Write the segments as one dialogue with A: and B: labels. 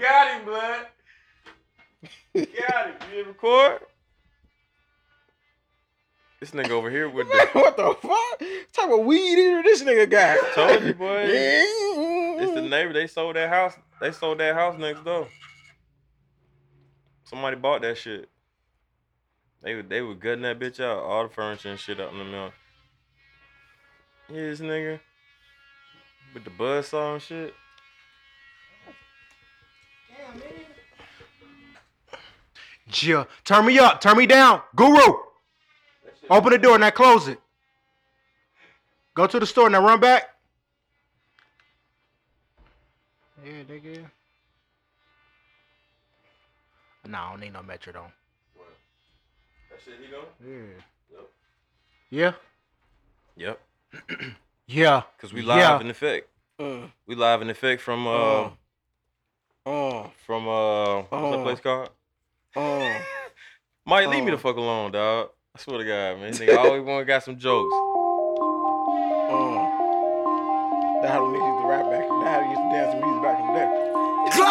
A: got him, blood. You got him. You didn't record? This nigga over here with
B: Man,
A: the
B: what the fuck? Type of weed eater this nigga got.
A: Told you, boy. It's the
B: it's
A: neighbor. They sold that house. They sold that house next door. Somebody bought that shit. They were they were gutting that bitch out, all the furniture and shit out in the middle. Yeah, this nigga with the buzz saw and shit.
C: Jill, turn me up, turn me down. Guru, open the door, now close it. Go to the store, now run back. Yeah, nigga. Nah, I don't need no metrodome.
A: That shit he going?
C: Yeah.
A: Nope.
C: Yeah.
A: Yep.
C: Yeah.
A: Cause we live
C: Yeah.
A: in effect.
B: Uh,
A: We live in effect from uh
B: Oh. oh,
A: from uh Uh. what's that
B: Oh.
A: place called?
B: oh.
A: Mike, leave me
B: Oh.
A: the fuck alone, dog. I swear to God, man. This nigga always want got some jokes.
B: Mm. That's how the niggas used to rap back. That's how they used to dance to music back in the day.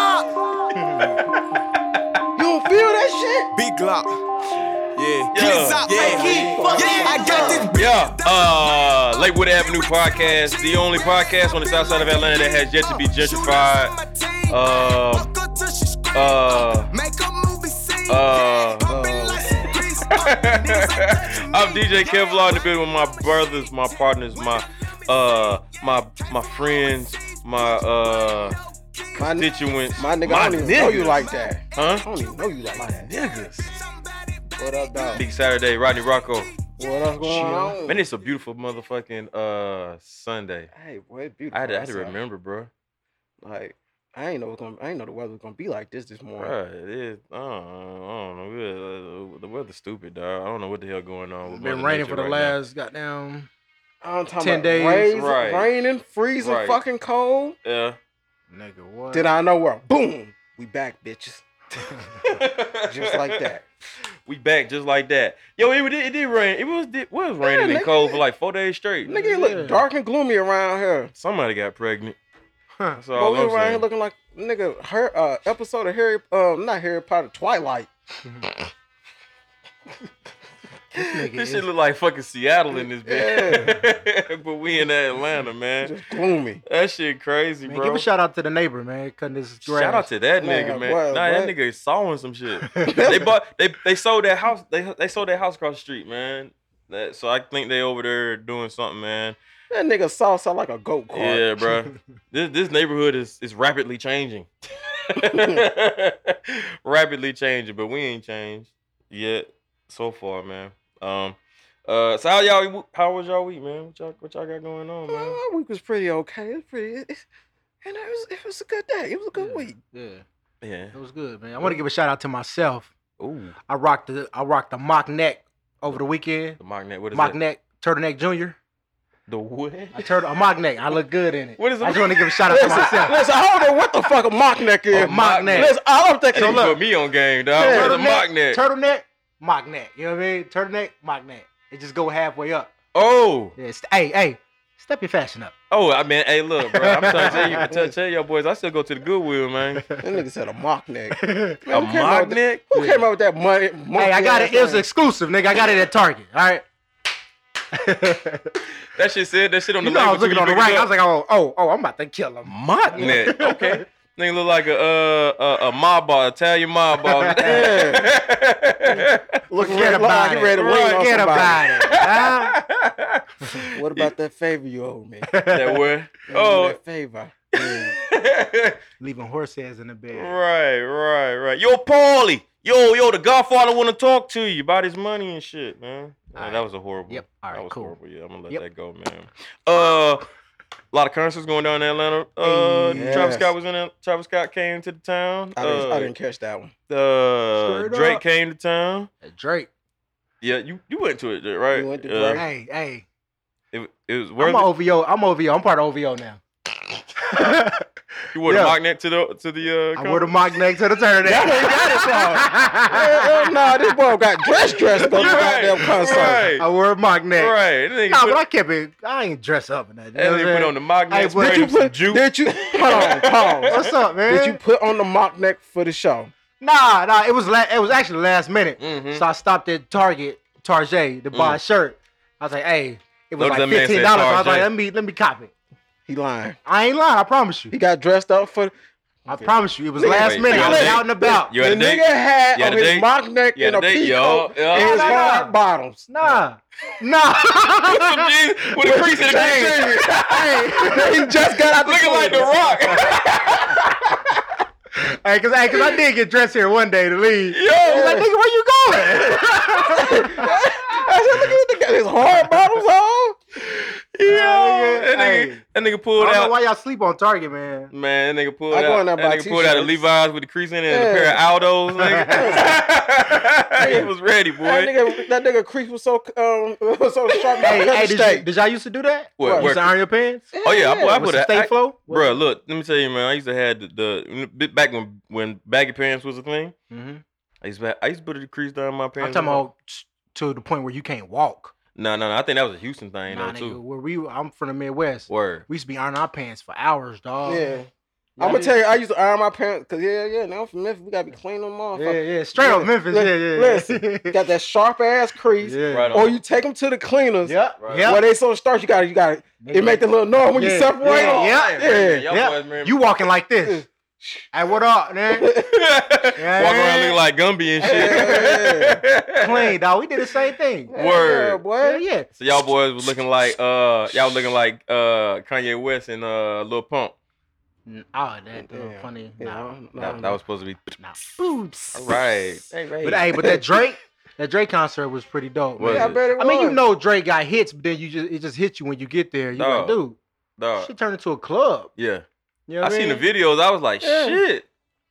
B: you don't feel that
D: Big Glock. Yeah.
A: Yeah.
D: Kids up,
B: shit?
D: yeah. Yeah, I got this
A: Yeah, uh, Lakewood Avenue podcast, the only podcast on the south side of Atlanta that has yet to be gentrified. Uh, uh, uh, I'm DJ Kevlar in the building with my brothers, my partners, my uh, my my friends, my uh,
B: My, n-
A: constituents,
B: my nigga, I don't even know you like that. I
A: huh?
B: don't even know you like that.
A: Niggas.
B: What up, dog?
A: Big Saturday, Rodney Rocco.
B: What up going on?
A: Man, it's a beautiful motherfucking uh Sunday.
B: hey, boy, it's beautiful.
A: I had, to, I had to
B: outside.
A: remember, bro.
B: Like, I ain't know it's gonna, I ain't know the weather was gonna be like this this morning.
A: Bruh, it is. I don't, I don't know. We, uh, the weather's stupid, dog. I don't know what the hell going on. with
C: Been
A: Mother
C: raining
A: Nature
C: for the
A: right
C: last goddamn.
B: I'm talking
C: 10
B: about
C: days.
B: raising-
A: Right.
B: raining, freezing,
A: Right.
B: fucking cold.
A: Now. Yeah.
C: Nigga, what?
B: Did I know where? Boom, we back, bitches.
A: just
B: Just like that.
A: We back just like that. Yo, it, did. it did rain. It was it was raining
B: nigga.
A: and cold for like four days straight.
B: Nigga, it
C: Yeah.
B: look dark and gloomy around here.
A: Somebody got pregnant.
C: Huh.
A: That's
B: But
A: all
B: we
A: I'm
B: around here
A: saying.
B: looking like nigga her uh, episode of Harry um not Harry Potter Twilight.
C: nigga
A: this
C: is-
A: shit look like fucking Seattle in this bitch. but we in Atlanta, man.
B: Just gloomy.
A: That shit crazy,
C: Man,
A: bro.
C: give a shout out to the neighbor, man, cutting this grass.
A: Shout out to that
B: Man,
A: nigga, man.
B: what-
A: nah, that
B: what?
A: nigga is sawing some shit. they bought they they sold that house. They they sold that house across the street, man. That, so I think they over there doing something, man.
B: That nigga saw sound like a goat cart.
A: Yeah, bro. this this neighborhood is is rapidly changing. rapidly changing, but we ain't changed yet so far, man. Um, uh, so how y'all? How was y'all week, man? What y'all what y'all got going on,
B: Well,
A: man?
B: my week was pretty okay. It was pretty it, it- and it was it was a good day. It was a good
C: yeah,
B: week.
C: Yeah,
A: Yeah.
C: it was good, man. I want to give a shout out to myself.
A: Ooh,
C: I rocked the I rocked the mock neck over the weekend.
A: the mock neck. What is
C: Mock
A: that?
C: neck, turtleneck junior.
A: The what?
C: I turtle a mock neck. I look good in it.
A: What is a-
C: I just want to give a shout out to myself.
B: Listen, hold on, what the fuck a mock neck is?
C: A mock neck.
B: Listen, all I'm thinking
A: So
B: is
A: look, put me on game, dog.
B: Yeah.
A: Where's the mock neck?
C: turtleneck, mock neck. You know what I mean? Turtleneck, mock neck. It just go halfway up.
A: oh,
C: Yeah, st- hey, hey, step your fashion up.
A: oh, I mean, hey, look, bro. I'm trying to tell you, I'm trying to tell y'all boys, I still go to the Goodwill, man.
B: that nigga said a mock neck.
C: hey,
A: A
B: Man, who came up
A: mock
B: with that-
A: neck?
B: Who came up with that money?
C: I got it. It was exclusive, nigga. I got it at Target. All right.
A: That shit said that shit on the
C: You know, I
A: label
C: was looking
A: too,
C: on
A: you
C: the
A: look it
C: rack. I
A: up.
C: was like, oh, oh, oh, I'm about to kill him.
A: Mock neck. Okay. Nigga look like a uh a, a mob bar, Italian mob bar.
B: looking
C: Forget about
B: he
C: it.
B: ready to win on
C: Forget about
B: somebody.
C: it. huh?
B: What about that favor you owe me?
A: that way.
B: Oh,
A: Oh.
B: that favor.
C: Leaving horse ass in the bed.
A: right, right, right. Yo, Paulie. Yo, yo, the Godfather want to talk to you about his money and shit, man. Yeah,
C: Alright.
A: That was a horrible.
C: Yep. All
A: that
C: right.
A: was
C: Cool.
A: horrible. Yeah, I'm gonna let
C: Yep.
A: that go, man. Uh, a lot of concerts going down in Atlanta. Uh,
B: Yes.
A: Travis Scott was in. It. Travis Scott came to the town.
B: I didn't,
A: uh,
B: I didn't catch that one.
A: uh,
C: Straight
A: Drake
C: up.
A: came to town.
C: Hey, Uh, Drake.
A: Yeah, you you went to it, right?
B: We went to
A: Uh,
C: Hey,
B: Drake.
C: hey.
A: it, it was
C: I'm
A: worth
C: a
A: it.
C: OVO. I'm OVO. I'm part of OVO now.
A: You wore the
C: Yeah.
A: mock neck to the to the. Uh,
C: I wear the mock neck to the turn.
B: That ain't got it, Hell nah, this boy got dress dressed up for the
A: Right,
B: goddamn concert.
A: right.
C: I wear a mock neck.
A: Right, that nigga
C: Nah,
A: put,
C: but I kept it. I ain't dress up in that. You know
A: that
C: what I'm
A: nigga put
C: saying?
A: on the mock
C: Hey,
A: neck. sprayed
C: but did
B: Did you
A: him some
B: put?
A: juice.
B: Did you? Pause. Pause.
C: What's up, man?
B: Did you put on the mock neck for the show?
C: Nah, nah. It was la- it was actually last minute.
A: Mhm.
C: So I stopped at Target, Target, to buy a shirt. I was like, hey, it was
A: Notice that
C: like
A: Mm. man said
C: fifteen dollars. I was like,
A: Target.
C: let me let me cop it.
B: He lying.
C: I ain't lying. I promise
B: He
C: you.
B: got dressed up for.
C: I promise you. It was
B: Nigga,
C: last
A: wait,
C: minute.
A: you
C: I
A: got
C: was
A: a date?
C: out and about.
A: You had
B: the
A: a
B: nigga
A: date?
B: had
A: You had
B: on
A: a
B: his
A: date?
B: mock neck
A: You had
B: and a
A: a date,
B: peacoat
A: y'all.
B: and
C: Nah,
B: his
C: nah,
B: hard
C: nah.
B: bottoms.
C: Nah, nah.
A: Put some jeans with a crease in the jeans.
C: hey,
B: he just got out the
A: Looking like the
B: closet.
A: Rock.
C: hey, cause, hey, cause I did get dressed here one day to leave.
A: Yo,
C: I was like, nigga, where you going?
B: I said, look at this nigga got his hard bottoms on.
A: yo,
C: nigga,
A: that nigga,
C: hey.
A: that nigga
C: I
A: pulled
C: don't know
A: out.
C: why y'all sleep on Target, man.
A: Man, that nigga pulled
B: I go
A: out.
B: in there
A: That
B: and buy
A: nigga pulled out a
B: t-shirts.
A: Levi's with the crease in it and a pair of
B: Yeah.
A: Aldos. Nigga, he was ready, boy.
B: That nigga, that nigga crease was so um was so sharp.
C: Hey, hey, did, you,
B: steak.
C: did y'all used to do that?
A: What,
C: You used to
A: work-
C: iron your pants?
A: oh yeah, I, boy, I
C: With
A: put
C: some
A: a
C: stay
A: I-
C: flow?
A: Bruh, look, let me tell you, man. I used to had the, the bit back when when baggy pants was a thing.
C: hmm
A: I used to have, I used to put a crease down my
C: I'm
A: pants.
C: talking about t- to the point where you can't walk.
A: No, no, no. I think that was a Houston thing
C: Nah,
A: though
C: nigga,
A: too.
C: where we, I'm from the Midwest.
A: Word.
C: We used to be ironing our pants for hours, dog.
B: Yeah.
A: Oh.
B: I'm gonna tell you, I used to iron my pants because yeah, yeah. Now I'm from Memphis, we gotta be clean on
C: yeah,
B: motherfuckers.
C: yeah. Straight up
B: Look,
C: Memphis.
B: look,
C: yeah, yeah.
B: listen, Got that sharp ass crease,
C: yeah.
A: Right on.
B: or you take them to the cleaners.
C: Yep.
A: Right.
C: Yep.
B: Where they so starch, you gotta, you gotta, it make the little noise when
C: Yeah,
B: you separate
C: yeah,
B: them.
C: yeah.
A: Man, y'all
C: Yeah.
A: boys, man.
C: You walking like this. Hey, what up, man?
A: walk around looking like Gumby and shit.
C: Clean, dog. We did the same thing.
B: Yeah,
A: Word.
B: yeah,
C: Yeah,
B: boy.
C: yeah.
A: So y'all boys was looking like uh y'all was looking like uh Kanye West and uh Lil Pump.
C: Mm, Oh, that uh,
B: Yeah.
C: funny.
B: Yeah, I
C: Nah,
B: don't- I
A: That,
B: don't
A: that
B: know.
A: was supposed to be
C: nah. Boobs.
A: all right.
B: Hey, Ray.
C: But hey, but that Drake, that Drake concert was pretty dope.
A: Was
C: man.
B: yeah, I
A: it?
B: bet it
C: I mean, you
B: was.
C: know Drake got hits, but then you just it just hits you when you get there. You like,
A: Dog.
C: dude,
A: Dog.
C: shit turned into a club.
A: Yeah.
C: You know
A: I
C: what
A: seen the
C: mean?
A: videos, I was like,
B: Yeah.
A: shit.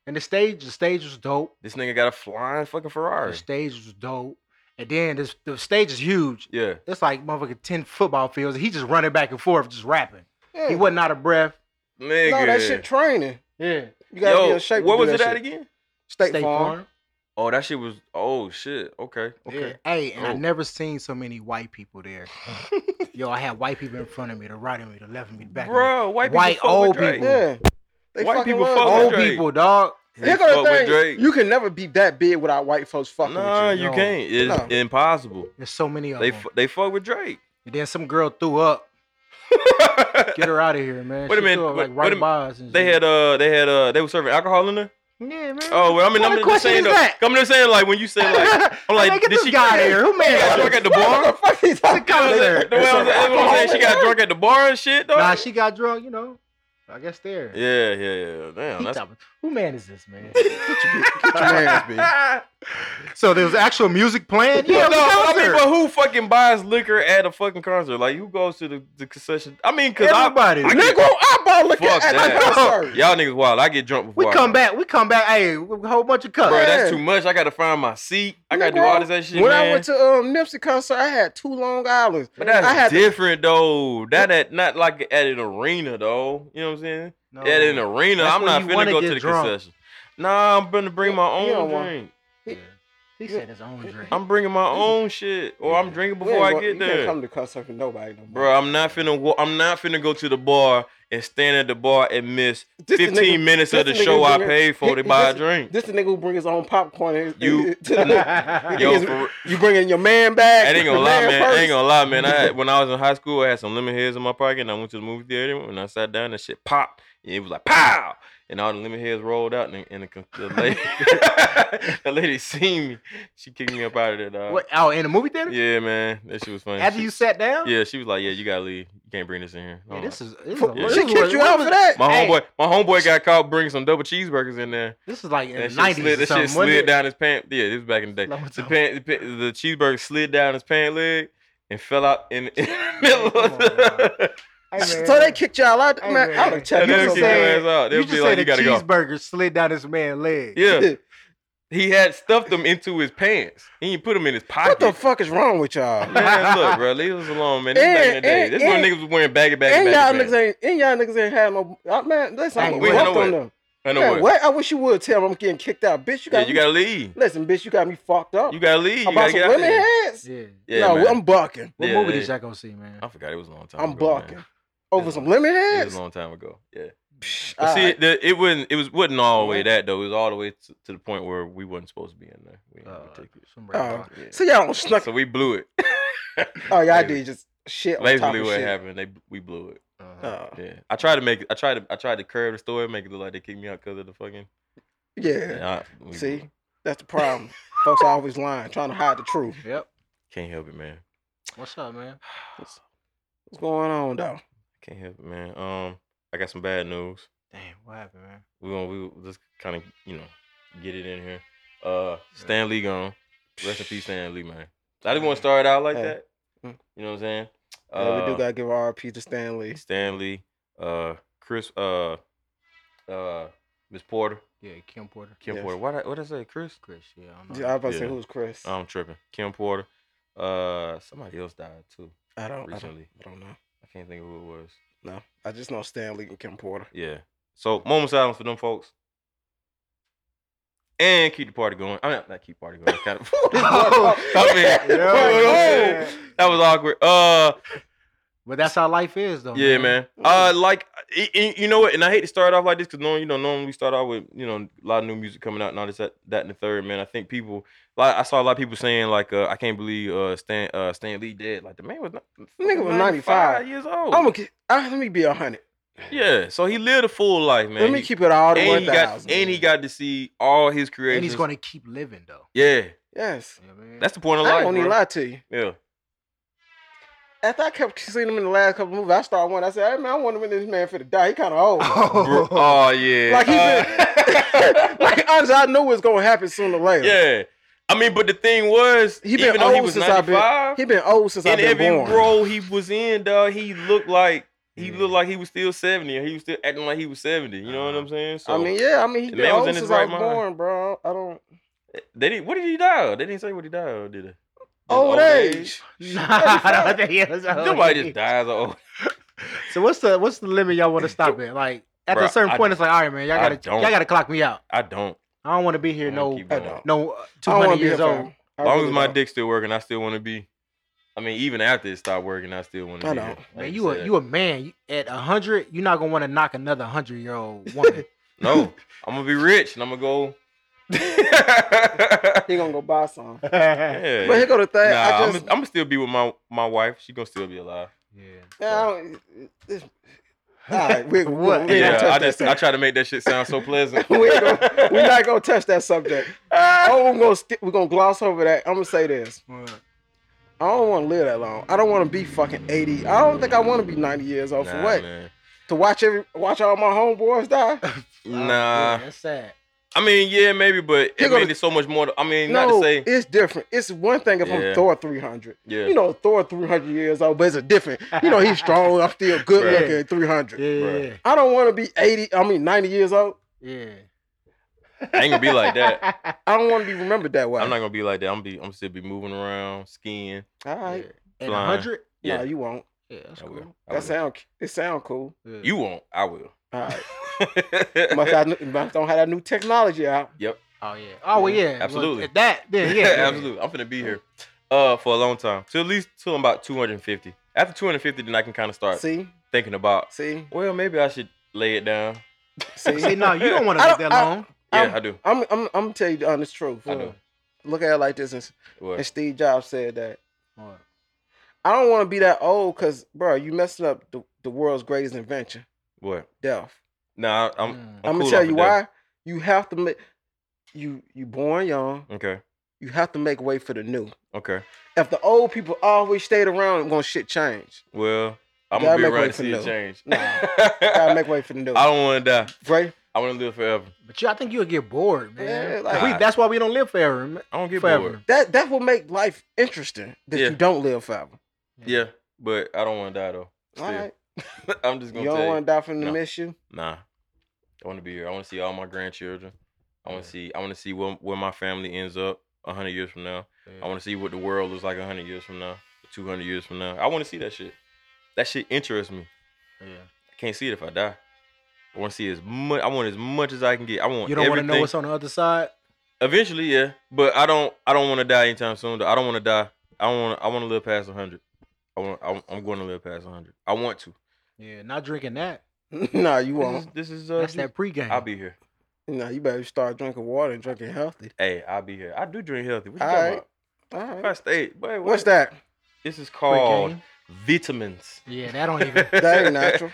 C: And the stage, the stage was dope.
A: This nigga got a flying fucking Ferrari.
C: The stage was dope. And then this, the stage is huge.
A: Yeah.
C: It's like motherfucking ten football fields. He just running back and forth, just rapping.
B: Yeah.
C: He wasn't out of breath.
A: Nigga.
B: No, that shit training.
C: Yeah.
B: You gotta
A: Yo,
B: be in shape.
A: What was it at
B: that shit.
A: again?
B: State,
C: State
B: Farm.
C: Farm.
A: Oh, that shit was oh shit. Okay. Okay.
C: Yeah. Hey, and I
A: Oh.
C: never seen so many white people there. Yo, I had white people in front of me, the right of me, the left of me, the back of me.
A: Bro, white people
C: White
A: fuck with
C: old
A: Drake.
C: people.
B: Yeah. They
A: White
B: fucking
A: people
B: love
A: fuck
B: it.
A: with
C: Old
A: Drake.
C: people, dog.
A: He
B: Here go
A: fuck
B: the
A: with
B: thing.
A: Drake.
B: You can never be that big without white folks fucking
A: nah,
B: with
A: you
B: you.
C: No.
A: can't. It's
B: No.
A: impossible.
C: There's so many of
A: They
C: them.
A: f- they fuck with Drake.
C: and then some girl threw up. Get her out of here, man.
A: Wait a
C: She
A: minute,
C: threw up,
A: wait-
C: like
A: wait a
C: right
A: minute.
C: bars and
A: they
C: shit.
A: had uh they had uh they were serving alcohol in there.
C: Yeah, man.
A: Oh well, I mean I'm
C: What a
A: just
C: question
A: saying
C: is
A: though.
C: that?
A: I'm just saying like when you say like I'm like
C: Man,
A: did
C: get this
A: she
C: guy out of here. Who
A: She got
C: made
A: drunk
C: her?
A: at the bar.
B: What the fuck
C: Come
A: The
C: on,
A: way
C: there.
A: I was- that's what I'm saying. She got drunk at the bar and shit though.
C: Nah, she got drunk, you know. I guess there.
A: Yeah, yeah, yeah. Damn,
C: He
A: that's
C: talking- Who man is this, man?
B: hands,
C: so there was actual music playing?
A: no,
C: Yeah, it was
A: I
C: out
A: mean,
C: there.
A: but who fucking buys liquor at a fucking concert? Like, who goes to the, the concession? I mean, cause
C: Everybody.
A: I, I
B: Nigga,
A: get,
B: I bought liquor
A: Fuck
B: at
A: that.
B: the concert.
A: y'all niggas wild. I get drunk before.
C: we
A: I
C: come
A: go.
C: back. We come back. Hey, with a whole bunch of cups.
A: bro. That's
B: Yeah.
A: too much. I gotta find my seat. I gotta do
B: Nigga,
A: all this that shit,
B: When
A: man.
B: I went to um, Nipsey concert, I had two Long Islands.
A: but that's
B: I had to-
A: different though. That at not like at an arena though. You know what I'm saying?
B: Oh,
C: No.
A: At an arena,
C: That's
A: I'm
C: when
A: not
C: you
A: finna
C: wanna
A: go
C: get
A: to the
C: drunk.
A: concession. Nah, I'm gonna bring my
B: You don't
A: own
B: want-
A: drink.
C: Yeah. He said his own drink.
A: I'm bringing my own shit, or I'm
C: Yeah.
A: drinking
B: We
A: before
B: ain't
A: I
B: going-
A: get
B: you Can't
A: there.
B: come to concert for nobody no more.
A: Bro, I'm not finna. wa- I'm not finna go to the bar and stand at the bar and miss
B: This the
A: 15
B: nigga-
A: minutes of the
B: this the nigga
A: show I
B: bringing-
A: paid for to
B: he-
A: buy a drink.
B: This the nigga who bring his own popcorn. and-
A: You-
B: to the,
A: Yo,
B: niggas-
A: for,
B: you bring in your man bag.
A: I ain't
B: your
A: gonna lie, man. I ain't
B: purse.
A: gonna lie, man. I had, when I was in high school, I had some lemon heads in my pocket, and I went to the movie theater. And when I sat down, that shit popped. And it was like pow, and all the lemon heads rolled out, and, and the, the lady, the lady seen me. She kicked me up out of there, dog.
C: What? Oh, in the movie theater?
A: uh, Yeah, man, that shit was funny.
C: After
A: She-
C: you sat down?
A: yeah, she was like, "Yeah, you gotta leave. You can't bring this in here." I'm
C: Yeah,
A: like,
C: this is this is,
A: Yeah.
C: this
B: She
C: is
B: kicked you out for that.
A: my
C: Hey.
A: homeboy. My homeboy got caught bringing some double cheeseburgers in there.
C: This is like in
A: That
C: the
A: shit
C: nineties.
A: slid,
C: or
A: that
C: something,
A: shit
C: wasn't
A: slid
C: it?
A: down his pant. Yeah, this was back in the day.
C: Long
A: The,
C: time.
A: pant, the, pant- the cheeseburger slid down his pant leg and fell out in the, in the middle.
C: come
A: Of
C: on,
A: the,
C: Hey, man.
B: So they kicked y'all out.
C: Hey,
B: man,
C: man.
B: I would have
A: and
B: checked
A: they'll
C: just
A: kick
B: you.
A: your
C: said-
A: ass out. They'll
C: you just
A: be
C: said
A: like,
C: the
A: "You gotta go."
C: cheeseburger slid down this man's leg.
A: Yeah,
B: Yeah.
A: He had stuffed them into his pants. He didn't put them in his pocket.
B: What the fuck is wrong with y'all?
A: Man, look, bro, leave us alone, man. This
B: And-
A: back in the day.
B: and-
A: this when
B: and-
A: niggas was wearing baggy, baggy,
B: And
A: baggy
B: y'all
A: pants.
B: niggas ain't, and y'all niggas ain't had no. uh, man, listen,
A: Ain't
B: I'm
A: we-
B: gonna
A: I know
B: up on
A: what.
B: them.
A: I know
B: Man,
A: what.
B: what? I wish you would tell them I'm getting kicked out, bitch. You got
A: Yeah, you gotta leave.
B: listen, bitch. You got me fucked up.
A: You gotta leave. You
B: about
A: gotta
B: some
A: get out
B: women
A: there.
B: heads?
C: Yeah.
A: Yeah,
B: no,
A: man.
B: I'm bucking.
C: What
A: Yeah,
C: movie
A: yeah.
C: did y'all go see, man?
A: I forgot it was a long time
B: I'm
A: ago. man.
B: bucking over
A: It's
B: some
A: a-
B: lemon
A: It was
B: heads.
A: a long time ago. Yeah.
B: Psh,
A: But see,
B: alright.
A: the, it wasn't. It was wasn't all the way that though. It was all the way to, to the point where we wasn't supposed to be in there. We,
C: Uh,
A: didn't take it.
C: some
B: Oh.
C: random-
A: Yeah.
B: So y'all don't snuck.
A: So we blew it.
B: Oh, y'all
A: Basically-
B: did just shit. On top
A: Basically,
B: of
A: what
B: shit.
A: happened? They we blew it.
C: uh,
B: Oh,
A: Yeah, I tried to make. I tried to. I tried to curve the story, make it look like they kicked me out because of the fucking.
B: yeah.
A: Yeah, I- we blew
B: See,
A: it.
B: that's the problem. Folks are always lying, trying to hide the truth.
A: Oh.
C: Yep.
A: can't help it, man.
C: What's up, man?
B: What's going on though?
A: Can't help it, man. Um, I got some bad news.
C: Damn, what happened, man?
A: We gonna we gonna just kind of you know get it in here. Uh, Stan Lee gone. Rest in peace, Stan Lee, man. I didn't want to start it out like
B: Hey.
A: that. You
B: Mm.
A: know what I'm saying?
B: yeah, we
A: Uh,
B: do gotta give RP to Stanley.
A: Stanley, uh, Chris, uh, uh, Miss Porter,
C: Yeah, Kim Porter.
A: Kim
B: Yes.
A: Porter. What I, what did I say? Chris?
C: Chris, yeah, I don't
B: Yeah, I
C: know.
B: was about to say
A: Yeah. Um,
B: who's Chris.
A: I'm tripping. Kim Porter. Uh, somebody else died too
B: I don't. I don't.
A: recently.
B: I don't know.
A: I can't think of who it was.
B: No, I just know Stanley and Kim Porter.
A: Yeah. So moment of silence for them folks. And keep the party going. I mean, not keep party going. Kind of. I mean,
C: Yeah,
A: you know what I'm saying?
C: man.
A: That was awkward. Uh,
C: But that's how life is,
B: Oh,
C: though.
A: yeah, man. Uh, like i- i- you know what? And I hate to start off like this because normally, you know, normally we start off with you know a lot of new music coming out and all this that, that and the third. Man, I think people. Like, I saw a lot of people saying like, uh, I can't believe uh Stan uh Stan Lee dead. Like the man was not,
B: Nigga was 95
A: years old.
B: I'm gonna. get- I, let me be a hundred.
A: yeah, so he lived a full life, man.
B: Let me
A: He-
B: keep it all the
A: and
B: one
A: he got
B: thousand.
A: and he got to see all his creations.
C: And he's going to keep living, though.
A: yeah,
B: Yes.
C: You know what I mean?
A: that's the point of
B: I
A: life.
B: ain't gonna
A: bro.
B: even lie to you.
A: Yeah,
B: After I kept seeing him in the last couple movies, I started wondering. I said, "Hey man, I wonder when this man finna die. He kind of old."
A: Bro, oh yeah,
B: Like he
A: Uh,
B: like honestly, I know it's gonna happen sooner or later.
A: yeah. I mean, but the thing was,
B: He been
A: even though he
B: old
A: was
B: since I've been-
A: 95,
B: He been old since I've
A: in
B: been
A: every
B: born.
A: role he was in, dog, he looked like he
C: Yeah.
A: looked like he was still seventy, or he was still acting like he was seventy. You know what I'm saying? So
B: Uh-huh. I mean, yeah, I mean, he
A: The
B: been
A: man was
B: old
A: in his
B: since
A: right
B: I was
A: mind.
B: born, bro. I don't
A: they didn't. What did he die? of? They didn't say what he died, of, did they? His
B: old age.
C: Nah, I don't think he is old.
A: Nobody just dies of old.
C: So what's the what's the limit y'all want to stop at? Like at
A: Bruh,
C: a certain
A: I
C: point, it's like, all right, man, y'all
A: I
C: gotta
A: don't.
C: y'all gotta clock me out.
A: I don't.
C: I don't want to be here.
A: I
C: No,
A: keep
B: I
A: going.
B: don't.
C: no, uh, two
B: I don't wanna
C: hundred
B: be
C: years
B: a
C: old.
B: fan. I
A: As long
B: really
A: as my
B: don't.
A: dick's still working, I still want to be. I mean, even after it stopped working, I still want to
B: I
A: be.
B: know.
A: here. I
C: Man,
A: hate
C: you
A: to
C: a
A: say
C: you a man. You- At hundred, you're not gonna want to knock another hundred year old woman.
A: that. no. I'm gonna be rich and I'm gonna go.
B: he gonna go buy some.
C: yeah.
A: yeah.
B: But here go
A: nah,
B: the thing. I
A: I'm
B: just,
A: gonna still be with my my wife. She gonna still be alive.
B: Yeah, I don't, it's, all right, we, we,
C: What?
B: we ain't gonna
A: yeah,
B: touch
A: I
B: that
A: just I
B: subject.
A: try to make that shit sound so pleasant.
B: we ain't gonna, we're not gonna touch that subject. Oh, we're gonna sti- we're gonna gloss over that. I'm gonna say this. I don't want to live that long. I don't want to be fucking 80. I don't think I want to be 90 years old Oh, for
A: Nah,
B: what?
A: man.
B: To watch every watch all my homeboys die.
A: Nah.
C: Oh, that's sad.
A: I mean, yeah, maybe, but
B: You
A: it
B: gotta-
A: made it so much more. I mean, not
B: no,
A: to say,
B: it's different. It's one thing if
A: Yeah.
B: I'm Thor 300.
A: yeah,
B: You know, Thor 300 years old, but it's a different. You know, he's strong. I'm still good
A: Right.
B: looking at 300.
C: Yeah,
B: I don't want to be 80. I mean, 90 years old.
C: yeah.
A: I ain't gonna be like that.
B: I don't want to be remembered that way.
A: I'm not gonna be like that. I'm be, I'm still be moving around, skiing.
B: All right.
C: At
A: Flying.
C: hundred,
A: Yeah,
B: No, you won't.
C: yeah, that's
A: I will.
C: cool.
A: I
B: That
A: will.
B: sound it sound cool.
C: Yeah.
A: You won't. I will.
B: All right. must, have, new- must don't have that new technology out.
C: Oh yeah. Oh well,
B: Yeah,
C: yeah. well,
A: absolutely.
C: at that, then yeah. yeah.
A: absolutely. I'm gonna be here, uh, for a long time. So at least till I'm about 250. After 250, then I can kind of start
B: See?
A: thinking about.
B: See?
A: Well, maybe I should lay it down.
B: See?
C: See, no, you don't want to
B: I
C: live
B: don't-
C: that
B: I-
C: long.
A: Yeah,
B: I'm-
A: i do.
B: I'm I'm I'm gonna tell you the honest truth.
A: I do.
B: Look at it like this, and,
A: What?
B: and Steve Jobs said that
C: What?
B: I don't want to be that old because, bro, you messing up the, the world's greatest invention,
A: What?
B: death.
A: Nah, I- I'm.
C: Mm.
A: I'm,
B: I'm,
A: cool
B: gonna tell
A: off
B: you
A: of that.
B: why. You have to make you you born young.
A: Okay.
B: You have to make way for the new.
A: Okay.
B: If the old people always stayed around, gonna shit change.
A: Well, I'm
B: Gotta
A: gonna be
B: make way
A: around to
B: for
A: see it
B: no.
A: change.
B: Nah. Gotta make way for the new.
A: I don't want to die.
B: Right?
A: I want to live forever.
C: But you, I think you'll get bored, man.
B: Yeah, like-
C: we, that's why we don't live forever. man.
A: I don't get
C: forever.
A: bored.
B: That that will make life interesting. That
A: Yeah.
B: you don't live forever.
A: Yeah, but I don't want to die though.
B: All
A: Still.
B: right.
A: I'm just gonna tell
B: You don't
A: you.
B: want to die from the
A: No.
B: mission.
A: Nah, I want to be here. I want to see all my grandchildren. I I want to see. I want to see where, where my family ends up hundred years from now. I want to see what the world looks like hundred years from now, two hundred years from now. I want to see that shit. That shit interests me.
C: Yeah.
A: I can't see it if I die. I want to see as much. I want as much as I can get. I want.
C: You don't
A: want to
C: know what's on the other side.
A: Eventually, yeah, but I don't. I don't want to die anytime soon. Though. I don't want to die. I want. I want to live past hundred. I want. I, I'm going to live past hundred. I want to.
C: Yeah, not drinking that.
B: nah, you
A: This is,
B: won't.
A: this is. Uh,
C: That's that pregame.
A: I'll be here.
B: Nah, you better start drinking water and drinking healthy.
A: Hey, I'll be here. I do drink healthy. What you
B: All
A: talking
B: right.
A: about?
B: All right.
A: First aid. Boy,
B: What's
A: what?
B: that?
A: This is called
C: Pregame.
A: vitamins.
C: Yeah, that don't even. That
B: That ain't natural.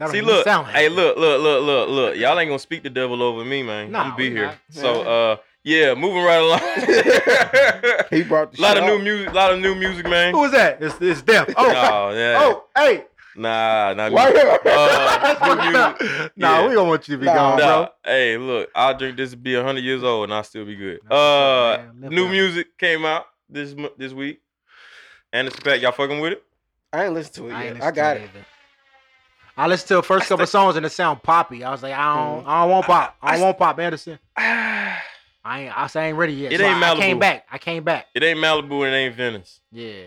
C: don't
A: See,
C: even
A: look,
C: sound
A: hey,
C: healthy.
A: look, look, look, look, look. Y'all ain't gonna speak the devil over me, man.
C: Nah,
A: I'm gonna be
C: we
A: here.
C: not.
A: So, uh, yeah, moving right along.
B: He brought the
A: A lot
B: shit
A: of new
B: up.
A: music, lot of new music, man.
C: Who is that? It's it's Def. Oh,
A: Oh, yeah.
C: oh, hey.
A: Nah, not
B: Why-
A: me. Uh, new
C: nah,
A: music.
C: we don't want you to be
B: Nah.
C: gone, bro.
A: Nah, hey, look, I'll drink this, be 100 years old, and I'll still be good.
C: That's
A: Uh,
C: it, man. Live
A: new
C: life.
A: music came out this mo- this week. And it's back. Y'all fucking with it?
B: I ain't listened to it
C: ain't
B: yet. I,
C: listened to
B: got it.
C: either. I listened to the first couple songs and it sound poppy. I was like, I don't,
B: Mm.
C: I don't want pop. I don't
A: I-
C: want pop, Anderson.
A: it
C: I ain't, I, say I ain't ready yet.
A: It
C: So
A: ain't
C: I, I came
A: Malibu.
C: back. I came back.
A: ain't Malibu and it ain't Venice.
C: Yeah.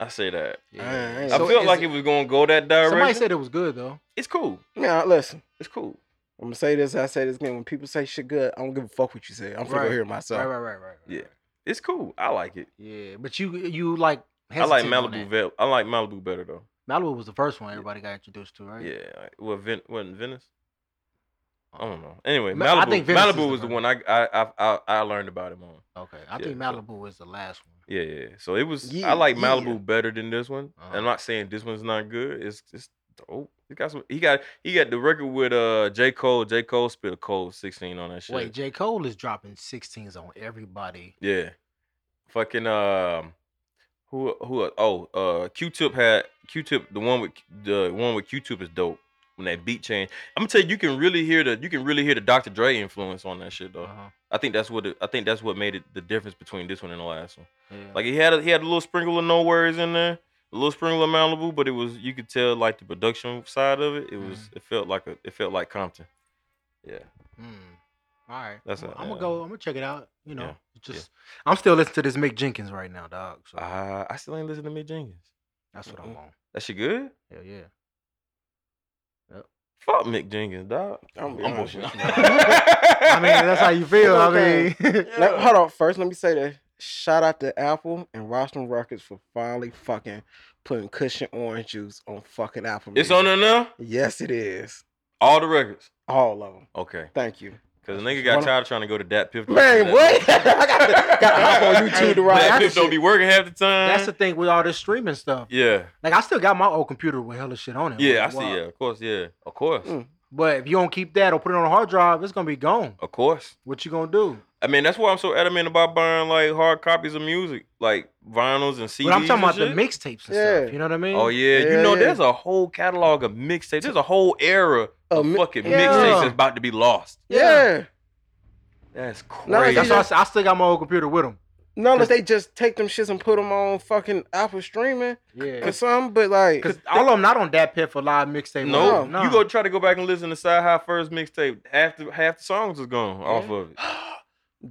A: I say that.
C: yeah.
B: I
A: I
B: So
A: felt
C: is
A: like
C: it-
A: it, was gonna go that direction.
C: Somebody said it was good though.
A: it's cool.
B: Now listen,
A: It's cool.
B: I'm gonna say this. I say this again. When people say shit good, I don't give a fuck what you say. I'm gonna
C: Right.
B: hear myself.
C: right, right, right, right, right.
A: Yeah. It's cool. I like it.
C: Yeah, but you you like
A: I like
C: hesitant on
A: Malibu.
C: that.
A: Ve- I like Malibu better though.
C: Malibu was the first one everybody got introduced to, right?
A: Yeah. I- Well, Ven- wasn't Venice? I don't know. Anyway,
C: Ma- I
A: Malibu.
C: think Venice is
A: Malibu
C: the
A: was the
C: first.
A: one I I I, I, I learned about him on.
C: Okay. I
A: Yeah,
C: think
A: so-
C: Malibu was the last one.
A: Yeah, yeah. So it was.
B: Yeah,
A: I like
B: yeah.
A: Malibu better than this one.
C: Uh-huh.
A: I'm not saying this one's not good. It's it's dope. He got some. He got he got the record with uh J Cole. J Cole spit a cold 16 on that shit.
C: Wait, J. Cole is dropping 16s on everybody.
A: Yeah. Fucking um who who oh uh Q tip had Q tip the one with the one with Q tip is dope. When that beat change. I'm gonna tell you you can really hear the you can really hear the Dr. Dre influence on that shit though.
C: Uh-huh.
A: I think that's what it, I think that's what made it the difference between this one and the last one.
C: Yeah.
A: Like he had a, he had a little sprinkle of no worries in there, a little sprinkle of Malibu, but it was you could tell like the production side of it. It was it felt like a it felt like Compton. Yeah.
C: Mm. All right.
A: That's
C: I'm,
A: a-
C: I'm
A: yeah.
C: gonna go. I'm gonna check it out. You know,
A: Yeah,
C: just I'm still listening to this Mick Jenkins right now, dog. So
A: Uh, I still ain't listening to Mick Jenkins.
C: that's what I'm on.
A: That shit good?
C: Hell yeah.
A: Fuck Mick Jenkins, dog.
B: I'm,
A: I'm
B: bullshit.
A: bullshitting.
C: I mean, that's how you feel. I
B: Okay.
C: mean,
B: Now, hold on. First, let me say that shout out to Apple and Rostrum Records for finally fucking putting cushion orange juice on fucking Apple.
A: It's on
B: Music.
A: there now.
B: Yes, it is.
A: All the records.
B: All of them.
A: Okay.
B: Thank you.
A: Because nigga got
B: One-
A: tired of trying to go to that Piff.
B: Man, what? I got to, got to hop on YouTube to
C: Hey,
A: That
B: ride
C: that's
A: Piff
B: that
A: don't be
B: shit.
A: working half the time.
C: that's the thing with all this streaming stuff.
A: yeah.
C: Like, I still got my old computer with hella shit on it.
A: Yeah, I
C: like,
A: see.
C: wow.
A: Yeah, of course. Yeah, of course.
B: Mm.
C: But if you don't keep that or put it on a hard drive, it's gonna be gone.
A: Of course.
C: What you gonna do?
A: I mean, that's why I'm so adamant about buying like hard copies of music, like vinyls and CDs.
C: But I'm talking about
A: and
C: the
A: shit.
C: mixtapes and
B: Yeah.
C: stuff. You know what I mean?
A: Oh yeah,
B: Yeah,
A: you know,
B: yeah.
A: there's a whole catalog of mixtapes. There's a whole era
B: A
A: of
B: mi-
A: fucking
B: Yeah.
A: mixtapes that's about to be lost.
B: Yeah.
A: That's
B: No,
A: crazy.
C: That's why I s- I, still got my old computer with them.
B: Not unless they just take them shits and put them on fucking Apple streaming
C: Yeah.
B: or something, but like,
C: Because all of them not on that pit for live mixtape.
A: No,
B: No.
A: you go try to go back and listen to Sci High first mixtape. Half the half the songs is gone off of it.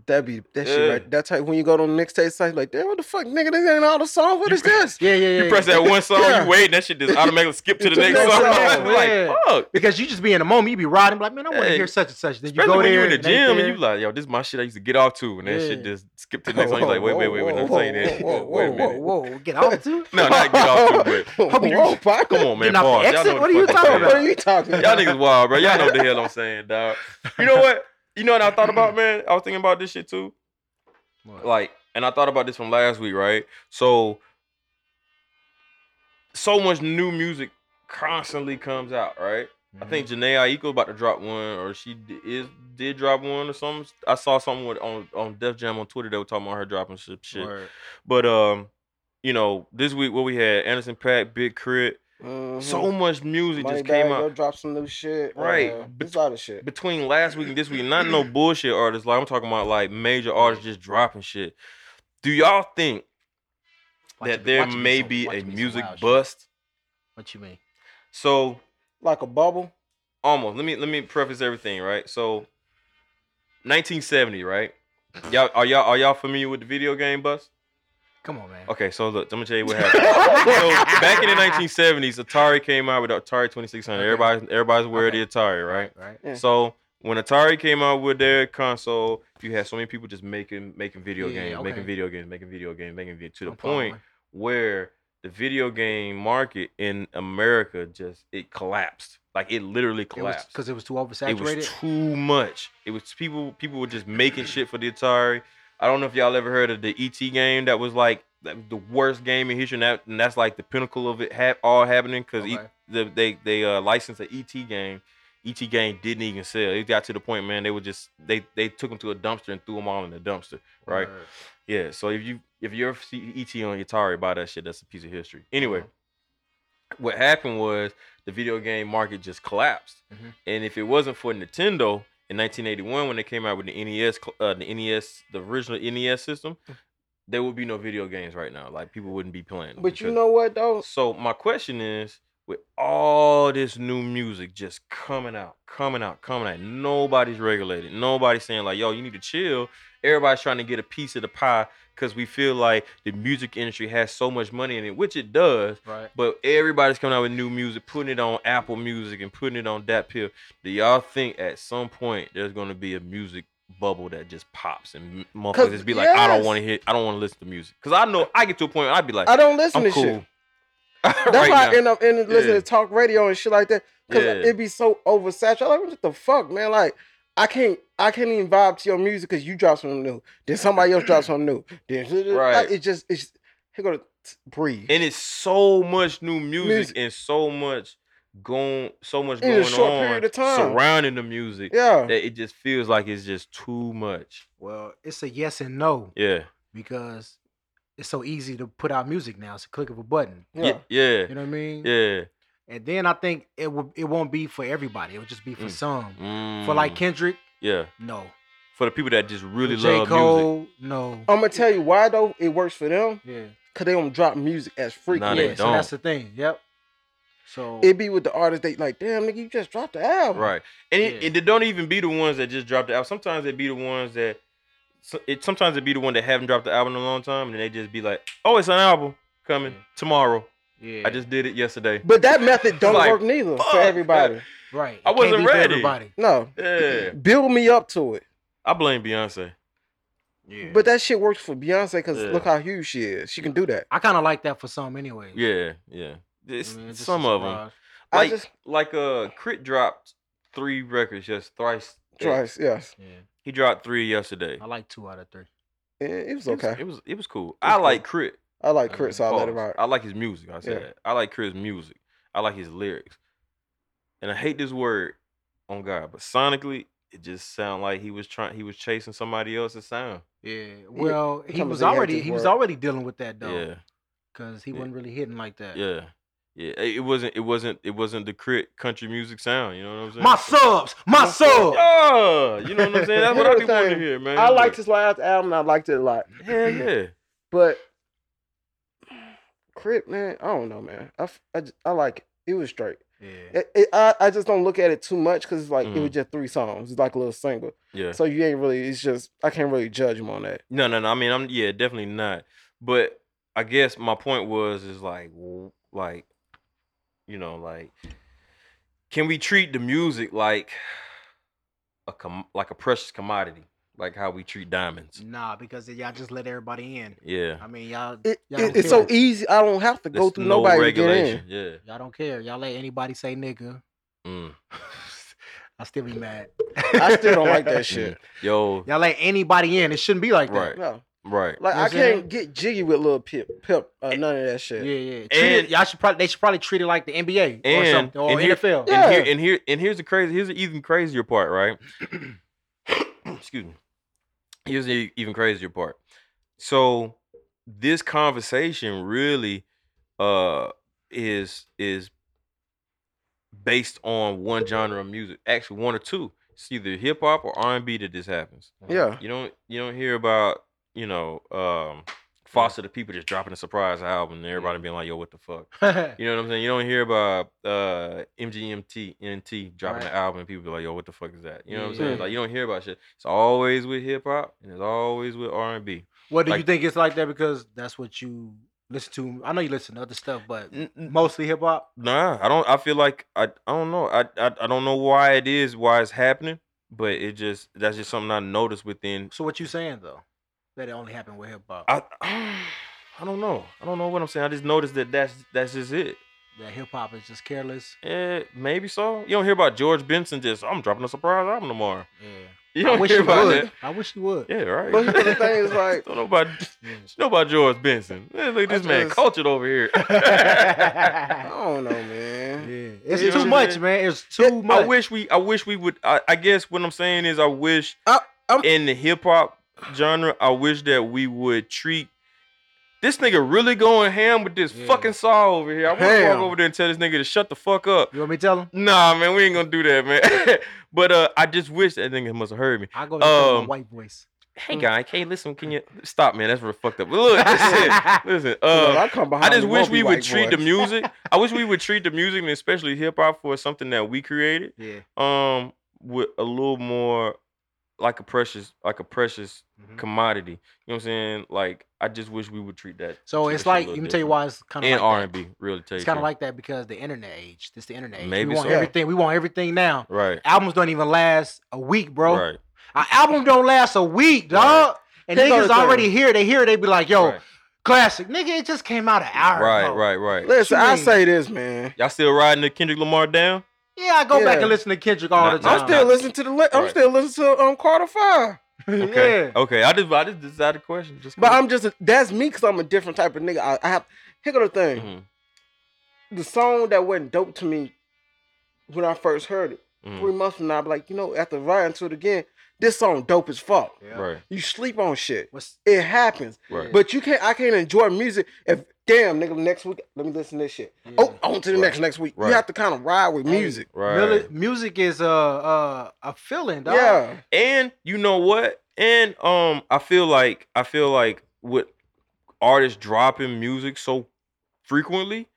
B: that be that shit
A: Yeah.
B: right. That's how when you go to the mixtape site, like, damn, what the fuck, nigga, this ain't all the song. What is this?
C: Yeah, yeah, yeah.
A: You press that one song,
B: Yeah.
A: you wait, that shit just automatically skip to the
B: To the
A: next
B: next
A: song.
B: song,
A: like,
C: yeah.
A: fuck.
C: Because you just be in the moment, you be riding, be like, man, I want to
A: Hey,
C: hear such and such. Then you
A: Especially
C: go
A: when
C: there,
A: you in the
C: it ain't
A: gym and
C: there.
A: you like, yo, this is my shit I used to get off to, and that shit
C: Yeah.
A: just skip to the next one. You like, wait, wait, wait, wait, I'm saying that.
B: Whoa,
A: Wait a
B: whoa,
A: minute.
C: whoa, whoa, get off too.
A: No, not get off to, but
B: Whoa,
C: Hope you-
B: Pac,
A: come on, man,
C: Getting off
A: pause. Y'all
C: the exit?
A: know what
C: What are
A: the
C: you
A: fuck
C: talking
A: I'm
C: about?
B: What
A: saying.
B: are you talking about?
A: Y'all niggas wild, bro. Y'all know what the hell I'm saying, dog. You know what? You know what I thought about, man? I was thinking about this shit too. like and i thought about this from last week right so so much new music constantly comes out right i think
C: Mm-hmm.
A: Janae Aiko about to drop one or she d- is did drop one or something i saw something with, on on def jam on twitter they were talking about her dropping shit, shit.
C: Word.
A: but um you know this week what we had anderson pack big crit
B: Mhm.
A: so much music
B: Money
A: just came
B: bag, go
A: out
B: drop some new shit.
A: Right.
B: Uh, it's a lot of shit.
A: between last week and this week, not no bullshit artists. Like I'm talking about, like major artists just dropping shit. Do y'all think
C: Watch
A: that
C: it-
A: there
C: watch it
A: may
C: some-
A: be
C: watch
A: a
C: it some
A: music
C: wild shit.
A: bust.
C: What you mean?
A: So
B: Like a bubble.
A: almost let me let me preface everything right. So 1970, right?
C: Mm.
A: Y'all are y'all are y'all familiar with the video game bus?
C: Come on, man.
A: Okay, so look, I'm gonna tell you what happened. so back in the 1970s, Atari came out with Atari 2600.
C: Okay.
A: Everybody, everybody's aware of the Atari, right?
C: Right.
B: Yeah.
A: So when Atari came out with their console, you had so many people just making making video
C: Yeah,
A: games,
C: okay.
A: making video games, making video games, making video to the
C: I'm
A: point
C: following.
A: where the video game market in America just it collapsed. Like it literally
C: It was
A: collapsed.
C: because it was too
A: it
C: oversaturated.
A: was too much. It was people people were just making shit for the Atari. I don't know if y'all ever heard of the ET game that was like that was the worst game in history, and, that, and that's like the pinnacle of it hap- all happening because
C: Okay.
A: the, they they uh, licensed an ET game. ET game didn't even sell. It got to the point, man. They were just they they took them to a dumpster and threw them all in the dumpster, right?
C: Word.
A: Yeah. So if you if you ever see ET on Atari, buy that shit. That's a piece of history. Anyway,
B: Mm-hmm.
A: what happened was the video game market just collapsed.
B: Mm-hmm.
C: Mhm.
A: And if it wasn't for Nintendo in 1981 when they came out with the NES, cl- uh, the NES, the original NES system,
B: Mm.
A: there would be no video games right now. Like people wouldn't be playing. them
B: But you
A: because-
B: know what though?
A: So my question is, with all this new music just coming out, coming out, coming out, nobody's regulated. Nobody's saying like, "Yo, you need to chill." Everybody's trying to get a piece of the pie because we feel like the music industry has so much money in it, which it does.
C: Right.
A: But everybody's coming out with new music, putting it on Apple Music and putting it on that pill. Do y'all think at some point there's going to be a music bubble that just pops and m- motherfuckers just be like, I don't
B: yes.
A: want to hit, I don't want to listen to music because I know I get to a point where I'd be like,
B: I don't listen
A: I'm
B: to
A: cool.
B: shit.
A: Right
B: That's why
A: now.
B: I end up in listening
A: Yeah.
B: to talk radio and shit like that. Cause
A: Yeah.
B: it be so oversaturated. Like, what the fuck, man? Like, I can't I can't even vibe to your music because you drop something new. Then somebody else drops something new. Then
A: Right.
B: like, it just it's here go to t- breathe.
A: and it's so much new music,
B: Music.
A: and so much going, so much
B: In a
A: going
B: short
A: on
B: period of time.
A: surrounding the music
B: yeah.
A: that it just feels like it's just too much.
C: Well, it's a yes and no
A: Yeah,
C: because it's so easy to put out music now. It's a click of a button.
B: yeah.
A: yeah, yeah,
C: You know what I mean?
A: yeah.
C: And then I think it will. It won't be for everybody. It will just be for
A: Mm.
C: some.
A: Mm,
C: For like Kendrick,
A: yeah,
C: no.
A: for the people that just really
C: for J.
A: love music. Oh.
C: Cole, no.
B: I'm gonna tell you why though it works for them
C: Yeah.
B: because they don't drop music as
A: Nah,
B: frequently.
A: they
C: yeah. So that's the thing. Yep. So
B: It be with the artists they like, damn nigga, you just dropped the album.
A: Right. And it,
C: Yeah.
A: it, don't even be the ones that just dropped the album. Sometimes they be the ones that so- it sometimes it be the one that haven't dropped the album in a long time and they just be like, "Oh, it's an album coming
C: Yeah.
A: tomorrow.
C: yeah.
A: I just did it yesterday."
B: But that method don't
A: Like,
B: work neither
A: fuck,
B: for everybody.
C: right.
A: I
C: It can't
A: wasn't
C: be for
A: ready.
C: Everybody.
B: No.
A: Yeah.
B: Build me up to it.
A: I blame Beyonce.
C: Yeah.
B: But that shit works for Beyonce because
A: Yeah.
B: look how huge she is. She can do that.
C: I kind of like that for some, anyway.
A: Yeah, yeah. It's,
C: mean, it's just
A: some
C: a
A: of them,
C: surprise.
B: I
A: like
B: just-
A: like uh, Crit dropped three records just thrice.
B: Twice, yes.
C: Yeah.
A: He dropped three yesterday.
C: I like two out of three.
B: It, it was
A: It was-
B: okay.
A: It was it was cool.
B: was
A: I
B: cool.
A: like Crit.
B: I like Chris, so I let
A: Pause.
B: him out.
A: I like his music. I said
B: Yeah.
A: that. I like Chris' music. I like his lyrics. And I hate this word on God, but sonically, it just sounded like he was trying. He was chasing somebody else's sound.
C: Yeah. Well, he
B: becomes
C: was
B: a
C: already
B: reactive
C: he was
B: word.
C: already dealing with that though.
A: Yeah,
C: Cause he
A: Yeah.
C: wasn't really hitting like that.
A: yeah, yeah. It it wasn't. It wasn't. It wasn't the crit country music sound. You know what I'm saying?
C: My subs, my,
B: My
C: sub.
A: Yeah, you know what I'm saying. That's what I be wanting to
B: Everything.
A: hear, man.
B: I liked
A: But-
B: his last album. I liked it a lot.
A: Hell yeah.
B: But Crip, man, I don't know, man. I, f- I j- I like it. It was straight.
C: Yeah.
B: It, it- I, I just don't look at it too much because it's like it
A: Mhm.
B: was just three songs. It's like a little single.
A: Yeah.
B: So you ain't really, it's just, I can't really judge him on that.
A: No, no, no. I mean, I'm yeah, definitely not. But I guess my point was is like, w- like, you know, like, can we treat the music like a com- like a precious commodity, like how we treat diamonds?
C: Nah, because y'all just let everybody in.
A: Yeah,
C: I mean, y'all
B: It,
C: Y'all
B: it-
C: don't
B: it's so
C: care.
B: easy. I don't have to go
A: There's
B: through nobody to get in.
A: Yeah.
C: y'all don't care. Y'all let anybody say nigga.
A: Mm.
C: I still be mad.
B: I still don't like that shit.
A: Yo.
C: Y'all let anybody in. It shouldn't be like
A: Right.
B: No.
A: Right.
C: You know
B: Like,
C: what
B: I
C: I'm saying?
B: can't get jiggy with little Pip, Pip uh, none of that
C: that.
B: shit.
C: Yeah, yeah. Treat it-
A: And-
C: y'all should probably they should probably treat it like the NBA or
A: And-
C: something or
A: and here-
C: NFL.
B: Yeah.
A: And here and here and here's the crazy here's the even crazier part, right? Excuse me. Here's the even crazier part. So this conversation really uh is is based on one genre of music. Actually one or two. It's either hip hop or R and B that this happens.
B: Yeah.
A: You don't you don't hear about, you know, um Foster the people just dropping a surprise album and everybody being like, yo, what the fuck?
C: yeah,
A: You know what I'm saying? You don't hear about uh, MGMT, NT dropping an album and people be like, yo, what the fuck is that? You know what I'm saying?
B: Yeah.
A: Like, you don't hear about shit. It's always with hip hop and it's always with R&B.
C: Well, do you
A: Like-
C: think it's like that because that's what you listen to? I know you listen to other stuff, but
A: N- n-
C: mostly hip hop.
A: Nah, I don't. I feel like I. I don't know. I, I. I don't know why it is. Why it's happening. But it just. That's just something I noticed within.
C: So what you saying though? That it only happened with hip hop.
A: I. I don't know. I don't know what I'm saying. I just noticed that that's that's just it.
C: That hip hop is just careless.
A: Eh, maybe so. You don't hear about George Benson just. I'm dropping a surprise album tomorrow.
C: Yeah.
A: You
C: I
A: don't
C: wish
A: hear
C: you
A: about
C: would.
A: that.
C: I wish you would.
A: Yeah, right.
B: But the thing is, like-
A: don't know about.
C: Yeah.
A: Know about George Benson. Man, look at
B: I
A: this man
B: just-
A: cultured over here.
B: I don't know,
C: Yeah.
B: man.
C: It's
A: You know what
C: too
A: I'm
C: much,
A: saying? Oh,
C: man. It's too much.
A: I wish we. I wish we would. I, I guess what I'm saying is, I wish
B: I- I'm-
A: in the hip hop genre, I wish that we would treat this nigga really going ham with this
C: Yeah.
A: fucking saw over here. I want to
B: Ham.
A: walk over there and tell this nigga to shut the fuck up.
C: You want me to tell him?
A: Nah, man, we ain't gonna do that, man. but uh, I just wish that nigga must have heard me.
C: I go to tell him in
A: Um,
C: a white voice.
B: Mm.
A: Hey guy, hey, listen, can you stop, man? That's real fucked up. But look, listen, listen.
B: Look,
A: Uh,
B: I
A: I
B: come
C: Um,
B: behind.
A: just
B: you,
A: wish
B: won't be
A: we would
B: white
A: treat the
B: boys.
A: music. I wish we would treat the music and especially hip hop for something that we created
C: Yeah.
A: um with a little more like a precious like a precious
C: Mhm.
A: commodity. You know what I'm saying? Like I just wish we would treat that
C: So
A: treat that
C: it's
A: shit a
C: like
A: little
C: let me tell you
A: different.
C: why it's kind of
A: and
C: like that.
A: R and B. Really tell you
C: It's kind
A: the
C: of like that because the internet age. This the internet age.
A: Maybe
C: we want
A: so.
C: everything. We want everything now.
A: truth. right,
C: Albums don't even last a week, bro.
A: right,
C: An album don't last a week,
A: Right.
C: dog. And
B: Here's
C: niggas
B: the thing.
C: already here. They hear. it, They be like, "Yo,
A: right,
C: classic, nigga. It just came out an hour
A: right,
C: ago."
A: right, right.
B: Listen,
C: What you
B: I
C: mean?
B: say this, man.
A: Y'all still riding the Kendrick Lamar down?
C: Yeah, I go back
B: Yeah.
C: and listen to Kendrick all
A: Not-
C: the
A: not-
C: time.
B: I'm still listening to the. Li- I'm
A: Right.
B: still listening to um Carter Five.
A: Okay,
C: yeah.
A: okay. I just I just decided the question. Just
B: But I'm just that's me because I'm a different type of nigga. I, I have. Here go the thing.
A: Mhm, Mm-hmm.
B: The song that wasn't dope to me when I first heard it
A: mhm,
B: three months from now, I'd be like, you know, after riding to it again, this song dope as fuck.
C: Yeah.
A: Right,
B: You sleep on shit.
C: What's
B: It happens.
A: right.
B: But you can't. I can't enjoy music if damn nigga next week. Let me listen to this shit.
C: Yeah.
B: Oh, on to the
A: Right.
B: next next week.
A: Right.
B: You have to kind of ride with music.
A: Right.
C: Mili- music is a uh, a feeling, dog.
B: Yeah.
A: And you know what? And um, I feel like I feel like with artists dropping music so frequently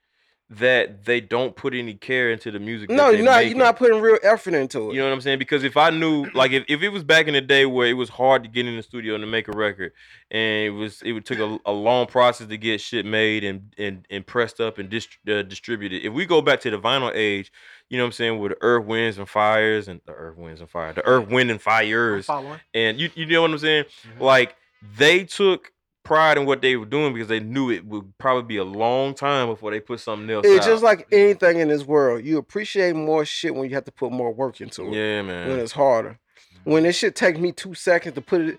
A: that they don't put any care into the music.
B: No,
A: that they
B: you're not.
A: making.
B: You're not putting real effort into it.
A: You know what I'm saying? Because if I knew, like, if, if it was back in the day where it was hard to get in the studio and to make a record, and it was it would took a, a long process to get shit made and and, and pressed up and dist- uh, distributed. If we go back to the vinyl age, you know what I'm saying, with the Earth Winds and Fires and the Earth Winds and Fire, the Earth Wind and
C: I'm
A: Fires,
C: following.
A: and you you know what I'm saying?
B: Mm-hmm.
C: Mhm.
A: Like they took pride in what they were doing because they knew it would probably be a long time before they put something else.
B: It's
A: out.
B: just like anything in this world. You appreciate more shit when you have to put more work into it.
A: yeah,
B: When
A: man.
B: it's harder. When it should take me two seconds to put it,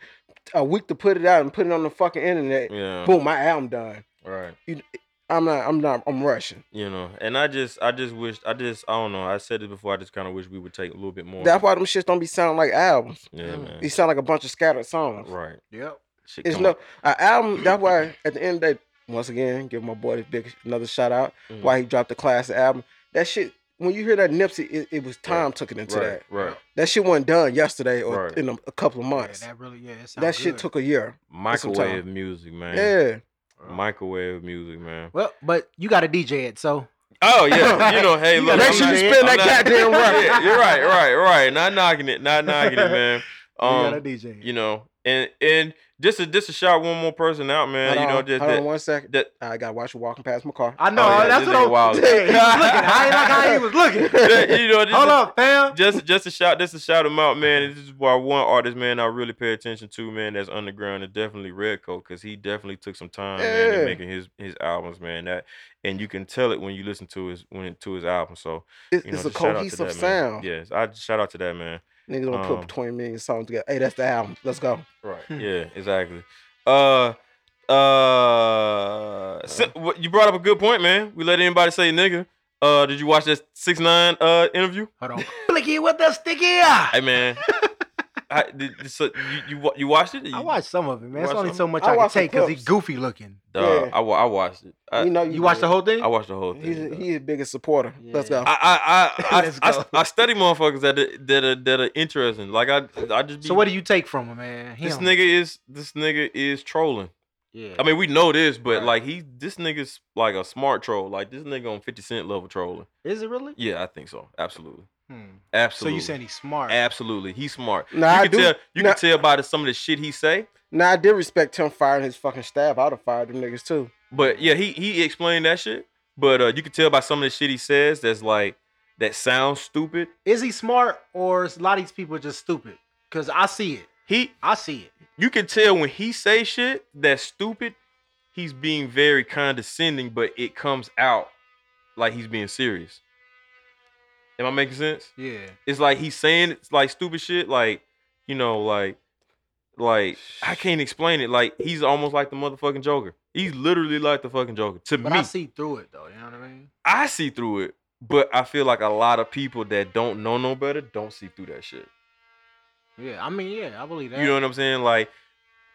B: a week to put it out and put it on the fucking internet.
A: Yeah,
B: Boom, my album done.
A: right.
B: I'm not. I'm not. I'm rushing.
A: You know, and I just, I just wish, I just, I don't know. I said it before. I just kind of wish we would take a little bit more.
B: That's why them shits don't be sounding like albums.
A: yeah, man.
B: They sound like a bunch of scattered songs.
A: Right.
C: Yep.
A: Shit
B: It's
A: come
B: no
A: up.
B: an album. That's why at the end of the day, once again, give my boy this big another shout out.
A: Mm.
B: Why he dropped the classic album. That shit. When you hear that Nipsey, it, it was time took it into
A: right,
B: that.
A: Right.
B: That shit wasn't done yesterday or
A: Right.
B: in a, a couple of
C: Yeah,
B: months.
C: that really yeah. It sound
B: that shit
C: good.
B: took a year.
A: Microwave music, man.
B: Yeah.
A: Microwave music, man.
C: Well, but you got to DJ it, so
A: Oh yeah, you know. Hey,
C: You
A: look,
C: gotta
A: I'm
B: Make sure
A: not-
B: you
C: saying?
B: spend
A: I'm
B: that
A: not-
B: goddamn record.
A: Yeah, you're right, right, right. Not knocking it, not knocking it, man. Um,
C: you got to DJ it.
A: you know, and and just to just to shout one more person out, man.
B: Hold
A: you know,
B: on,
A: just
B: hold on
A: that,
B: one second.
A: that
B: I gotta watch you walking past my car.
C: I know
A: Oh, yeah,
C: that's
A: this
C: what
A: nigga
C: I'm.
A: wild.
C: Yeah, he was looking. I ain't like how he was looking.
A: that, you know, just,
C: Hold up, fam.
A: just just to shout just to shout him out, man. This is why one artist, man, I really pay attention to, man. That's underground and definitely Redcoat, cause he definitely took some time man,
B: Yeah.
A: in making his his albums, man. That and you can tell it when you listen to his when to his album. So
B: It's,
A: you know,
B: it's a
A: just shout out to
B: cohesive
A: that, man.
B: sound.
A: Yes, I just shout out to that man.
B: Niggas don't
A: Um,
B: put 20 million songs together. Hey, that's the album. Let's go.
A: Right.
C: Hmm.
A: Yeah, exactly. Uh uh
C: Uh-huh.
A: so, what- you brought up a good point, man. We let anybody say nigga. Uh did you watch that six nine uh interview?
C: Hold on. Flicky with the sticky eye.
A: Hey man. I, did, did- so you, you wa- you watched it?
C: I watched some of it, man. It's
A: watched
C: only
A: some?
C: so much
B: I
C: I, can
B: watched the
C: take because he's
B: clips.
C: goofy looking.
A: Dog,
B: yeah.
A: I, wa- I watched it. I,
B: you know
C: You watched
B: did.
C: the whole thing?
A: I watched the whole
B: He's
A: thing. dog.
B: he's the biggest supporter. Let's
C: Yeah.
B: go.
A: I I I,
C: Let's
A: I,
C: go.
A: I, I study motherfuckers that are, that are that are interesting. Like I I just be,
C: so what do you take from him, man? Him.
A: this nigga is this nigga is trolling.
C: Yeah.
A: I mean, we know this, but
C: Right.
A: like he, this nigga's like a smart troll. Like this nigga on Fifty Cent level trolling.
C: is it really?
A: Yeah, I think so. Absolutely,
C: Hmm. So
A: absolutely.
C: you saying he's smart?
A: absolutely? He's smart.
B: Nah,
A: you
B: I
A: can
B: do-
A: tell. You
B: nah.
A: can tell by the, some of the shit he say.
B: Now I did respect him firing his fucking stab. I'd have fired them niggas too.
A: But yeah, he he explained that shit. But uh, you can tell by some of the shit he says that's like that sounds stupid.
C: Is he smart or is a lot of these people just stupid? Cause I see it.
A: He
C: I see it.
A: you can tell when he say shit that's stupid, he's being very condescending, but it comes out like he's being serious. Am I making sense?
C: Yeah.
A: It's like he's saying it's like stupid shit, like you know, like like I can't explain it. Like he's almost like the motherfucking Joker. He's literally like the fucking Joker to
C: But
A: me.
C: I see through it though. You know what I mean?
A: I see through it, but I feel like a lot of people that don't know no better don't see through that shit.
C: Yeah. I mean, yeah. I believe that.
A: You know what I'm saying? Like,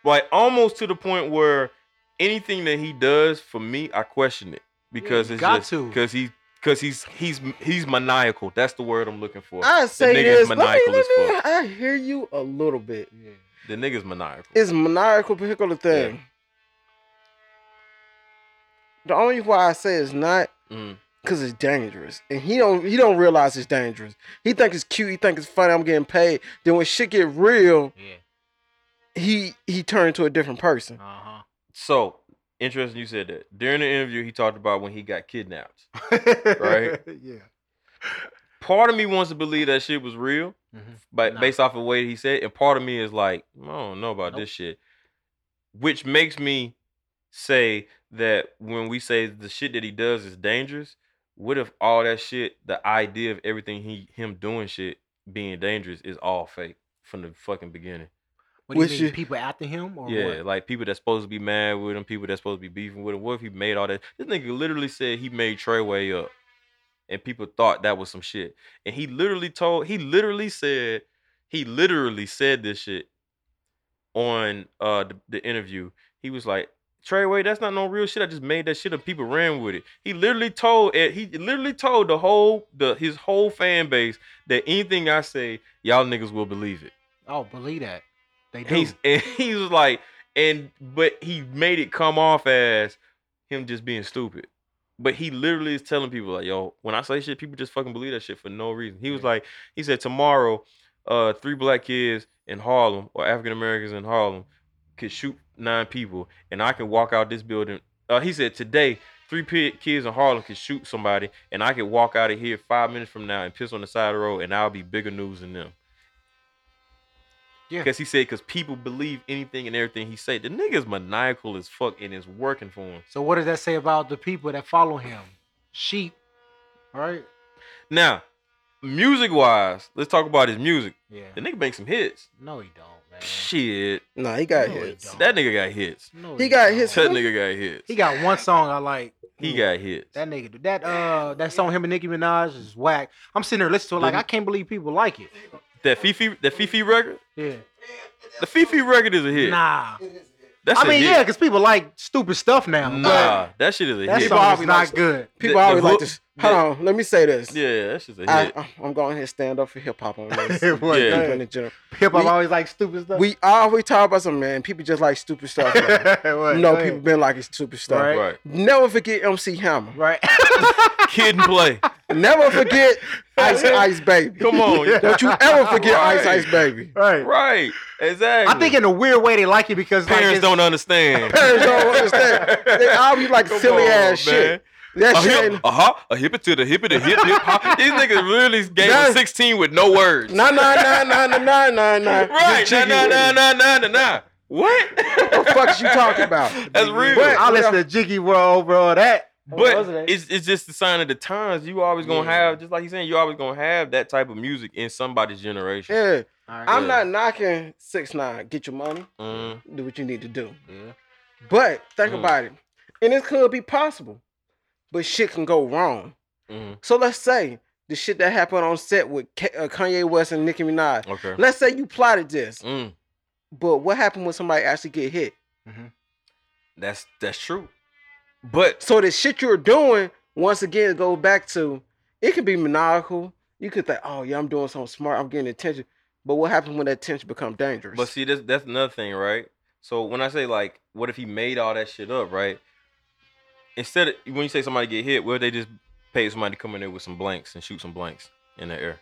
A: like almost to the point where anything that he does for me, I question it because
C: you
A: it's
C: got
A: just
C: to.
A: because he because he's he's he's maniacal. That's the word I'm looking for.
C: Uh,
B: I say
A: nigga's
B: this. Let me,
A: maniacal
B: let
A: as
B: me,
A: fuck.
B: I hear you a little bit.
C: Yeah.
A: The nigga's maniacal.
B: It's maniacal particular thing. The only why I say it's not
A: Mm.
B: because it's dangerous, and he don't he don't realize it's dangerous. He think it's cute. He think it's funny. I'm getting paid. Then when shit get real,
C: Yeah.
B: he he turned into a different person.
C: Uh
A: So interesting, you said that during the interview. He talked about when he got kidnapped.
C: huh.
A: Right.
C: Yeah.
A: Part of me wants to believe that shit was real,
C: Mhm.
A: but
C: Nah.
A: based off of the way he said, and part of me is like, I don't know about
C: Nope.
A: this shit, which makes me say that when we say the shit that he does is dangerous, what if all that shit, the idea of everything he him doing shit being dangerous is all fake from the fucking beginning?
C: What do you
B: Which
C: mean?
B: is-
C: People after him or
A: yeah,
C: what?
A: like people that's supposed to be mad with him, people that's supposed to be beefing with him. What if he made all that? This nigga literally said he made Treyway up, and people thought that was some shit. And he literally told, he literally said, he literally said this shit on uh the, the interview. He was like, Treyway, that's not no real shit. I just made that shit up. People ran with it. He literally told it. He literally told the whole the his whole fan base that anything I say, y'all niggas will believe it.
C: Oh, believe that. They do.
A: He's and he was like, and but he made it come off as him just being stupid. But he literally is telling people like, yo, when I say shit, people just fucking believe that shit for no reason. He was
C: Yeah.
A: like, he said tomorrow, uh, three black kids in Harlem or African Americans in Harlem could shoot nine people, and I can walk out this building. Uh, he said today. Three pi- kids in Harlem could shoot somebody, and I could walk out of here five minutes from now and piss on the side of the road, and I'll be bigger news than them.
C: Yeah.
A: Because he said, because people believe anything and everything he said. The nigga's maniacal as fuck and it's working for him.
C: So what does that say about the people that follow him? Sheep, right?
A: Now, music wise, let's talk about his music.
C: Yeah.
A: The nigga makes some hits.
C: No, he don't, man.
A: Shit.
B: Nah, he got
C: No, he
B: hits.
C: don't.
A: That nigga got hits.
C: No,
B: He got
C: don't.
B: his-
A: That nigga got hits.
C: He got one song I like.
A: He got hits.
C: that nigga. That uh, that song him and Nicki Minaj is whack. I'm sitting there listening to it like
A: The-
C: I can't believe people like it.
A: That Fifi, that Fifi record?
C: Yeah.
A: The Fifi record is a hit.
C: Nah.
A: That's
C: I mean,
A: a
C: yeah,
A: hit.
C: because people like stupid stuff now. Nah.
A: Nah, that shit is a
C: But that
A: hit.
B: People
C: song
B: always
C: is not
B: like-
C: good.
B: People
A: The- the
B: always like
A: hook-
B: this. Hold on, let me say this.
A: Yeah, that shit's a hit.
B: I, uh, I'm going to stand up for hip hop on this.
C: Hip
A: Yeah.
B: People in general.
C: hop
B: We-
C: always like stupid stuff.
B: We always talk about some man. People just like stupid stuff. man.
C: What?
B: You know,
C: Go
B: people
C: ahead.
B: been like it's stupid stuff.
C: Right.
A: right.
B: Never forget MC Hammer.
C: right.
A: Kid and play.
B: Never forget Ice Ice Baby.
A: Come on.
B: Don't you ever forget
A: Right.
B: Ice Ice Baby.
C: right.
A: Right. Exactly.
C: I think in a weird way they like it because like,
A: parents
C: it's-
A: don't understand.
B: Parents don't understand. They always like
A: Come
B: silly
A: on,
B: ass
A: man.
B: shit. That
A: A
B: shit
A: hip,
B: ain't-
A: a hop, a hippie to the hippie to hip hip hop. These niggas really gave us
B: That's-
A: 16 with no words.
B: Nah, nah, nah, nah, nah, nah, nah, nah. You
A: right. Nah,
B: jiggy
A: nah,
B: with
A: nah,
B: it.
A: nah, nah, nah, nah. What?
B: What the fuck is you talking about?
A: That's real.
B: But-
C: I listen to Jiggy World over all that.
A: But it's, it's just the sign of the times. You always gonna
C: Yeah.
A: have, just like you saying, you always gonna have that type of music in somebody's generation.
B: Yeah,
C: All
A: Yeah.
B: I'm not knocking six nine. Get your money.
A: Mm,
B: Do what you need to do.
A: yeah.
B: But think
A: Mm.
B: about it. And this could be possible. But shit can go wrong.
A: Mm,
B: So let's say the shit that happened on set with K- uh, Kanye West and Nicki Minaj.
A: okay.
B: Let's say you plotted this,
A: Mm,
B: but what happened when somebody actually get hit?
A: that's that's true. But
B: So the shit you're doing, once again, go back to it could be maniacal. You could think, oh yeah, I'm doing something smart, I'm getting attention. But what happens when that attention becomes dangerous?
A: but see, that's that's another thing, right? So when I say like, what if he made all that shit up, right? Instead, of, when you say somebody get hit, what if they just pay somebody to come in there with some blanks and shoot some blanks in the air?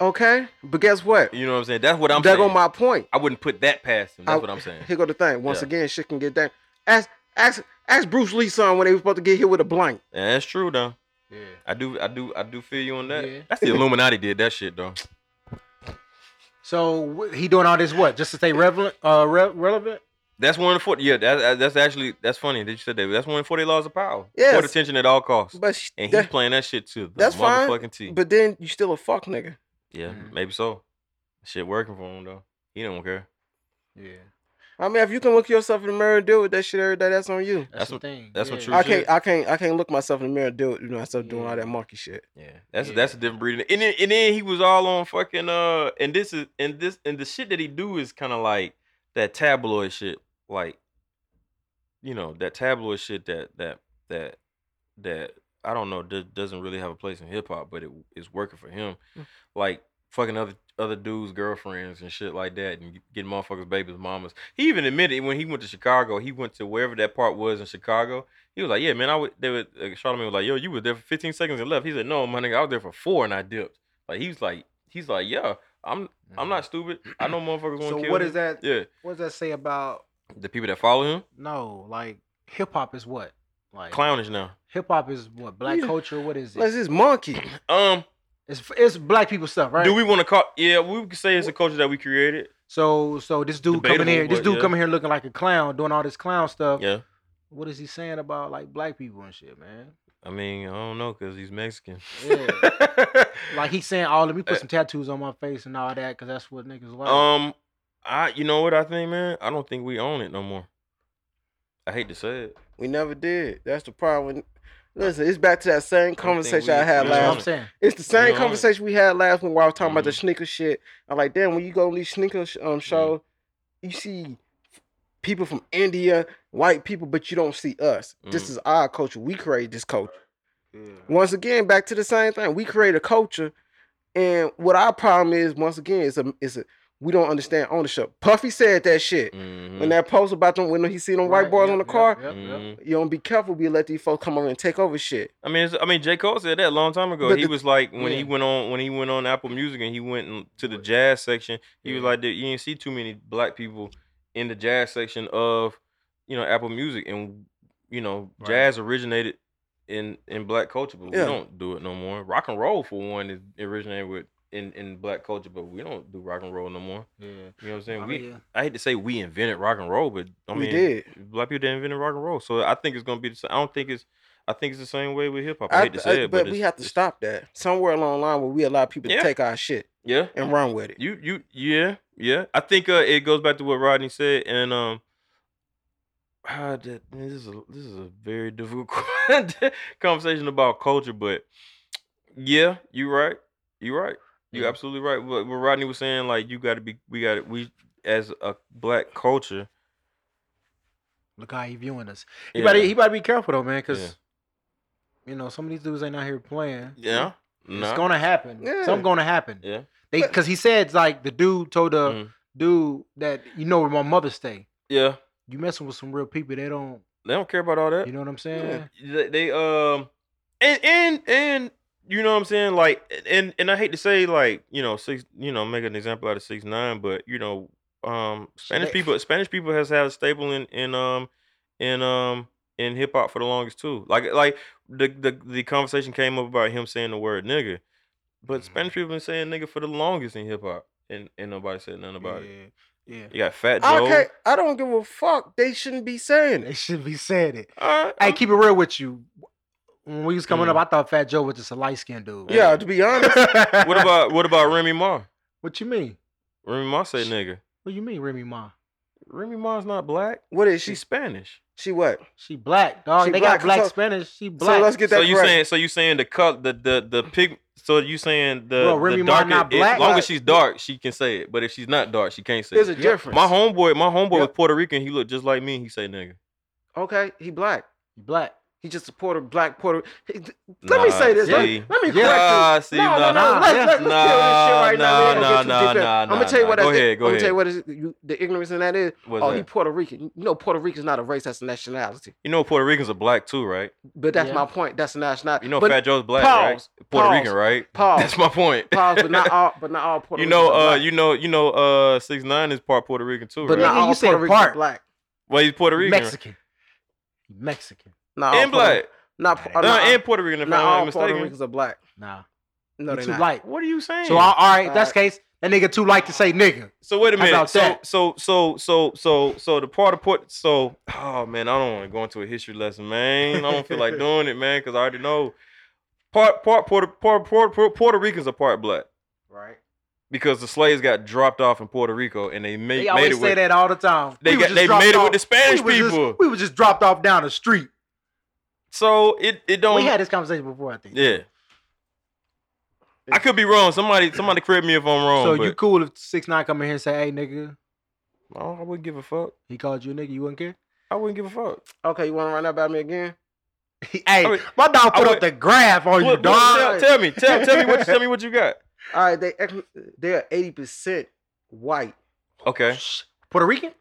B: Okay, but guess what?
A: You know what I'm saying? That's what I'm
B: that
A: saying.
B: on my point.
A: I wouldn't put that past him. That's
B: I-
A: what I'm saying.
B: Here go the thing. Once
A: Yeah.
B: again, shit can get down. Ask ask ask Bruce Lee son when they was supposed to get hit with a blank.
A: And that's true though.
C: Yeah.
A: I do, I do, I do feel you on that.
C: Yeah.
A: That's the Illuminati did that shit though.
C: So wh- he doing all this what? Just to stay relevant? Uh, re- relevant?
A: That's one of the forty. Yeah, that, that's actually that's funny that you said that. That's one of the forty laws of power.
B: Yes.
A: Court attention at all costs.
B: But sh-
A: And he's
B: that-
A: playing that shit to the
B: that's fine,
A: motherfucking T.
B: but then you still a fuck nigga.
A: yeah,
C: Mhm.
A: maybe so. Shit working for him though. He don't care.
C: Yeah.
B: I mean, if you can look yourself in the mirror and deal with that shit every day, that's on you.
A: That's
C: the
A: what-
C: thing.
A: that's what
C: yeah.
A: true
B: I
A: shit.
B: can't, I can't, I can't look myself in the mirror and deal with you know, myself doing
C: Yeah.
B: all that monkey shit.
A: Yeah, that's
C: Yeah.
A: that's a different breed. And then, and then he was all on fucking uh, and this is and this and the shit that he do is kind of like that tabloid shit, like you know that tabloid shit that that that that I don't know do- doesn't really have a place in hip hop, but it is working for him, like fucking other other dudes' girlfriends and shit like that, and getting motherfuckers' babies' mamas. He even admitted when he went to Chicago, he went to wherever that part was in Chicago. He was like, "Yeah, man, I would." They would. Uh, Charlamagne was like, "Yo, you were there for 15 seconds and left." He said, "No, my nigga, I was there for four and I dipped." Like he was like, he's like, "Yeah, I'm, I'm not stupid. I know motherfuckers want to
C: Mm. So
A: kill."
C: what
A: me."
C: is that?
A: Yeah,
C: What does that say about
A: the people that follow him,
C: no? Like hip hop is what? Like
A: clownish now.
C: hip hop is what? Black
B: Yeah.
C: culture? What is
B: This
C: it?
B: is monkey.
A: Um,
C: It's it's black people stuff, right?
A: do we want to call? Yeah, we could say it's a culture that we created.
C: so so this dude coming
A: Debatable,
C: here, this
A: but
C: dude
A: yeah.
C: coming here looking like a clown, doing all this clown stuff.
A: Yeah,
C: What is he saying about like black people and shit, man?
A: I mean, I don't know because he's Mexican.
C: Yeah. like he's saying, "Oh, let me put some tattoos on my face and all that," because that's what niggas like.
A: Um, I you know what I think, man? I don't think we own it no more. I hate to say it.
B: We never did. That's the problem. Listen, it's back to that same conversation
A: we-
B: I had
A: we
C: that's what I'm
B: last.
C: saying.
B: It's the
A: we
B: same
A: don't-
B: conversation we had last when I was talking about
C: Mm-hmm.
B: the sneaker shit. I'm like, damn, when you go on these sneaker sh- um show, you see people from India, white people, but you don't see us. This
C: Mm.
A: Mhm.
B: is our culture. We create this culture. Once again, back to the same thing. We create a culture, and what our problem is, once again, is a is a we don't understand ownership. Puffy said that shit
A: Mhm.
B: when that post about them when he see them
C: Mm-hmm.
B: white
C: Right,
B: boys
C: yep,
B: on the
C: yep,
B: car.
C: yep, yep.
A: Mhm.
B: You don't be careful. We let these folks come over and take over shit.
A: I mean, it's- I mean, J. Cole said that a long time ago.
B: But
A: he
B: the-
A: was like when
B: yeah.
A: he went on when he went on Apple Music and he went in- to the jazz section. He was
C: Yeah.
A: like, you didn't see too many black people in the jazz section of you know Apple Music, and you know
C: Right.
A: jazz originated in in black culture, but
B: Yeah.
A: we don't do it no more. Rock and roll, for one, is originated with in in black culture, but we don't do rock and roll no more.
C: Yeah.
A: You know what I'm saying?
C: I
A: we
C: mean, yeah.
A: I hate to say we invented rock and roll, but I mean,
B: we did.
A: black people that invented rock and roll. So I think it's gonna be. The, sa- I don't think it's. I think it's the same way with hip hop. I,
B: I-
A: hate to
B: I-
A: say it, but,
B: but we
A: it's-
B: have to
A: it's-
B: stop that somewhere along the line where we allow people
A: Yeah.
B: to take our shit
A: Yeah,
B: and run with it.
A: you, you, yeah, yeah. I think uh, it goes back to what Rodney said, and um, ah, that, this is a this is a very difficult conversation about culture, but yeah, you right, you right, you
C: Yeah.
A: absolutely right. What, what Rodney was saying, like you got to be, we got to we as a black culture.
C: Look how he viewing us. He
A: yeah.
C: better he better be careful though, man, because
A: Yeah.
C: you know some of these dudes ain't out here playing.
A: yeah, nah.
C: It's gonna happen.
B: Yeah.
C: Something gonna happen.
A: Yeah.
C: They
B: But-
C: because he said like the dude told the
A: Mhm.
C: dude that you know where my mother stay.
A: yeah.
C: You messing with some real people, they don't.
A: They don't care about all that.
C: You know what I'm saying?
A: they, they um and and and you know what I'm saying like and and I hate to say like you know six you know make an example out of six nine but you know um Spanish
C: Sna-
A: people Spanish people has had a staple in in um in um in hip hop for the longest too like like the, the the conversation came up about him saying the word nigga
C: Mm-hmm.
A: but Spanish people been saying nigga for the longest in hip hop and and nobody said nothing about it
C: Yeah. yeah.
A: you got Fat
B: I
A: Joe
B: can't. I don't give a fuck. They shouldn't be saying
C: They
B: it.
C: should be saying it.
A: All right,
C: Hey,
A: I'm-
C: keep it real with you. When we was coming
A: Mm.
C: up, I thought Fat Joe was just a light skinned dude.
B: Yeah, to be honest,
A: what about what about Remy Ma
C: What you mean?
A: Remy Ma say nigga
C: What you mean, Remy Ma?
A: Remy Ma's not black
B: what is she?
A: She's Spanish.
B: She what?
C: She black, dog.
B: She
C: they
B: black,
C: got black
B: so-
C: Spanish. She black.
B: So let's get that
A: So you
B: correct.
A: saying so you saying the color the the the pig so you saying the,
C: Well,
A: the
C: Remy Ma
A: darker-
C: not
A: it-
C: black?
A: as long
B: Right.
A: as she's dark, she can say it. But if she's not dark, she can't say
B: There's a
A: it.
B: difference.
A: My homeboy, my homeboy was
B: Yep.
A: Puerto Rican. He looked just like me. He say nigga.
B: Okay, he black.
C: black.
B: He just a Puerto black Puerto. he- Let me say this.
A: Nah,
B: Let,
A: see.
B: let me correct
A: Nah,
B: you.
A: see,
B: no, no, no,
C: nah, nah,
B: Let, let, let's kill this shit
A: Uh,
B: right now.
A: nah, nah, nah,
B: I'm
A: nah,
B: gonna tell you what.
A: nah.
B: I
A: Go
B: think-
A: ahead, go
B: I'm gonna tell
A: ahead.
B: you what is you, the ignorance in that is.
A: What's
B: oh,
A: that?
B: he Puerto Rican. You know, Puerto Rican's not a race. That's a nationality.
A: You know Puerto Ricans are black too, right?
B: But that's
C: Yeah.
B: my point. That's a nationality.
A: You know
B: but,
A: Fat Joe's black,
B: pause,
A: right? Puerto
B: pause,
A: Rican, right?
B: pause.
A: That's my point.
B: pause, but not all. But not all Puerto
A: you know,
B: Ricans are
A: uh,
B: black.
A: you know, you know, uh, six nine is part Puerto Rican too,
B: But
A: right?
B: not
C: Nigga, you
B: all
C: said
B: Puerto Ricans are
C: part.
B: black.
A: well, he's Puerto Rican
C: Mexican. Mexican.
B: Not all
A: and
B: Oh, Puerto-
A: black,
B: Not,
C: Nah,
B: uh,
A: uh,
B: not,
A: and Puerto Rican. If
B: not all
A: I'm not
B: Puerto
A: mistaken.
B: Ricans are black.
C: Nah.
B: No,
C: he
B: they're
C: too
B: not.
C: light.
A: What are you saying?
C: So all, all right, that's
B: Alright.
C: case. That nigga too light to say nigga.
A: So wait a
C: How
A: minute.
C: about
A: so,
C: that?
A: so so so so so the part of port. So oh man, I don't want to go into a history lesson, man. I don't feel like doing it, man, because I already know. Part part Puerto part, Puerto, Puerto, Puerto Ricans are part black
C: Right.
A: because the slaves got dropped off in Puerto Rico and they made,
C: They
A: made
C: always
A: it
C: say
A: with.
C: that all the time.
A: They
C: was
A: got-
C: just
A: they
C: dropped
A: made it with
C: off-
A: the Spanish
C: we was just-
A: people.
C: we were just dropped off down the street.
A: So it it don't.
C: we had this conversation before, I think.
A: Um, yeah. I could be wrong. Somebody somebody correct me if I'm wrong.
C: so
A: but
C: you cool if six nine come in here and say, "Hey, nigga,"
A: Oh, I wouldn't give a fuck.
C: he called you a nigga, you wouldn't care.
A: I wouldn't give a fuck.
B: Okay, you want to run that by me again?
C: hey,
A: would-
C: my dog
A: I
C: put up
A: would-
C: the graph on Oh, you,
A: What- what-
C: dog.
A: tell, tell me, tell, tell me what you tell me what you got.
B: All right, they ec- they're eighty percent white,
A: Okay,
C: Shh. Puerto Rican?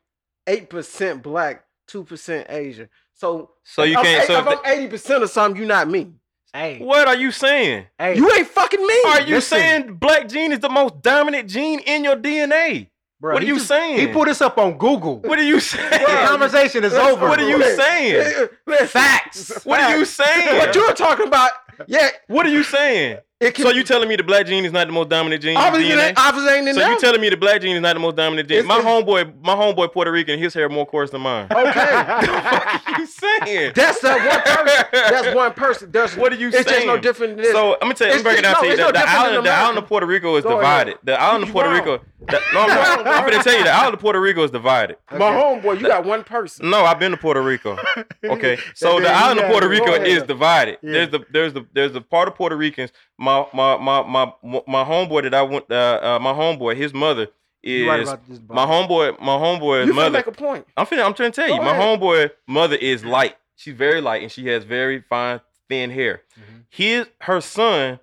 B: eight percent black, two percent Asian. So
A: so you
B: if
A: can't.
B: I'm,
A: So
B: if
A: if
B: I'm eighty percent of something, you not me.
C: Hey,
A: they- what are you saying?
C: hey,
B: You ain't fucking me.
A: Are you
C: Listen.
A: saying black gene is the most dominant gene in your DNA?
C: bruh,
A: what are
C: he
A: you
C: just-
A: saying?
C: He pulled this up on Google.
A: What are you saying?
C: the conversation is
B: Listen,
C: over.
A: What are you
B: Listen,
A: saying?
B: listen,
C: Facts.
A: What are you
B: facts.
A: saying?
B: What you're talking about? Yeah,
A: What are you saying?
B: it can.
A: So you telling me the black gene is not the most dominant gene in your
B: obviously
A: DNA?
B: ain't, obviously ain't in
A: So
B: there.
A: you telling me the black gene is not the most dominant gene?
B: It's-
A: My
B: it's-
A: homeboy, my homeboy Puerto Rican, his hair more coarse than mine. What
B: okay,
A: are you saying?
B: that's that one person. That's one person. That's
A: What are you
B: It's just
A: saying?
B: no different than this.
A: So I'm gonna tell you, I'm
B: It's-
A: breaking
B: it's-
A: down
B: no,
A: to you.
B: it's
A: The,
B: no
A: the
B: different than
A: island, the
B: America.
A: island of Puerto Rico is
B: Go ahead.
A: divided. The island of
B: You
A: Puerto
B: wrong.
A: Rico. the- no, I'm, wrong. I'm gonna tell you, the island of Puerto Rico is divided.
B: my homeboy, you got one person.
A: No, I've been to Puerto Rico. Okay, so the
B: Yeah,
A: island of
B: yeah,
A: Puerto
B: go
A: Rico
B: ahead.
A: is divided.
C: Yeah.
A: There's the there's the there's the part of Puerto Ricans. My my my my my homeboy that I went uh, uh my homeboy his mother
C: You right
A: is
C: about this, bro.
A: my homeboy my homeboy's
B: You finna
A: mother.
B: make a point.
A: I'm finna I'm trying to tell you
B: Go
A: my
B: ahead.
A: homeboy mother is light. She's very light and she has very fine thin hair.
C: Mhm.
A: His her son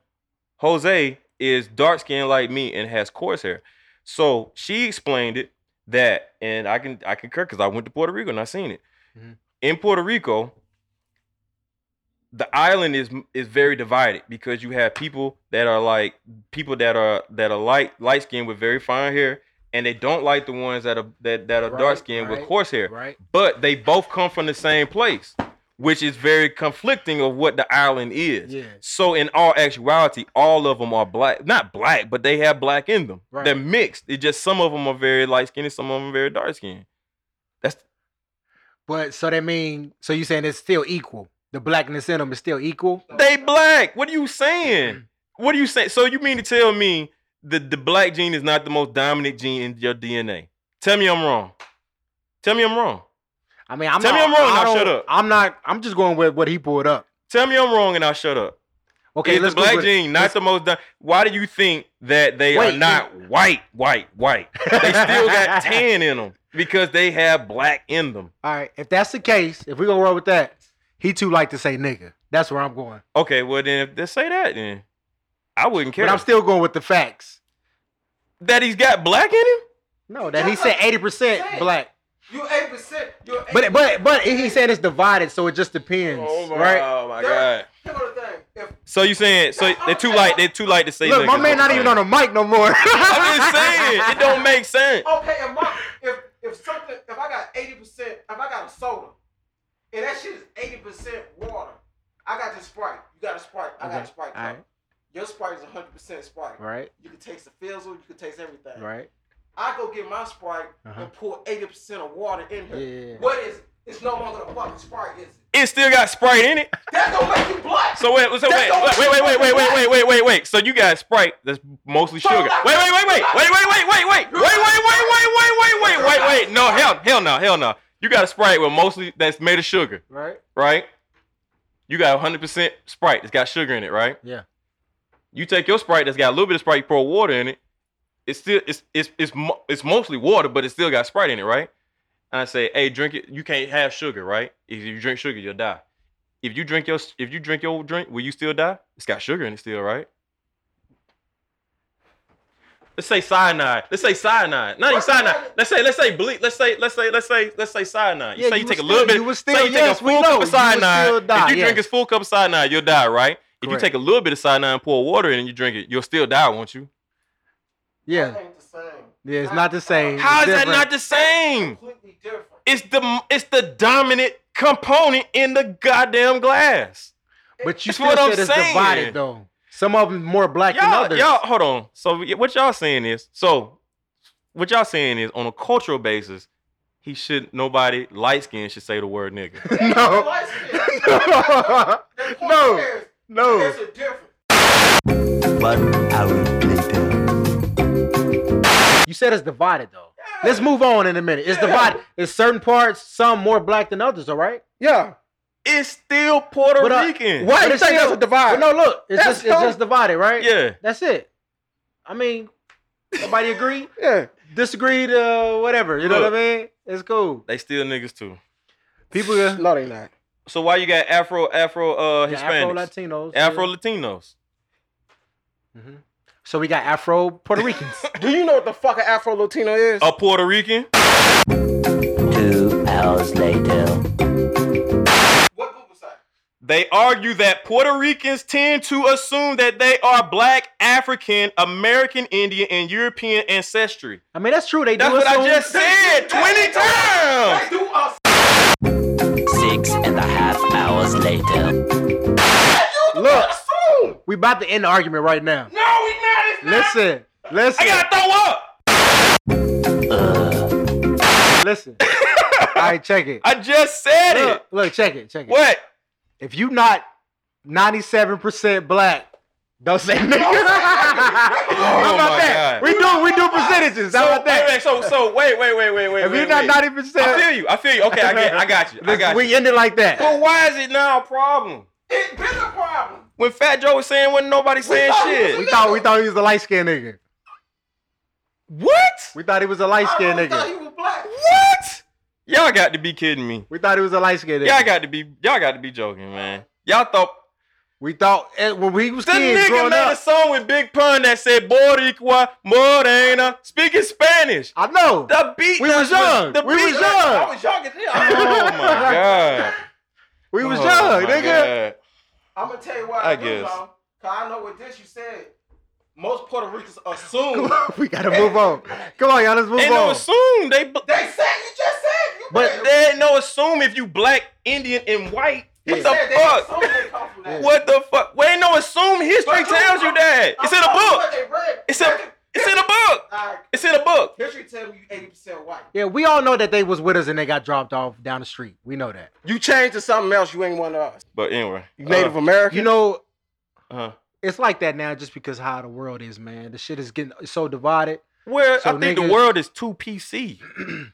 A: Jose is dark skinned like me and has coarse hair. So she explained it that, and I can I concur because I went to Puerto Rico and I seen it.
C: Mhm.
A: In Puerto Rico, the island is is very divided because you have people that are like people that are that are light light skinned with very fine hair, and they don't like the ones that are that, that are
C: Right,
A: dark skinned
C: right,
A: with coarse hair.
C: Right.
A: But they both come from the same place, which is very conflicting of what the island is.
C: Yeah.
A: So in all actuality, all of them are black. Not black, but they have black in them.
C: Right.
A: They're mixed. It just some of them are very light skinned, and some of them are very dark skinned. That's
C: But so that mean so you saying it's still equal? The blackness in them is still equal?
A: they black. What are you saying? What are you saying? So you mean to tell me the the black gene is not the most dominant gene in your DNA? Tell me I'm wrong. Tell me I'm wrong.
C: I mean, I'm
A: Tell me
C: not,
A: I'm wrong,
C: I
A: now shut
C: don't-
A: up.
C: I'm not. I'm just going with what he pulled up.
A: Tell me I'm wrong, and I'll shut up.
C: Okay,
A: is the
C: let's
A: black
C: Google it.
A: gene not
C: Let's-
A: the most? Di- Why do you think that they
C: Wait,
A: are not white, white, white? They still got tan in them because they have black in them.
C: All right, if that's the case, if we gonna roll with that, he too like to say nigga. That's where I'm going.
A: Okay, well then if they say that, then I wouldn't care.
C: But I'm still going with the facts.
A: that he's got black in him.
C: No, that he said 80 percent black.
B: You eight percent. You're eight.
C: But but but he said it's divided, so it just depends, right?
A: Oh my
B: God. Here's the thing. If
A: So you saying so they too light? They too light to say.
C: Look, my
A: niggas, what
C: man not
A: you
C: even
A: saying.
C: on the mic no more.
A: I'm just saying it don't make sense.
B: okay, if my if if something if I got eighty percent if I got a soda, and that shit is eighty percent water, I got the Sprite. You got a Sprite. I got
C: Okay,
B: a Sprite. Cup.
C: alright.
B: Your Sprite is hundred percent Sprite.
C: Right,
B: You can taste the fizzle. You can taste everything.
C: right.
B: I go get my Sprite
C: Uh-huh.
B: and pour eighty percent of water in here.
C: Yeah.
B: What is it? It's no longer a fucking Sprite, is it?
A: It still got Sprite in it.
B: That don't make you black.
A: So wait, so wait,
B: That's
A: wait,
B: the
A: wait, wait, wait,
B: way-
A: wait, wait, wait, wait, wait, wait. So you got Sprite that's mostly
B: So
A: sugar. Wait,
B: I'm not-
A: wait, wait, wait, wait, wait, wait, wait, wait, wait, wait, wait, wait, wait, wait, wait, wait, wait. No, hell, hell no, hell no. You got a Sprite with mostly that's made of sugar,
C: Right.
A: right? You got 100% Sprite that's got sugar in it, right?
C: Yeah.
A: You take your Sprite that's got a little bit of Sprite, you pour water in it. It's still it's it's it's mo- it's mostly water, but it's still got Sprite in it, right? And I say, hey, drink it. You can't have sugar, right? If you drink sugar, you'll die. If you drink your if you drink your drink, will you still die? It's got sugar in it still, right? Let's say cyanide. Let's say cyanide. Not even cyanide. Let's say let's say bleach. Let's say let's say let's say let's say cyanide. You
C: Yeah,
A: say you,
C: you
A: take a
C: would
A: little
C: still-
A: bit.
C: you would
A: say
C: still-
A: you
C: yes,
A: take a
C: we
A: full
C: know,
A: cup
C: you
A: of
C: would
A: cyanide.
C: still die,
A: if you drink
C: yes.
A: a full cup of cyanide, you'll die, right? If
C: Correct.
A: you take a little bit of cyanide and pour water in and you drink it, you'll still die, won't you?
C: Yeah,
B: ain't the same.
C: yeah, it's not the same.
A: How is
C: It's
A: that not
C: different.
A: the same?
B: Completely different.
A: It's the it's the dominant component in the goddamn glass.
C: But you
A: That's
C: still
A: what I'm
C: said it's
A: saying.
C: divided though. Some of them more black than
A: y'all,
C: others.
A: y'all, hold on. So y- what y'all saying is, so what y'all saying is, on a cultural basis, he should nobody light skinned should say the word nigga.
B: Oh.
C: no, no, no.
B: There's a difference.
C: You said it's divided though. Let's move on in a minute. It's divided. It's certain parts, some more black than others. All right.
B: Yeah.
A: it's still Puerto
C: But, uh,
A: Rican.
B: Why
C: But
B: you
C: it's
B: think that's
C: still-
B: a
C: But
B: divide?
C: no, look, it's
B: That's
C: just it's
B: so-
C: just divided, right?
A: Yeah.
C: That's it. I mean, somebody agree,
B: Yeah.
C: disagree, uh, whatever. You know
A: Look.
C: what I mean? It's cool.
A: They still niggas too.
C: People, yeah,
B: No, they not.
A: So why you got Afro Afro uh
C: Afro
A: Hispanics?
C: Latinos,
A: Afro Latinos.
C: So we got Afro Puerto Ricans.
B: Do you know what the fuck an Afro Latino is?
A: A Puerto Rican?
E: Two hours later.
B: What Google site?
A: They argue that Puerto Ricans tend to assume that they are black, African, American, Indian, and European ancestry.
C: I mean, that's true. They
A: That's
C: do
A: what I
C: assume-
A: just said 20 times.
B: do us.
E: Six and a half hours later.
C: Look,
B: Assume.
C: we about to end the argument right now.
B: No, we not. It's
C: Listen, listen,
A: I gotta throw up.
C: listen. All right, check it.
A: I just said it.
C: Look, look, check it, check it.
A: What?
C: If you not 97% black, don't say nigga. How about
A: Oh my
C: that?
A: God.
C: We do we do percentages. How
A: So,
C: about that?
A: wait, wait, so, so, wait, wait, wait, wait, wait.
C: If
A: wait,
C: you're not
A: wait.
C: 90%,
A: I feel you. I feel you. Okay, I get. I got you. I
C: listen,
A: got you.
C: we end it like that.
A: But why is it now a problem?
B: It's been a problem.
A: When Fat Joe was saying, wasn't nobody saying
B: thought he
A: shit.
C: we thought we thought he was a light skinned nigga.
A: What?
C: We thought he was a light skinned
B: I thought
C: nigga.
B: he was black.
A: What? Y'all got to be kidding me.
C: We thought he was a light skinned nigga.
A: Y'all got to be. Y'all got to be joking, man. Y'all thought
C: we thought eh, when we was
A: the
C: kids
A: nigga
C: growing
A: made a
C: up.
A: song with Big Pun that said "Boricua Morena," speaking Spanish.
C: I know.
A: The beat.
C: We was young.
A: The
C: We
A: beat-
C: was young.
B: I was young as hell.
A: Oh my god.
C: We was
A: Oh
C: young,
A: my
C: nigga.
A: God.
B: I'm gonna tell you why.
A: I
B: I, do
A: guess.
B: guess. Cause I know what this you said. Most Puerto Ricans assume.
C: we gotta move on. Come on, y'all, let's move
A: Ain't no
C: on.
A: assume they. bu-
B: they said you just said. You
C: But
B: said-
A: They ain't no assume if you black, Indian, and white.
B: you
A: What the
B: said they
A: fuck?
B: assume they come from that.
A: What the fuck? Well, ain't no assume history
B: But
A: tells you that.
B: I'm
A: It's in a
B: talking what
A: book.
B: they read.
A: It's in it's in a book.
B: Alright,
A: It's in a book.
B: History tell me you 80% white.
C: Yeah, we all know that they was with us and they got dropped off down the street. We know that.
B: You changed to something else. You ain't one of us.
A: But anyway,
B: You Native American.
C: You know,
A: Uh, uh,
C: it's like that now just because how the world is, man. The shit is getting so divided.
A: well,
C: So
A: I think
C: niggas-
A: the world is too PC.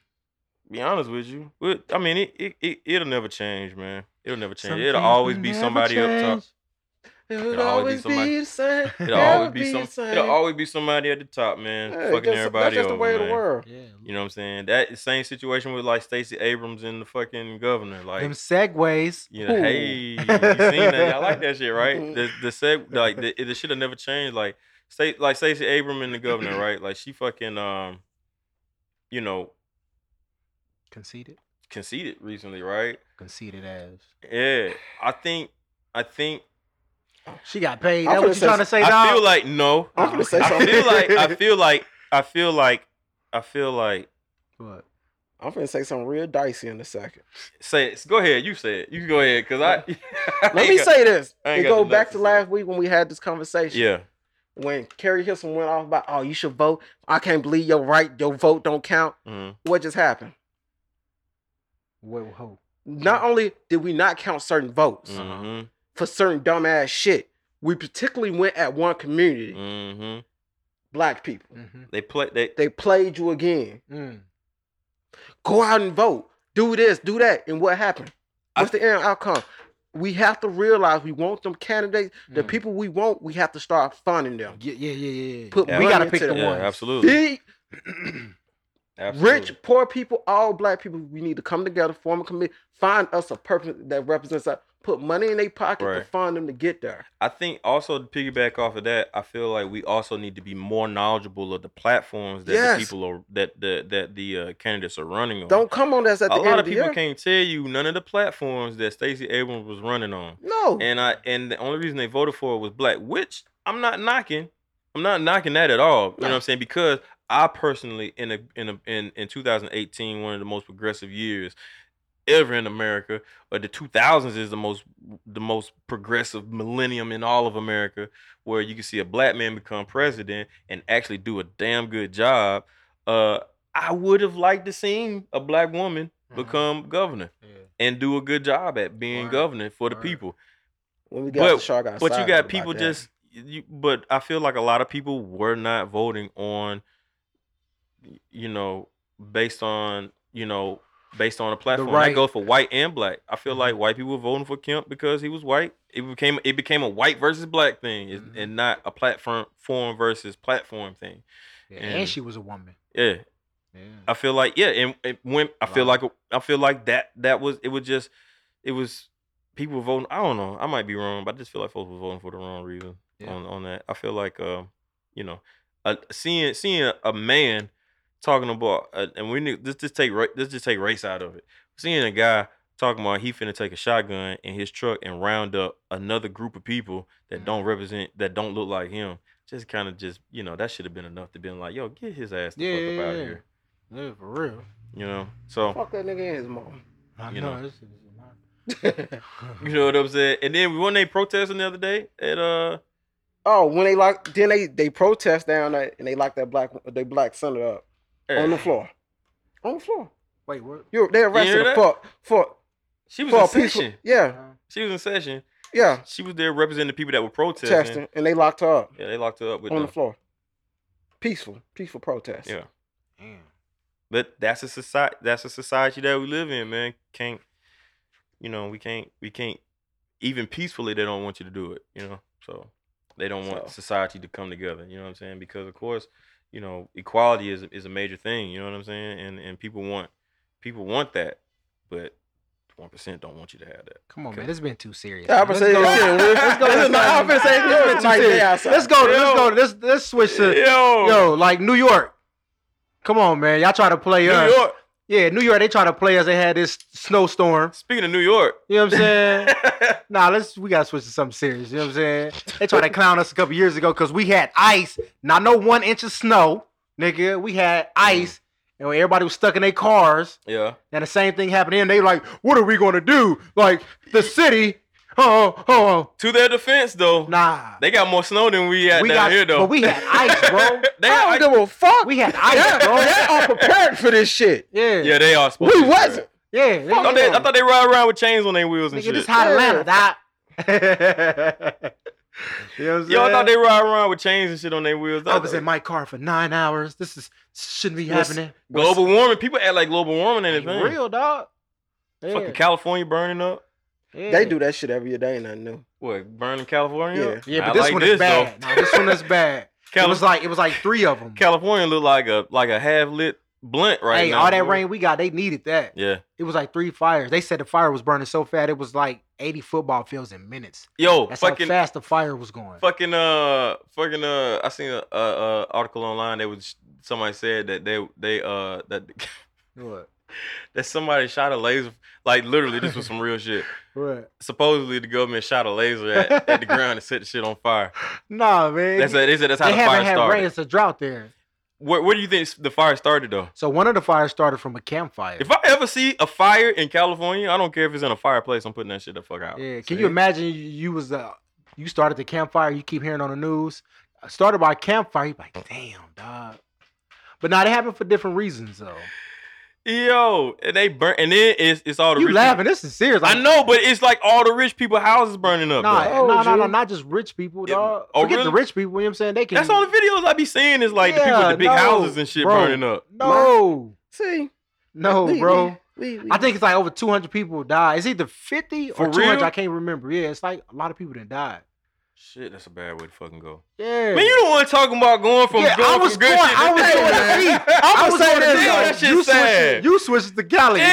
A: be honest with you. But, I mean, it, it it it'll never change, man. It'll never change.
C: Some
A: it'll
C: things
A: always
C: will
A: be
C: never
A: somebody up top.
C: change. It'll
A: It'll always be somebody-
C: the same.
A: It'll always be some. It'll always be somebody at the top, man.
B: Yeah,
A: fucking
B: just-
A: everybody
B: That's just the
A: over,
B: way of
A: man.
B: the world.
C: Yeah.
A: You know what I'm saying? That same situation with like Stacey Abrams and the fucking governor. Like
C: Them segues.
A: you know, hey, you seen that? I like that shit, right? The the seg, like the, the shit will never change. Like state, like Stacey Abrams and the governor, right? Like she fucking um, you know,
C: Conceited.
A: conceded recently, right?
C: Conceited as.
A: Yeah, I think, I think,
C: She got paid.
B: I'm
C: That's what
B: finna
C: you
B: say-
C: trying to say, dog?
A: I feel like no,
B: I'm gonna say
A: I
B: something.
A: feel like, I feel like, I feel like, I feel like.
C: What?
B: I'm finna say something real dicey in a second.
A: Say it. Go ahead. You say it. You go ahead, cause I.
B: Let me say this.
A: I ain't
B: It
A: got
B: go
A: nothing
B: back
A: to
B: to
A: say.
B: last week when we had this conversation.
A: Yeah.
B: When Carrie Hissam went off about, oh, you should vote. I can't believe your right, your vote don't count.
A: mhm.
B: What just happened?
C: Whoa, whoa.
A: Mm-hmm.
B: Not only did we not count certain votes
A: Mhm.
B: for certain dumbass shit, we particularly went at one community,
A: Mhm.
B: black people.
C: Mm-hmm.
A: They play. They.
B: They played you again.
C: Mm.
B: go out and vote. Do this, do that. And what happened?
A: I-
B: What's the end outcome? We have to realize we want them candidates, the
C: Mm.
B: people we want, we have to start funding them.
C: Yeah, yeah, yeah, yeah. yeah.
B: Put
C: we
B: money
C: gotta
B: into
C: pick the
B: them.
A: Yeah.
C: ones.
A: Absolutely.
B: Big
A: Absolutely.
B: Rich, poor people, all black people, we need to come together, form a committee, find us a purpose that represents us, put money in their pocket to
A: Right.
B: fund them to get there.
A: I think also to piggyback off of that, I feel like we also need to be more knowledgeable of the platforms that
B: Yes.
A: the people are that the that the uh, candidates are running on.
B: Don't come on us at
A: a
B: the end
A: lot
B: of
A: of
B: the
A: people
B: year.
A: can't tell you none of the platforms that Stacey Abrams was running on.
B: No.
A: And I and the only reason they voted for it was black, which I'm not knocking. I'm not knocking that at all. You know what I'm saying? Because I personally in a in a in, in 2018, one of the most progressive years ever in America, or the 2000s is the most the most progressive millennium in all of America, where you can see a black man become president and actually do a damn good job. Uh, I would have liked to seen a black woman
C: Mhm.
A: become governor
C: Yeah.
A: and do a good job at being
C: Word.
A: governor for the
C: Word.
A: people.
B: when we got
A: but-
B: the shark outside,
A: But you got
B: about
A: people
B: that.
A: just you, but I feel like a lot of people were not voting on you know based on you know based on a platform.
C: right-
A: That goes for white and black. I feel
C: Mhm.
A: like white people were voting for Kemp because he was white. It became it became a white versus black thing it's-
C: Mhm.
A: and not a platform form versus platform thing.
C: And
A: And-
C: she was a woman.
A: Yeah.
C: Yeah.
A: I feel like yeah, and, and when I feel like I feel like that that was it was just it was people were voting. I don't know. I might be wrong, but I just feel like folks were voting for the wrong reason
C: Yeah.
A: on on that. I feel like um you know uh, seeing seeing a, man talking about uh, and we need let's just take ra- let's just take race out of it. Seeing a guy talking about he finna take a shotgun in his truck and round up another group of people that
C: Mhm.
A: don't represent that don't look like him. Just kind of just you know that should have been enough to been like yo get his ass the
C: Yeah,
A: fuck
C: yeah,
A: up out of
C: yeah.
A: here.
C: Yeah, for real.
A: You know, so
B: fuck that nigga and his mom.
C: I
A: You
C: know.
A: know.
C: This is my-
A: you know what I'm saying. And then when they protesting the other day at uh,
B: oh, when they lock, then they they protest down there and they lock that black they black senator up
A: eh,
B: on the floor, on the floor.
C: Wait, what?
B: You they arrested
A: hear
B: her
A: that?
B: for for
A: she was
B: for
A: in
B: a peaceful.
A: session.
B: Yeah,
A: She was in session.
B: yeah,
A: She was there representing the people that were protesting.
B: testing, and they locked her up
A: Yeah, they locked her up with
B: on the
A: them.
B: floor. Peaceful, peaceful protest.
A: Yeah,
C: Damn.
A: but that's a society. That's a society that we live in, man. Can't you know? We can't. We can't. Even peacefully, they don't want you to do it. You know, so they don't want
B: So.
A: society to come together. You know what I'm saying? Because of course, you know, equality is is a major thing. You know what I'm saying? And and people want people want that, but one percent don't want you to have that.
C: Come on,
A: Okay.
C: man. It's been too serious.
B: The
C: man.
B: opposite is serious. Let's go.
C: This is not- I'm finna say it's been too
B: Like they
C: serious.
B: outside.
C: Let's go. Let's
A: Yo.
C: go. Let's let's switch to
A: Yo,
C: yo, like New York. Come on, man. Y'all try to play
A: New
C: us.
A: York.
C: Yeah, New York, they try to play us. They had this snowstorm.
A: Speaking of New York,
C: You know what I'm saying? nah, let's we gotta switch to something serious. You know what I'm saying? They tried to clown us a couple years ago because we had ice, not no one inch of snow, nigga. We had ice, and when everybody was stuck in their cars,
A: yeah,
C: and the same thing happened. And they like, what are we gonna do? Like the city, oh, oh,
A: to their defense though,
C: oh. nah.
A: they got more snow than we had
C: we
A: down
C: got,
A: here though.
C: but we had ice, bro.
A: they
B: I
A: are,
B: don't give a fuck.
C: We had ice,
B: yeah,
C: bro.
B: they are prepared for this shit.
C: Yeah,
A: yeah,
C: yeah,
A: they are. supposed
B: We
A: to be.
B: wasn't.
C: yeah. they-
A: I thought, they, I thought they ride around with chains on their wheels and
C: Nigga, this
A: shit.
C: hot
B: Yeah.
C: Atlanta, doc. you know what I'm
A: Yo, I
C: saying?
A: thought they ride around with chains and shit on their wheels.
C: I was in my car for nine hours. This is shouldn't be
A: What's-
C: happening.
A: global warming. People act like global warming ain't a
C: Ain't
A: thing.
C: real dog.
A: Fucking California burning up.
B: They do that shit every day, nothing new.
A: What burning California?
B: Yeah.
A: up?
C: Yeah,
A: I
C: but this
A: like
C: one is bad.
A: though.
C: No, this one is bad. it
A: Cali-
C: was like it was like three of them.
A: California look like a like a half lit blunt right
C: hey,
A: now.
C: all that
A: boy.
C: rain we got, they needed that.
A: Yeah,
C: It was like three fires. They said the fire was burning so fast it was like eighty football fields in minutes.
A: yo,
C: That's
A: fucking
C: how fast the fire was going.
A: fucking uh fucking uh I seen a, a, a article online that was somebody said that they they uh that
C: What?
A: that somebody shot a laser like literally this was some real shit.
C: What?
A: Supposedly the government shot a laser at, at the ground and set the shit on fire.
C: Nah, man.
A: That's they said that's how
C: they
A: the
C: haven't
A: fire
C: had rain.
A: started.
C: It's a drought there.
A: Where, where do you think the fire started though?
C: So one of the fires started from a campfire.
A: If I ever see a fire in California, I don't care if it's in a fireplace. I'm putting that shit the fuck out.
C: Yeah,
A: See?
C: can you imagine you- you was uh, you started the campfire, you keep hearing on the news, uh, started by a campfire, you like, damn, dog. But now they happen for different reasons though.
A: Yo, and they burn, and then it's it's all the
C: You
A: rich
C: laughing? This is serious.
A: People. I know, but it's like all the rich people houses burning up.
C: Nah,
A: though.
B: Oh,
C: no, no, no,
B: G.
C: not just rich people,
A: Yeah,
C: dog.
A: oh,
C: Forget the
A: really?
C: rich people. You know what I'm saying? They can.
A: That's all the videos I be seeing is like the people with
C: Yeah,
A: the big
C: no,
A: houses and shit
C: bro.
A: burning up.
C: No,
B: See,
C: no,
B: we-
C: bro.
B: we- we-
C: I think it's like over 200 people died. It's either 50 or
A: For
C: 200.
A: real?
C: I can't remember. Yeah, it's like a lot of people that died.
A: Shit, that's a bad way to fucking go.
C: Yeah.
A: Man, you the one talking about going from
C: yeah,
A: going
C: I was
A: from
C: going.
A: good shit to
C: I was
A: bad.
C: going to see. I
A: I'ma
C: was
A: say
C: going to
A: this,
C: see.
A: though, that shit
C: you,
A: sad.
C: switched, you switched to Cali, dog.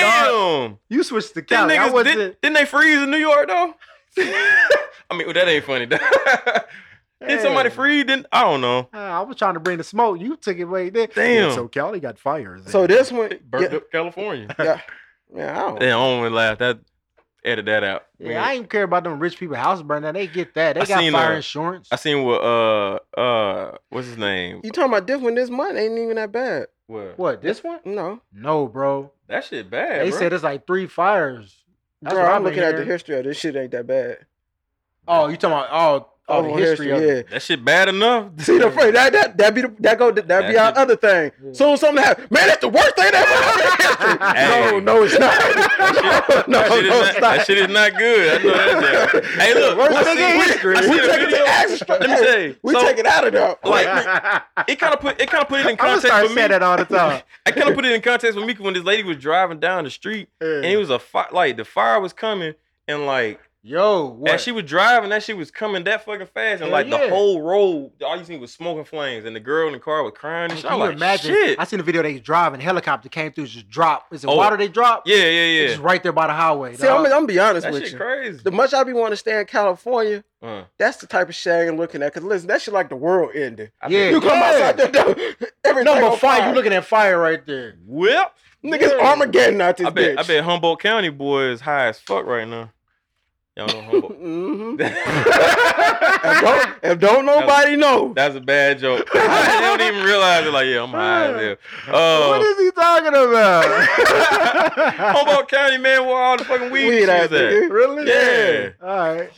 A: Damn.
C: You switched to
A: Them
C: Cali. I
A: niggas,
C: wasn't.
A: did, didn't they freeze in New York though? I mean, well, that ain't funny. Though. Did somebody
C: Yeah.
A: freeze? Didn't I don't know.
C: Ah, I was trying to bring the smoke. You took it way there.
A: Damn.
C: Yeah, so Cali got fired.
B: So this one,
A: Burnt up California.
B: yeah, yeah, man, I don't.
A: Damn, I don't really laugh. That edit that out.
C: Yeah, I ain't care about them rich people house burning. They get that. They
A: I
C: got
A: seen,
C: fire
A: uh,
C: insurance.
A: I seen what uh uh what's his name?
B: You talking about this one? This month ain't even that bad.
A: What?
C: what this one?
B: No,
C: No, bro.
A: That shit bad.
C: they
A: bro.
C: said it's like three fires. That's
B: bro,
C: what I've
B: I'm
C: been
B: looking at the
C: hearing.
B: history of this shit. Ain't that bad?
C: Oh, you talking about oh, oh, the history, of it.
B: yeah.
A: that shit bad enough.
B: See the first that that that be the, that go that be our
A: That's it.
B: other thing. Soon something happen, man. That's the worst thing that
A: Hey.
B: ever happened in history. No, no, it's not. no,
A: that, shit is
B: no,
A: not,
B: it's
A: that
B: not.
A: shit is not good. I know that. damn. Hey, look,
C: Worst
A: I
C: thing
A: seen-
C: in
A: we-
C: history.
A: I seen
B: We
A: a
B: take it
A: video-
B: to extra.
A: Let me tell you,
B: we
A: so,
B: take it out of there.
A: like,
B: Like,
A: It kind of put it kind of put it in
C: I'm gonna
A: context
C: start
A: for me.
C: saying that all the time.
A: I kind of put it in context with me 'cause when this lady was driving down the street and it was a fire, like the fire was coming and like
C: Yo, what?
A: as she was driving, that shit was coming that fucking fast and
C: Hell
A: like the
C: yeah.
A: whole road, all you seen was smoking flames and the girl in the car was crying. And shit.
C: Can
A: I'm
C: you
A: like,
C: imagine?
A: shit.
C: I seen a video. They was driving helicopter came through, just drop. Is it
A: Oh.
C: water? They drop.
A: yeah, yeah,
C: It's
A: yeah.
C: right there by the highway.
B: see, I'm, I'm
C: dawg.
B: gonna be honest
A: That
B: with
A: shit
B: you.
A: crazy.
B: The much I be wanting to stay in California,
A: Uh,
B: that's the type of shit I'm looking at. Cause listen, that shit like the world ending.
A: I
C: Yeah.
A: think-
B: You come
C: Yeah.
B: outside the door, every
C: number five. You looking at fire right there.
A: Well,
B: niggas
A: Yeah.
B: Armageddon out this
A: I bet
B: bitch.
A: I bet Humboldt County boy is high as fuck right now. Y'all know Humboldt.
B: hmm if,
A: That's
B: don't, if don't nobody know,
A: a bad joke. they don't even realize it. Like, yeah, I'm high as hell. Uh,
C: what is he talking about?
A: Humboldt County man where all the fucking weed,
B: weed
A: shit
B: ass
A: is at.
B: nigga.
C: really?
A: Yeah.
C: All right.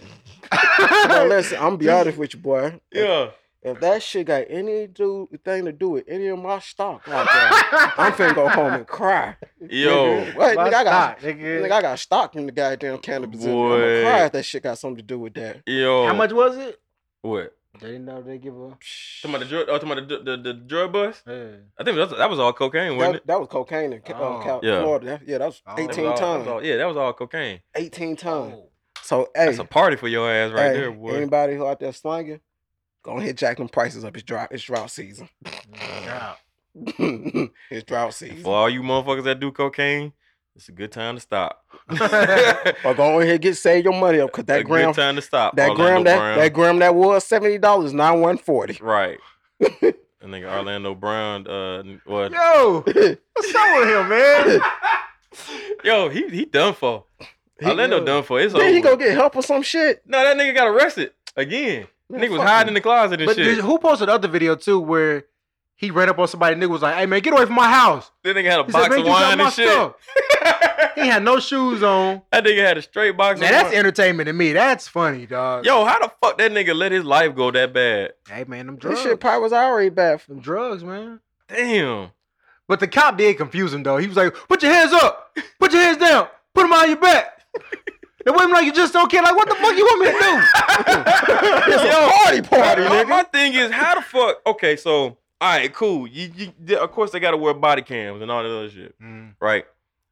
B: Now listen, I'm gonna be honest with you, boy.
A: Yeah.
B: If that shit got any do thing to do with any of my stock, like that, I'm finna go home and cry.
A: Yo.
B: Nigga, what?
C: My
B: Nigga, I got,
C: stock, nigga.
B: nigga, I got stock in the goddamn cannabis. industry. I'm
A: Boy.
B: gonna cry if that shit got something to do with that.
A: Yo.
C: How much was it?
A: What?
C: They didn't know they give a.
A: Talking about the drug, oh, talking about the, the, the drug bus?
C: Yeah.
A: I think that was, that was all cocaine, wasn't
B: That,
A: it?
B: that was cocaine in Ca- uh,
C: Oh.
B: Cal-
A: Yeah.
B: Florida. That- yeah, that was
C: Oh.
B: 18
A: That was all- that was
B: times.
A: all- yeah, that was all cocaine.
B: 18 times.
C: Oh.
B: So, hey,
A: That's a party for your ass right
B: hey,
A: there, boy.
B: anybody who out there slanging, go and hit Jacqueline prices up. It's drought, it's drought season.
C: Yeah.
B: it's drought season.
A: For all you motherfuckers that do cocaine, it's a good time to stop.
B: Or go in here get save your money up because
A: a
B: that gram
A: good time to stop.
B: that
A: Orlando
B: gram that
A: Brown.
B: that gram that was seventy dollars now one forty.
A: right. And nigga Orlando Brown, uh, what?
C: Yo, what's up with him, man?
A: Yo, he he done for. Orlando done for. It's
B: Then
A: over.
B: he go get help or some shit.
A: no, that nigga got arrested again.
B: Man,
A: nigga was
B: fuck
A: hiding
B: him.
A: in the closet and
C: But
A: shit.
C: did- who posted the other video too, where he ran up on somebody? Nigga was like, "Hey, man, get away from my house."
A: That nigga had a
C: He
A: box
C: said,
A: of
C: "Man, you got
A: wine
C: my
A: and shit.
C: stuff." He had no shoes on.
A: That nigga had a straight box
C: Now
A: of
C: that's
A: wine.
C: entertainment to me. That's funny, dog.
A: Yo, how the fuck that nigga let his life go that bad?
C: Hey, man, them
B: This
C: drugs.
B: shit probably was already bad.
C: them drugs, man.
A: Damn.
C: But the cop did confuse him though. He was like, "Put your hands up! Put your hands down! Put them on your back!" It wasn't like you just don't care. Like, what the fuck you want me to do?
B: It's a party party,
A: Yo,
B: nigga.
A: my thing is, how the fuck? Okay, so all right, cool. You, you, th- of course, they got to wear body cams and all that other shit,
C: Mm.
A: right?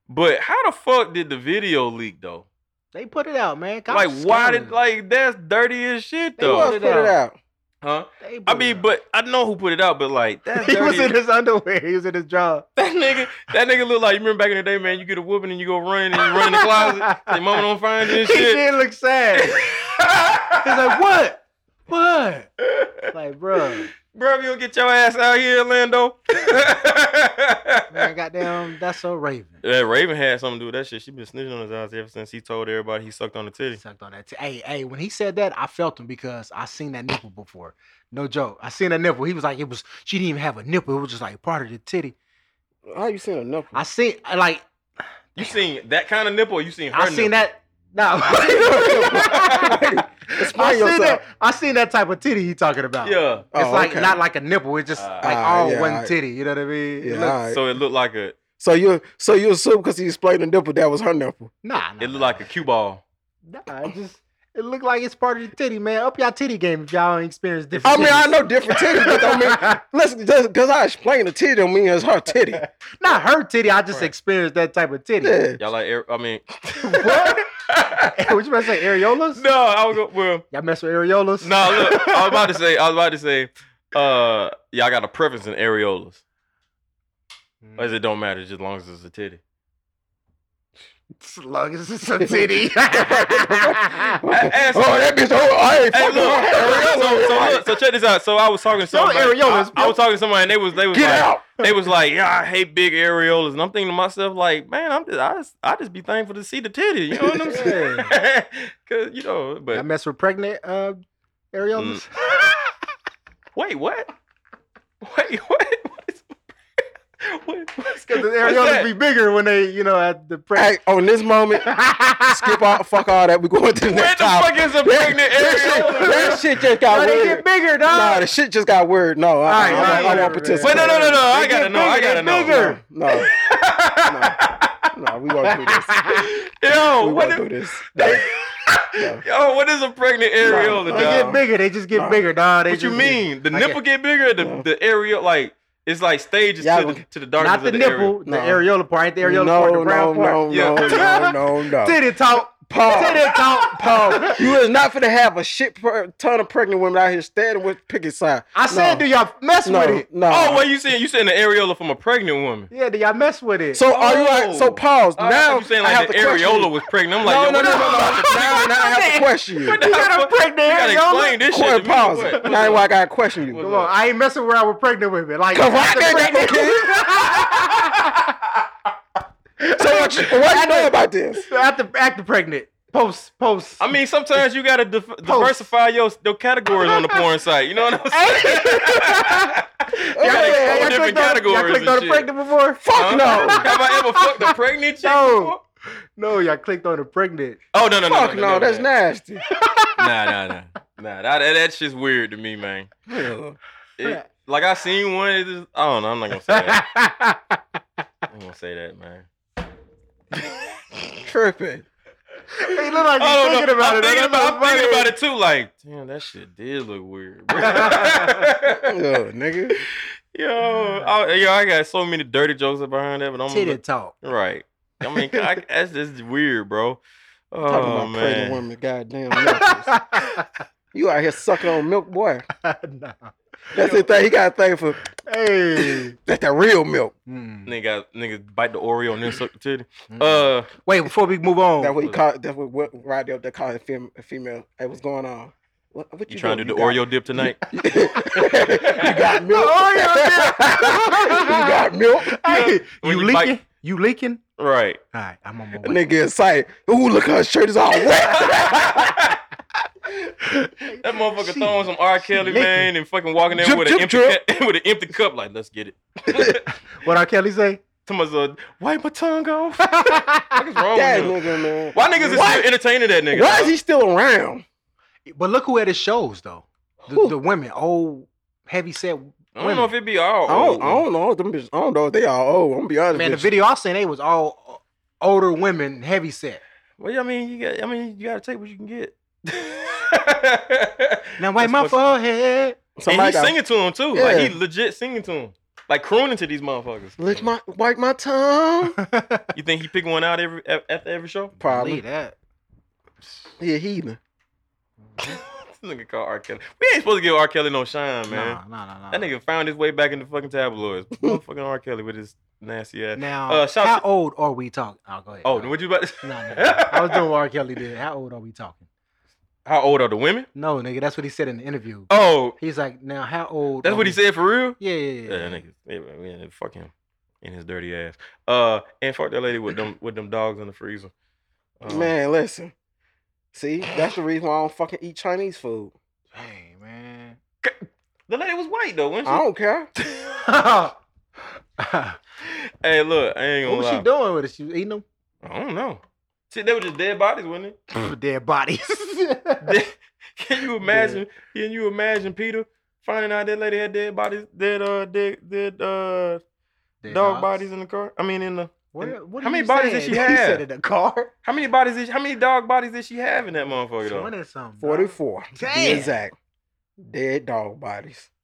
A: But how the fuck did the video leak though?
C: They put it out, man. Cops
A: like,
C: is
A: why
C: scamming.
A: did like that's dirty as shit
B: They
A: though?
B: was put it out.
A: Huh?
C: They put
A: I
C: it
A: mean,
C: out.
A: but I know who put it out, but like that's
C: he
A: dirty.
C: was in his underwear. He was in his job.
A: that nigga, that nigga look like you remember back in the day, man. You get a whooping and you go run and you run in the closet. your mama don't find you
C: He
A: and shit.
C: did look sad. He's like, "What? What?" Like, bro,
A: Bro, you'll get your ass out here, Orlando.
C: man, goddamn, that's so Raven.
A: That Raven had something to do with that shit. She been snitching on his ass ever since he told everybody he sucked on the titty.
C: Sucked on that. T- hey, hey, when he said that, I felt him because I seen that nipple before. No joke. I seen that nipple. He was like, it was. She didn't even have a nipple. It was just like part of the titty.
B: How you seen enough?
C: I seen I like
A: You seen that kind of nipple? Or you seen her?
C: I seen
A: nipple?
C: that. Nah, I
B: Explain
C: seen
B: yourself.
C: that. I seen that type of titty he talking about.
A: Yeah.
C: It's
B: Oh,
C: like
B: okay.
C: not like a nipple. It's just
A: Uh,
C: like
B: Ah,
C: all
B: yeah,
C: one
B: alright.
C: titty. You know what I mean?
B: Yeah,
C: It
B: all
C: look-
B: right.
A: So it looked like a
B: So you so you assume because he explained the nipple that was her nipple.
C: Nah, nah.
A: it looked like a cue ball.
C: nah. It just It looked like it's part of the titty, man. Up y'all titty game if y'all ain't experienced different.
B: I mean, I
C: titties.
B: know different titties, but I mean, listen, just because I explained the titty don't mean it's her titty.
C: not her titty. I just experienced that type of titty.
B: Yeah.
A: Y'all like, air- I mean,
C: What? what you about to say? Areolas?
A: no, I was go, well,
C: Y'all mess with areolas?
A: no, look, I was about to say, I was about to say, uh, y'all got a preference in areolas. As it don't matter, just as long as it's a titty.
C: As long as it's a titty.
B: oh,
A: Ask-
B: that bitch, oh, I ain't
A: Hey,
B: fucking
A: look, so, so,
B: her.
A: look, so check this out. So I was talking to
C: Your
A: somebody.
C: areolas,
A: I, I was talking to somebody, and they was they was
B: Get
A: like,
B: out.
A: they was like, yeah, I hate big areolas, and I'm thinking to myself like, man, I'm just I just I just be thankful to see the titty. You know what I'm saying? Cause you know,
C: Y'all
A: but Mm.
C: mess with pregnant uh, areolas?
A: wait, what? Wait, what? What is? What, what's,
C: Because the
A: what's
C: areolas
A: that?
C: be bigger when they, you know, at the
B: Hey,
C: pregnant.
B: on this moment, skip all, fuck all that. We going to the
A: Where
B: next
A: the
B: topic.
A: fuck is a pregnant
B: That shit,
A: areola?
B: that shit just got
C: But they get
B: weird.
C: bigger, dog.
B: Nah, the shit just got weird. No, I,
C: Alright,
B: I, I,
C: alright,
B: won't
C: whatever,
B: participate.
A: Wait, no, no, no, no. I
C: They
A: gotta
C: get
A: know. I
C: bigger,
A: gotta
C: they
A: know.
C: bigger.
B: No, no, no, we won't do this.
A: Yo,
B: We
A: what
B: won't
A: is,
B: do this. No, no.
A: yo, what is a pregnant areola,
C: they
A: dog?
C: get bigger. They just get
B: Nah.
C: bigger, dog. They
A: What you
C: just get-
A: mean? The
C: I
A: nipple get bigger? The
B: No.
A: the area like it's like stages
B: Y'all
A: to the
B: gonna-
A: to the darkness
C: Not the,
A: of the
C: nipple, the
B: No.
C: areola part, ain't the areola part, the
B: No, no,
C: brown
B: no,
C: part.
A: Yeah.
B: no, no, no, no.
C: Titty talk. Titty
B: Paul,
C: talk.
B: Paul, you is not finna have a shit per, ton of pregnant women out here standing with picket sign.
C: I said,
B: no,
C: do y'all mess with
B: no,
C: it?
B: no.
A: Oh, what you saying? You saying the areola from a pregnant woman?
C: Yeah, do y'all mess with it?
B: So are you like? So pause.
A: Oh. I thought
B: now
A: you saying
B: I have
A: like the
B: to question
A: areola
B: you.
A: was pregnant. I'm like,
B: No,
A: yo,
B: no, no,
A: what the-
B: no, no. Now, now I have to question you.
A: what the
C: You got a
A: fuck?
C: pregnant
A: You gotta
C: areola?
A: explain this shit.
B: Corey,
A: to me.
B: pause.
A: What?
B: Now I gotta question you.
C: Come on, I ain't messing where I with pregnant women. Like,
B: Cause I can't get no So what you, what you know about this?
C: after after pregnant, post post.
A: I mean, sometimes you gotta dif- diversify your your categories on the porn site. You know what I'm saying?
C: Y'all
A: gotta explore
C: clicked- y'all
A: different
C: clicked on-
A: categories
C: Y'all clicked
A: and
C: on the
A: shit.
C: pregnant before?
B: Fuck
A: Have
B: no.
A: I ever fucked a pregnant chick?
C: No.
A: before?
C: No, y'all clicked on the pregnant.
A: Oh no no no
B: Fuck no, that's
A: not.
B: nasty.
A: Nah nah nah nah. That that- that's just weird to me, man. It- like I seen one. It just, I don't know. I'm not gonna say that. I'm gonna say that, man.
B: Tripping.
C: He look like
A: I
C: he's
A: don't
C: thinking
A: know.
C: about
A: I'm
C: it.
A: thinking
C: That's
A: about, I'm
C: so
A: thinking
C: funny.
A: about it too. Like, damn, that shit did look weird. bro.
B: Yo, nigga.
A: yo, I, yo, I got so many dirty jokes behind that, but I'm
C: Titty talk.
A: right. I mean, I, that's just weird, bro. Oh
B: Talking about
A: man.
B: pregnant women, goddamn. milkers. you out here sucking on milk, boy.
C: Nah.
B: That's the thing. He got a thing for
C: Hey.
B: that's that real milk.
C: Mm.
A: Nigga, nigga, bite the Oreo and then suck the titty.
C: Mm-hmm.
A: Uh,
C: Wait, before we move
A: Oh,
C: on,
B: That's what he called. That's what, what Rodney up there called a fem- a female. Hey, what's going on? What, what
A: you trying to do
B: doing?
A: the
B: You
A: Oreo dip tonight?
B: got- you got milk.
C: Oh,
B: you got milk.
C: hey,
A: When
C: you
A: you
C: leaking?
A: bite-
C: You leaking?
A: right.
C: All right, I'm on my way.
B: Nigga excited. Ooh, look, her shirt is all wet.
A: That motherfucker throwing some R. Kelly,
C: licking.
A: man, and fucking walking there
B: Drip,
A: with, an
B: drip,
A: empty
B: drip.
A: cu- with an empty cup, like, let's get it.
C: What R. Kelly say?
A: Someone's uh, wipe my tongue off. What's wrong
B: that
A: with him?
B: nigga, man.
A: Oh, Why niggas is
B: Why-
A: still entertaining that nigga?
B: Why is
A: dog?
B: he still around?
C: But look who at his shows though. The,
B: Who?
C: the women, old heavy set.
A: I don't know if it be all.
B: I don't,
A: old.
B: I don't know. Them bitches, I don't know if they all old. I'm gonna be honest
C: Man, the
B: with
C: video I seen, they was all older women, heavy set.
A: Well, I mean, you got. I mean, you gotta take what you can get.
C: Now
A: That's
C: wipe my
A: what-
C: forehead.
B: you.
A: And
B: Somebody
A: he's
B: got,
A: singing to him too. Like he
B: Yeah.
A: legit singing to him, like crooning to these motherfuckers.
B: lick my, wipe my tongue.
A: You think he pick one out every at, after every show?
C: Believe
B: Probably.
C: that.
B: He a heathen.
A: This nigga called R. Kelly. We ain't supposed to give R. Kelly no shine, man.
C: Nah, nah, nah, nah.
A: That nigga found his way back in the fucking tabloids. Motherfucking R. Kelly with his nasty ass.
C: Now,
A: uh, shout
C: how
A: to-
C: old are we talking? Oh, go ahead.
A: oh,
C: no,
A: what you about to
C: no, no. I was doing what R. Kelly did. How old are we talking?
A: How old are the women?
C: No, nigga, that's what he said in the interview.
A: Oh,
C: He's like, now how old?
A: that's
C: are
A: what he
C: we-
A: said for real?
C: Yeah, yeah,
A: Yeah,
C: yeah.
A: that nigga. Yeah, man, man, fuck him. In his dirty ass. Uh, and fuck that lady with them with them dogs in the freezer. Uh,
B: Man, listen. See, that's the reason why I don't fucking eat Chinese food.
C: Hey, man.
A: The lady was white though, wasn't she?
B: I don't care.
A: Hey, look, I ain't
C: what
A: gonna
C: was
A: lie.
C: she doing with it? She was eating them?
A: I don't know. See, they were just dead bodies, wasn't it?
C: Dead bodies.
A: Can you imagine? Can you imagine Peter finding out that lady had dead bodies, dead uh, dead dead uh,
C: Dead
A: dog
C: dogs.
A: bodies in the car? I mean, in the
C: Where, what
A: How
C: are
A: many
C: you
A: bodies
C: saying?
A: did she
C: He
A: have?
C: said in the car.
A: How many bodies? Did she, how many dog bodies did she have in that motherfucker?
C: Twenty
A: Though?
C: or something. dog.
B: 44. to be
C: Damn.
B: exact. Dead dog bodies.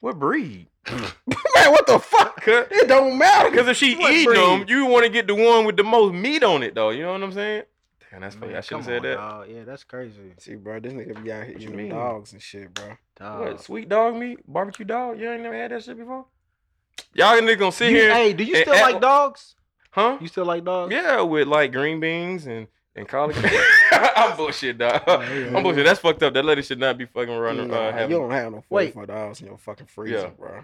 A: What breed?
B: Man, what the fuck?
A: Cause
B: It don't matter.
A: 'cause if she
C: What
A: eat
C: breed?
A: them, you want to get the one with the most meat on it, though. You know what I'm saying? Damn, that's funny.
C: Man,
A: I should
C: come
A: have said
C: on,
A: that.
C: dog. Yeah, that's crazy.
B: See, bro, this nigga be out here
A: What you
B: eating
A: mean?
B: dogs and shit, bro.
C: Dog.
A: What sweet dog meat, barbecue dog? You ain't never had that shit before. Y'all niggas gonna sit
C: You-
A: here,
C: hey, do you
A: and
C: still
A: act
C: like
A: like-
C: dogs?
A: huh?
C: You still like dogs?
A: Yeah, with like green beans and and collard. I'm bullshit, dog. I'm bullshit. That's fucked up. That lady should not be fucking running.
B: Nah,
A: uh,
B: you
A: having.
B: don't have no
C: Wait.
B: forty-four dollars in your fucking freezer,
A: Yeah.
B: bro.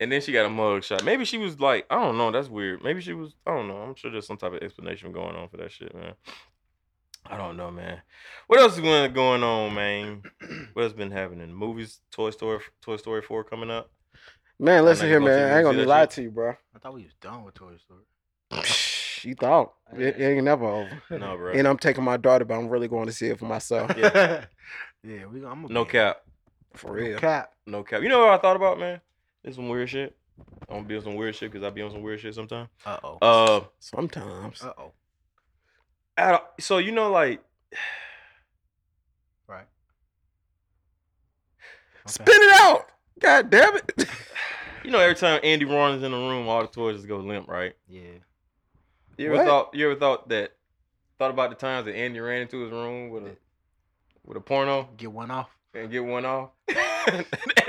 A: And then she got a mug shot. Maybe she was like, I don't know. That's weird. Maybe she was. I don't know. I'm sure there's some type of explanation going on for that shit, man. I don't know, man. What else is going going on, man? What has been happening? Movies, Toy Story, Toy Story Four coming up.
B: Man, listen
A: know you
B: here,
A: gonna see-
B: man. I ain't gonna
A: see
B: be
A: that
B: lie
A: shit?
B: to you, bro.
C: I thought we was done with Toy Story.
B: You thought it, it ain't never over.
A: No, bro.
B: And I'm taking my daughter, but I'm really going to see it for myself,
C: Yeah, yeah. We, I'm gonna
A: No
C: be-
A: cap.
B: for real.
C: Cap.
A: No cap. You know what I thought about, man? It's some weird shit. I'm gonna be on some weird shit because I be on some weird shit sometimes.
C: Uh oh.
A: Uh,
B: Sometimes,
C: Uh oh.
A: I don't- so you know, like
C: Right.
B: spit it out. God damn it.
A: you know, every time Andy Ron is in the room, all the toys just go limp, right?
C: Yeah.
A: You ever
B: What?
A: thought? You ever thought that? Thought about the times that Andy ran into his room with a with a porno
C: Get one off.
A: and get one off, and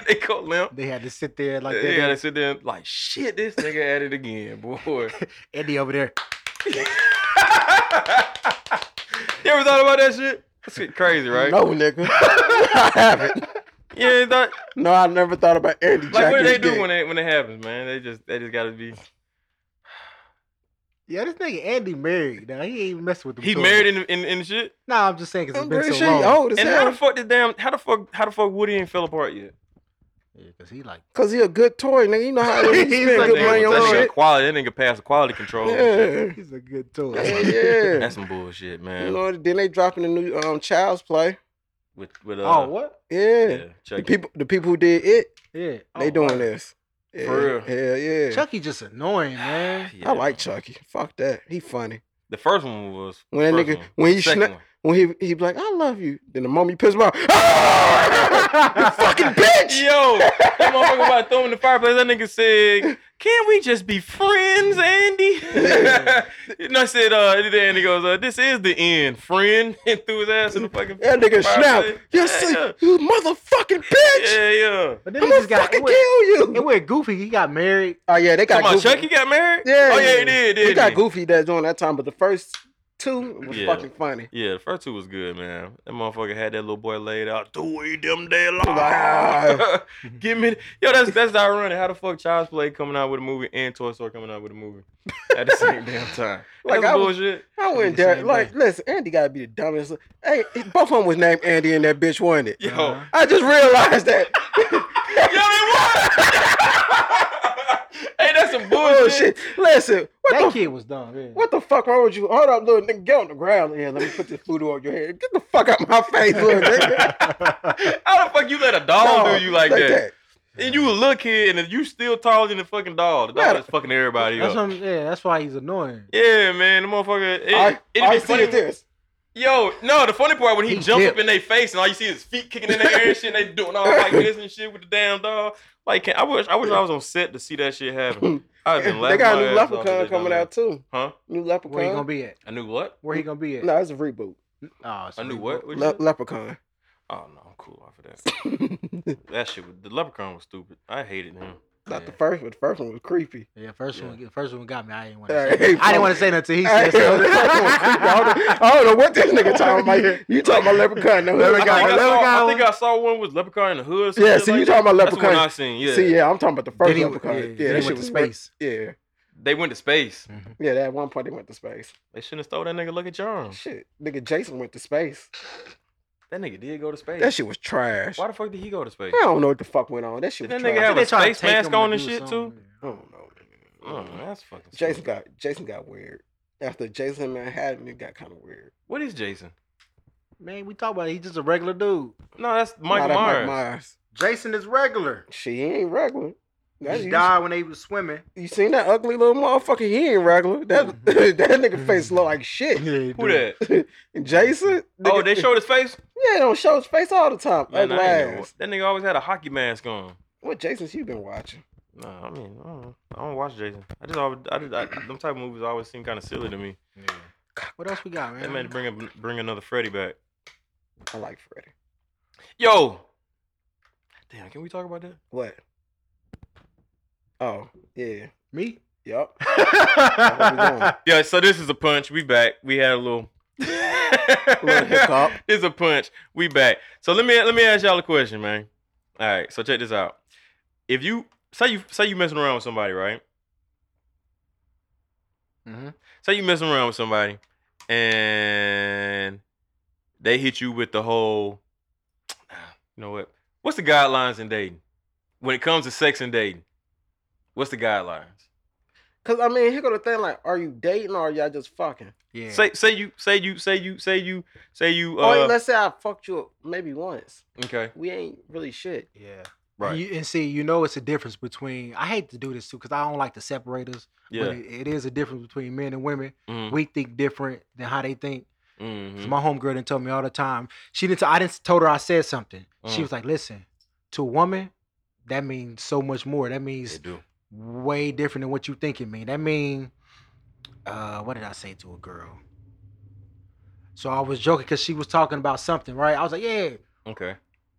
A: they go limp.
C: They had to sit there like that.
A: yeah, they sit there and like shit. This nigga at it again, boy.
C: Eddie over there.
A: you ever thought about that shit? That's shit crazy, right?
B: No, nigga, I haven't.
A: You ain't thought
B: No, I never thought about Andy.
A: Like what do
B: jacking
A: they
B: his
A: do
B: dick.
A: when it when it happens, man? They just they just gotta be.
C: Yeah, this nigga Andy married. Now he ain't even messing with the.
A: He married in in, in shit.
C: Nah, I'm just saying because
B: I'm
C: it's been
B: pretty
C: so
B: sure he
C: long.
B: Oh, old as
A: And how the
B: hell.
A: fuck did damn how the fuck how the fuck Woody ain't fell apart yet?
C: Yeah, because he like.
B: Cause he a good toy, nigga. You know how
C: He's
B: he spend
C: like,
B: good
A: that
B: money
A: nigga, that
B: on
A: nigga
B: shit.
A: quality that nigga passed quality control. and shit.
B: Yeah,
C: He's a good toy.
B: yeah, yeah.
A: That's some bullshit, man.
B: You know, then they dropping the new um Child's Play.
A: With with uh,
C: oh what?
B: Yeah.
A: yeah,
B: The
A: check it.
B: people, the people who did it,
C: Yeah. Oh,
B: they doing
C: wow.
B: this. Yeah,
A: real.
B: Hell yeah.
C: Chucky just annoying, man.
A: Yeah.
B: I like Chucky. Fuck that. He funny.
A: the first one was
B: When that
A: first
B: nigga,
A: one.
B: when he
A: Second
B: sna-
A: one.
B: when he he be like, I love you. Then the moment he piss him off, "Ah!" You fucking bitch.
A: Yo, that motherfucker about to throw him in the fireplace. That nigga said, "Can we just be friends, Andy?" and I said, "Uh," and then he goes, uh, "This is the end, friend." And threw his ass in the fucking.
B: That nigga snap.
A: fireplace.
B: You
A: yeah,
B: see,
A: yeah.
B: you motherfucking bitch.
A: Yeah, yeah.
C: But then
B: I'm
C: he
B: gonna
C: just got.
B: fucking
C: It
B: kill
C: went,
B: you.
C: it went goofy. He got married.
B: oh yeah, they got
A: Come on,
B: goofy.
A: Chucky got married.
B: Yeah.
A: Oh yeah, he did. did
B: we got
A: he?
B: Goofy that during that time, but the first two was
A: Yeah.
B: fucking funny.
A: Yeah, the first two was good, man. That motherfucker had that little boy laid out. Do we them day long?
B: Ah.
A: Give me, yo. That's that's ironic. How the fuck Child's Play coming out with a movie and Toy Story coming out with a movie at the same damn time?
B: Like,
A: Like that's
B: I was-
A: bullshit.
B: I wouldn't
C: the
B: dare.
C: same
B: Like,
C: way.
B: listen, Andy gotta be the dumbest. Hey, both of them was named Andy and that bitch, wasn't it?
A: Yo,
C: Uh-huh.
B: I just realized that.
A: yo, they won. hey, that's some
B: Oh
A: bullshit.
B: shit! Listen, what
C: That
B: the
C: kid was dumb. Yeah.
B: what the fuck wrong with you? Hold up, little nigga, get on the ground. Yeah, let me put this voodoo on your head. Get the fuck out my face, little nigga.
A: How the fuck you let a dog
B: No,
A: do you like, that? And you a little kid, and you still taller than the fucking dog. The dog
B: Man,
A: is fucking everybody
C: That's
A: up.
C: what I'm, yeah, that's why he's annoying.
A: Yeah, man, the motherfucker. It,
B: I,
A: it'd
B: I
A: be
B: see
A: funny.
B: this.
A: Yo, no, the funny part when he,
C: He
A: jumped
C: dipped.
A: up in their face and all you see is feet kicking in the air and shit, and they doing all like this and shit with the damn dog. Like, can, I wish I wish I was on set to see that shit happen. I've been laughing.
B: They got
A: my
B: a new
A: ass off that
B: leprechaun
A: they
B: coming
A: done
B: out too.
A: that. Huh?
B: New
C: Where he gonna
B: leprechaun.
C: be at?
A: I knew what?
C: Where he gonna be at?
B: No, it's a reboot.
C: Oh, it's
A: I knew
C: Reebok.
A: what? What'd you
B: Le-
A: say?
B: leprechaun.
A: oh no, I'm cool off of that. that shit, was, the leprechaun was stupid. I hated him.
B: Not
C: Yeah.
B: the first one. The first one was creepy.
C: Yeah, first
A: Yeah.
C: one, the first one got me. I didn't want to.
B: Hey,
C: say
B: hey,
C: I didn't
B: fuck.
C: want to say nothing. He
B: Hey,
C: said so.
B: the first one was creepy. I, don't know, I don't know what this nigga talking about. You talking about leprechaun? No,
A: I think
C: Leprechaun,
A: I,
C: the
A: saw,
C: leprechaun
A: I think I saw one with leprechaun in the hood. or some
B: Yeah,
A: shit
B: see, you
A: like
B: talking
A: that.
B: about
A: That's the one
B: leprechaun.
A: I seen. Yeah,
B: See, yeah, I'm talking about the
C: Then
B: first
C: he-
B: leprechaun.
C: yeah,
B: Yeah,
C: then
B: that
C: he
B: shit
C: went
B: was
C: to
B: space.
C: space.
B: Yeah,
A: they went to space.
B: yeah. That one point they went to space.
A: They shouldn't have stole that nigga Lucky Charms.
B: Shit, nigga, Jason went to space.
A: That nigga did go to space.
B: That shit was trash.
A: Why the fuck did he go to space?
B: I don't know what the fuck went on. That shit
A: Did
B: was
A: that nigga
B: trash.
A: have a
C: They tried to
A: space
C: take
A: mask
C: him to
A: on and
C: do
A: shit,
C: something.
B: I don't know.
A: Oh, that's fucking.
B: Jason
A: stupid.
B: got Jason got weird. After Jason Manhattan, it got kind of weird.
A: What is Jason?
C: Man, we talk about it. He's just a regular dude.
A: No, that's Michael
B: Not that
A: Myers.
B: Mike Myers.
C: Jason is regular.
B: She ain't regular. That-
C: He
B: you,
C: died when they was swimming.
B: you seen that ugly little motherfucker? He ain't regular. That that nigga face look like shit.
A: Who that?
B: Jason.
A: Oh,
B: nigga-
A: they showed his face.
B: Yeah, they don't show his face all the time.
A: Man,
B: ugly
A: I ain't know.
B: ass.
A: That nigga always had a hockey mask on.
B: What Jasons you been watching?
A: No, I mean, I don't, know. I don't watch Jason. I just, always, I just, I, them type of movies always seem kind of silly to me.
C: What else we got,
A: That man
C: man?
A: bring up, bring another Freddy back.
B: I like Freddy.
A: Yo, damn, can we talk about that?
B: What? Oh yeah.
C: Me?
B: Yup.
C: I
A: Yeah, so this is a punch. We back. We had a little,
B: Little hiccup.
A: It's a punch. We back. So let me let me ask y'all a question, man. All right, so check this out. If you say you say you messing around with somebody, right?
C: Mhm.
A: Say you messing around with somebody, and they hit you with the whole. You know what? What's the guidelines in dating? When it comes to sex and dating, what's the guidelines?
B: Cause I mean, here go the thing. Like, are you dating or are y'all just fucking?
C: yeah. Oh,
A: Say say you say you say you say you say you.
B: Or
A: Uh,
B: let's say I fucked you up maybe once.
A: okay,
B: We ain't really shit.
C: yeah.
A: right.
C: You, and see, you know, it's a difference between. I hate to do this too because I don't like to separate us.
A: yeah.
C: But it, it is a difference between men and women.
A: Mhm.
C: We think different than how they think.
A: Mhm.
C: 'Cause My homegirl didn't tell me all the time. She didn't. T- I didn't told her I said something. She
A: Mm.
C: was like, "Listen, to a woman, that means so much more. That
A: They
C: means
A: do.
C: way different than what you think it mean. That mean, uh, what did I say to a girl? So I was joking because she was talking about something, right? I was like, yeah.
A: Okay.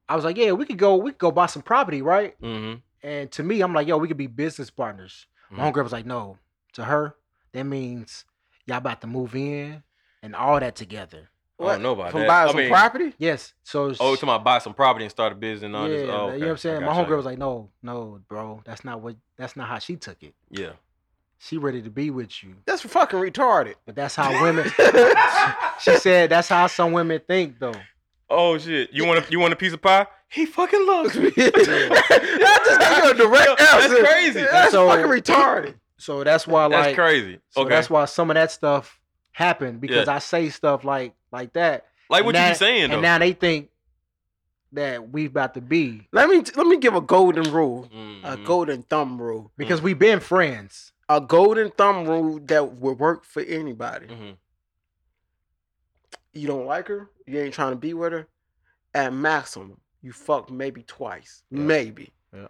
C: I was like, yeah, we could go, we could go buy some property, right?
A: Mm-hmm.
C: And to me, I'm like, yo, we could be business partners. My
A: Mhm.
C: homegirl was like, no. To her, that means y'all about to move in and all that together.
A: I don't know about
B: From
A: that.
B: buying
A: I
B: some
A: mean-
B: property?
C: Yes. So
A: Oh, you
C: she-
A: talking about buy some property and start a business and all
C: yeah,
A: this? Oh,
C: you know what I'm saying? My homegirl
A: homegirl
C: was like, no, no, bro, that's not what, that's not how she took it.
A: Yeah.
C: She ready to be with you,
B: That's fucking retarded.
C: but that's how women. She said that's how some women think though.
A: oh shit! You want a you want a piece of pie? He fucking loves me.
B: I just gave you a direct
A: Yo,
B: answer.
A: that's crazy.
B: That's
C: So-
B: fucking retarded.
C: So that's why
A: That's
C: like
A: crazy.
C: so
A: okay.
C: that's why some of that stuff happened because I say stuff like like that.
A: like what
C: and
A: you be
C: now-
A: saying though.
C: And now they think that we about to be
B: Let me let me give a golden rule, a
A: Mhm.
B: golden thumb rule,
A: Mm.
C: because we been friends.
B: a golden thumb rule that would work for anybody.
A: Mhm.
B: You don't like her, you ain't trying to be with her. At maximum, you fuck maybe twice,
C: Yeah.
B: maybe.
C: Yeah.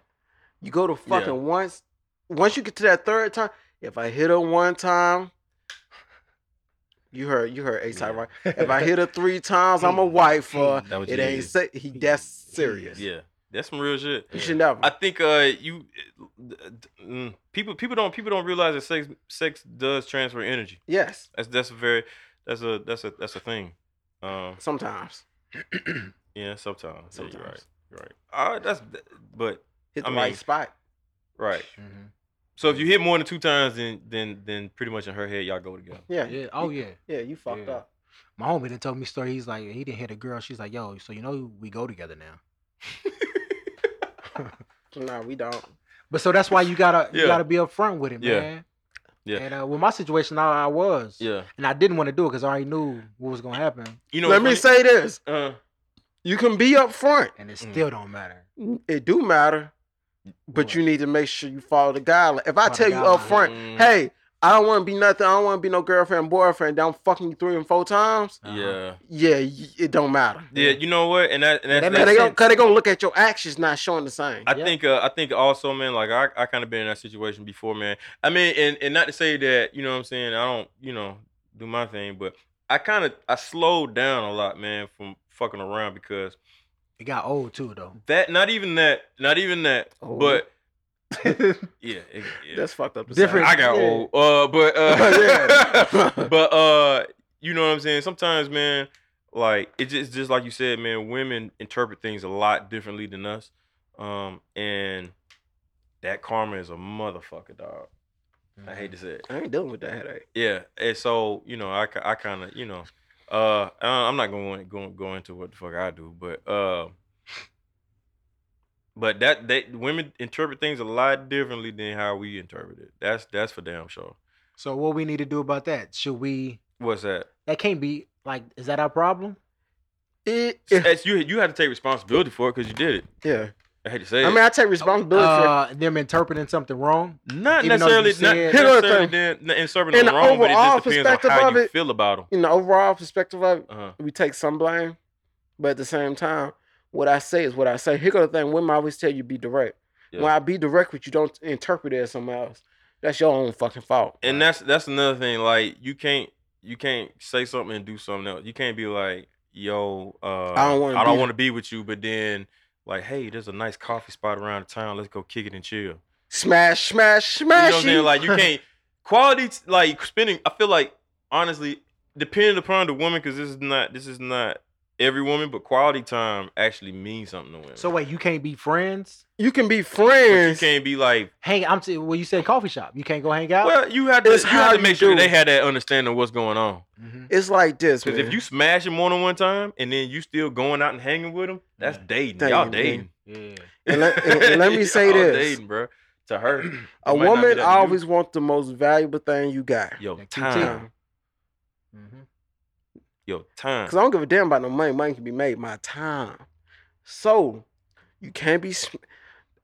B: You go to
A: Yeah.
B: fucking once. Once you get to that third time, if I hit her one time, you heard you heard A-Side
A: Yeah.
B: right. If I hit her three times, I'm a wife for
A: That what
B: it
A: you
B: ain't
A: did.
B: se- he that's serious.
A: Yeah, that's some real shit.
B: You should never.
A: I think uh you mm, people people don't people don't realize that sex sex does transfer energy.
B: yes,
A: That's that's a very that's a that's a that's a thing. Um,
B: sometimes.
A: yeah, sometimes. Sometimes. you're right.
B: Sometimes.
A: You're right. All right. That's but
B: Hit the
A: I mean-
B: right spot.
A: right. So if you hit more than two times, then then then pretty much in her head y'all go together.
B: Yeah.
C: Yeah. Oh yeah.
B: Yeah, you fucked
C: Yeah.
B: up.
C: My homie didn't tell me a story. He's like, he didn't hit a girl. She's like, yo, so you know we go together now.
B: No, we don't.
C: But so that's why you gotta you
A: Yeah.
C: gotta be upfront with it,
A: Yeah.
C: man.
A: Yeah.
C: And uh, with my situation, I, I was.
A: Yeah.
C: And I didn't want to do it because I already knew what was gonna happen,
A: You know.
B: Let me
A: what's funny?
B: say this.
A: Uh,
B: You can be upfront.
C: and it
A: Mm.
C: still don't matter.
B: It do matter, but
C: What?
B: you need to make sure you follow the guideline. If I
C: Follow
B: tell
C: the
B: you
C: guideline.
B: upfront,
A: Mm.
B: hey, I don't want to be nothing. I don't want to be no girlfriend, boyfriend. Down fucking you three and four times.
C: Uh-huh.
A: Yeah.
B: Yeah, y- it don't matter.
A: Yeah. You know what? And that and
C: Yeah,
A: that's,
C: that
B: Cause
A: that's-
B: they,
C: makes
B: gonna,
C: sense.
B: Cause they gonna look at your actions not showing the same.
A: I
C: Yeah.
A: think uh, I think also man like I, I kind of been in that situation before man. I mean and, and not to say that you know what I'm saying I don't you know do my thing but I kind of I slowed down a lot man from fucking around because
C: It got old too, though.
A: that not even that not even that
B: Oh.
A: but yeah, it, yeah.
B: That's fucked up. to
C: Different-
B: say.
A: I got
B: Yeah.
A: old uh but uh
B: Yeah.
A: but uh you know what I'm saying sometimes man like it just just like you said man women interpret things a lot differently than us um and that karma is a motherfucker dog I hate to say it
B: I ain't dealing with that headache.
A: yeah and so you know I, ki- I kind of you know uh I- I'm not going to go, go into what the fuck I do but uh but that that women interpret things a lot differently than how we interpret it that's that's for damn sure
C: So what we need to do about that? Should we?
A: what's that
C: That can't be like. Is that our problem?
B: It,
A: It's- you you had to take responsibility for it because you did it.
B: yeah.
A: I hate to say
B: I
A: it.
B: mean, I take responsibility
C: Uh, them interpreting something wrong.
A: not
C: even though you
A: necessarily, not
C: said-
B: Here's another
A: necessarily then, not necessarily
B: In the
A: wrong, but it
B: overall
A: just depends on
B: perspective
A: how
B: of
A: you
B: it-
A: feel about them.
B: for in the overall perspective of it.
A: Uh-huh.
B: We take some blame, but at the same time, what I say is what I say. Here go the thing: women always tell you be direct.
A: Yeah.
B: When I be direct with you, don't interpret it as something else. That's your own fucking fault.
A: And that's that's another thing. Like you can't you can't say something and do something else. You can't be like, yo, uh,
B: I don't wanna
A: I don't
B: be-
A: want to be with you, but then like, hey, there's a nice coffee spot around town. Let's go kick it and chill.
B: Smash, smash,
A: You know
B: smash.
A: what I'm saying? Like you can't quality t- like spending. I feel like honestly, depending upon the woman, because this is not this is not every woman, but quality time actually means something to women.
C: So wait, you can't be friends?
B: you can be
A: But you
B: friends.
A: can't be like,
C: Hang. I'm. T- well, you said coffee shop. You can't go hang out.
A: well, you have to,
B: It's
A: you have
B: how
A: to make
B: you
A: sure
B: do
A: they
B: it.
A: had that understanding of what's going on.
C: Mhm.
B: It's like this,
A: Because
B: man.
A: if you smash him more than one time and then you still going out and hanging with him, that's dating.
B: Dating,
A: Y'all
B: man.
A: dating.
C: Yeah.
B: And let- and- and let me say
A: Y'all
B: this.
A: dating, bro. To her, it
B: a
A: might not be that
B: woman
A: to you.
B: always wants the most valuable thing you got.
A: yo
C: That keep
A: time,
C: time. Mhm.
A: yo time.
B: Cause I don't give a damn about no money. Money can be made. My time. So you can't be. Sm-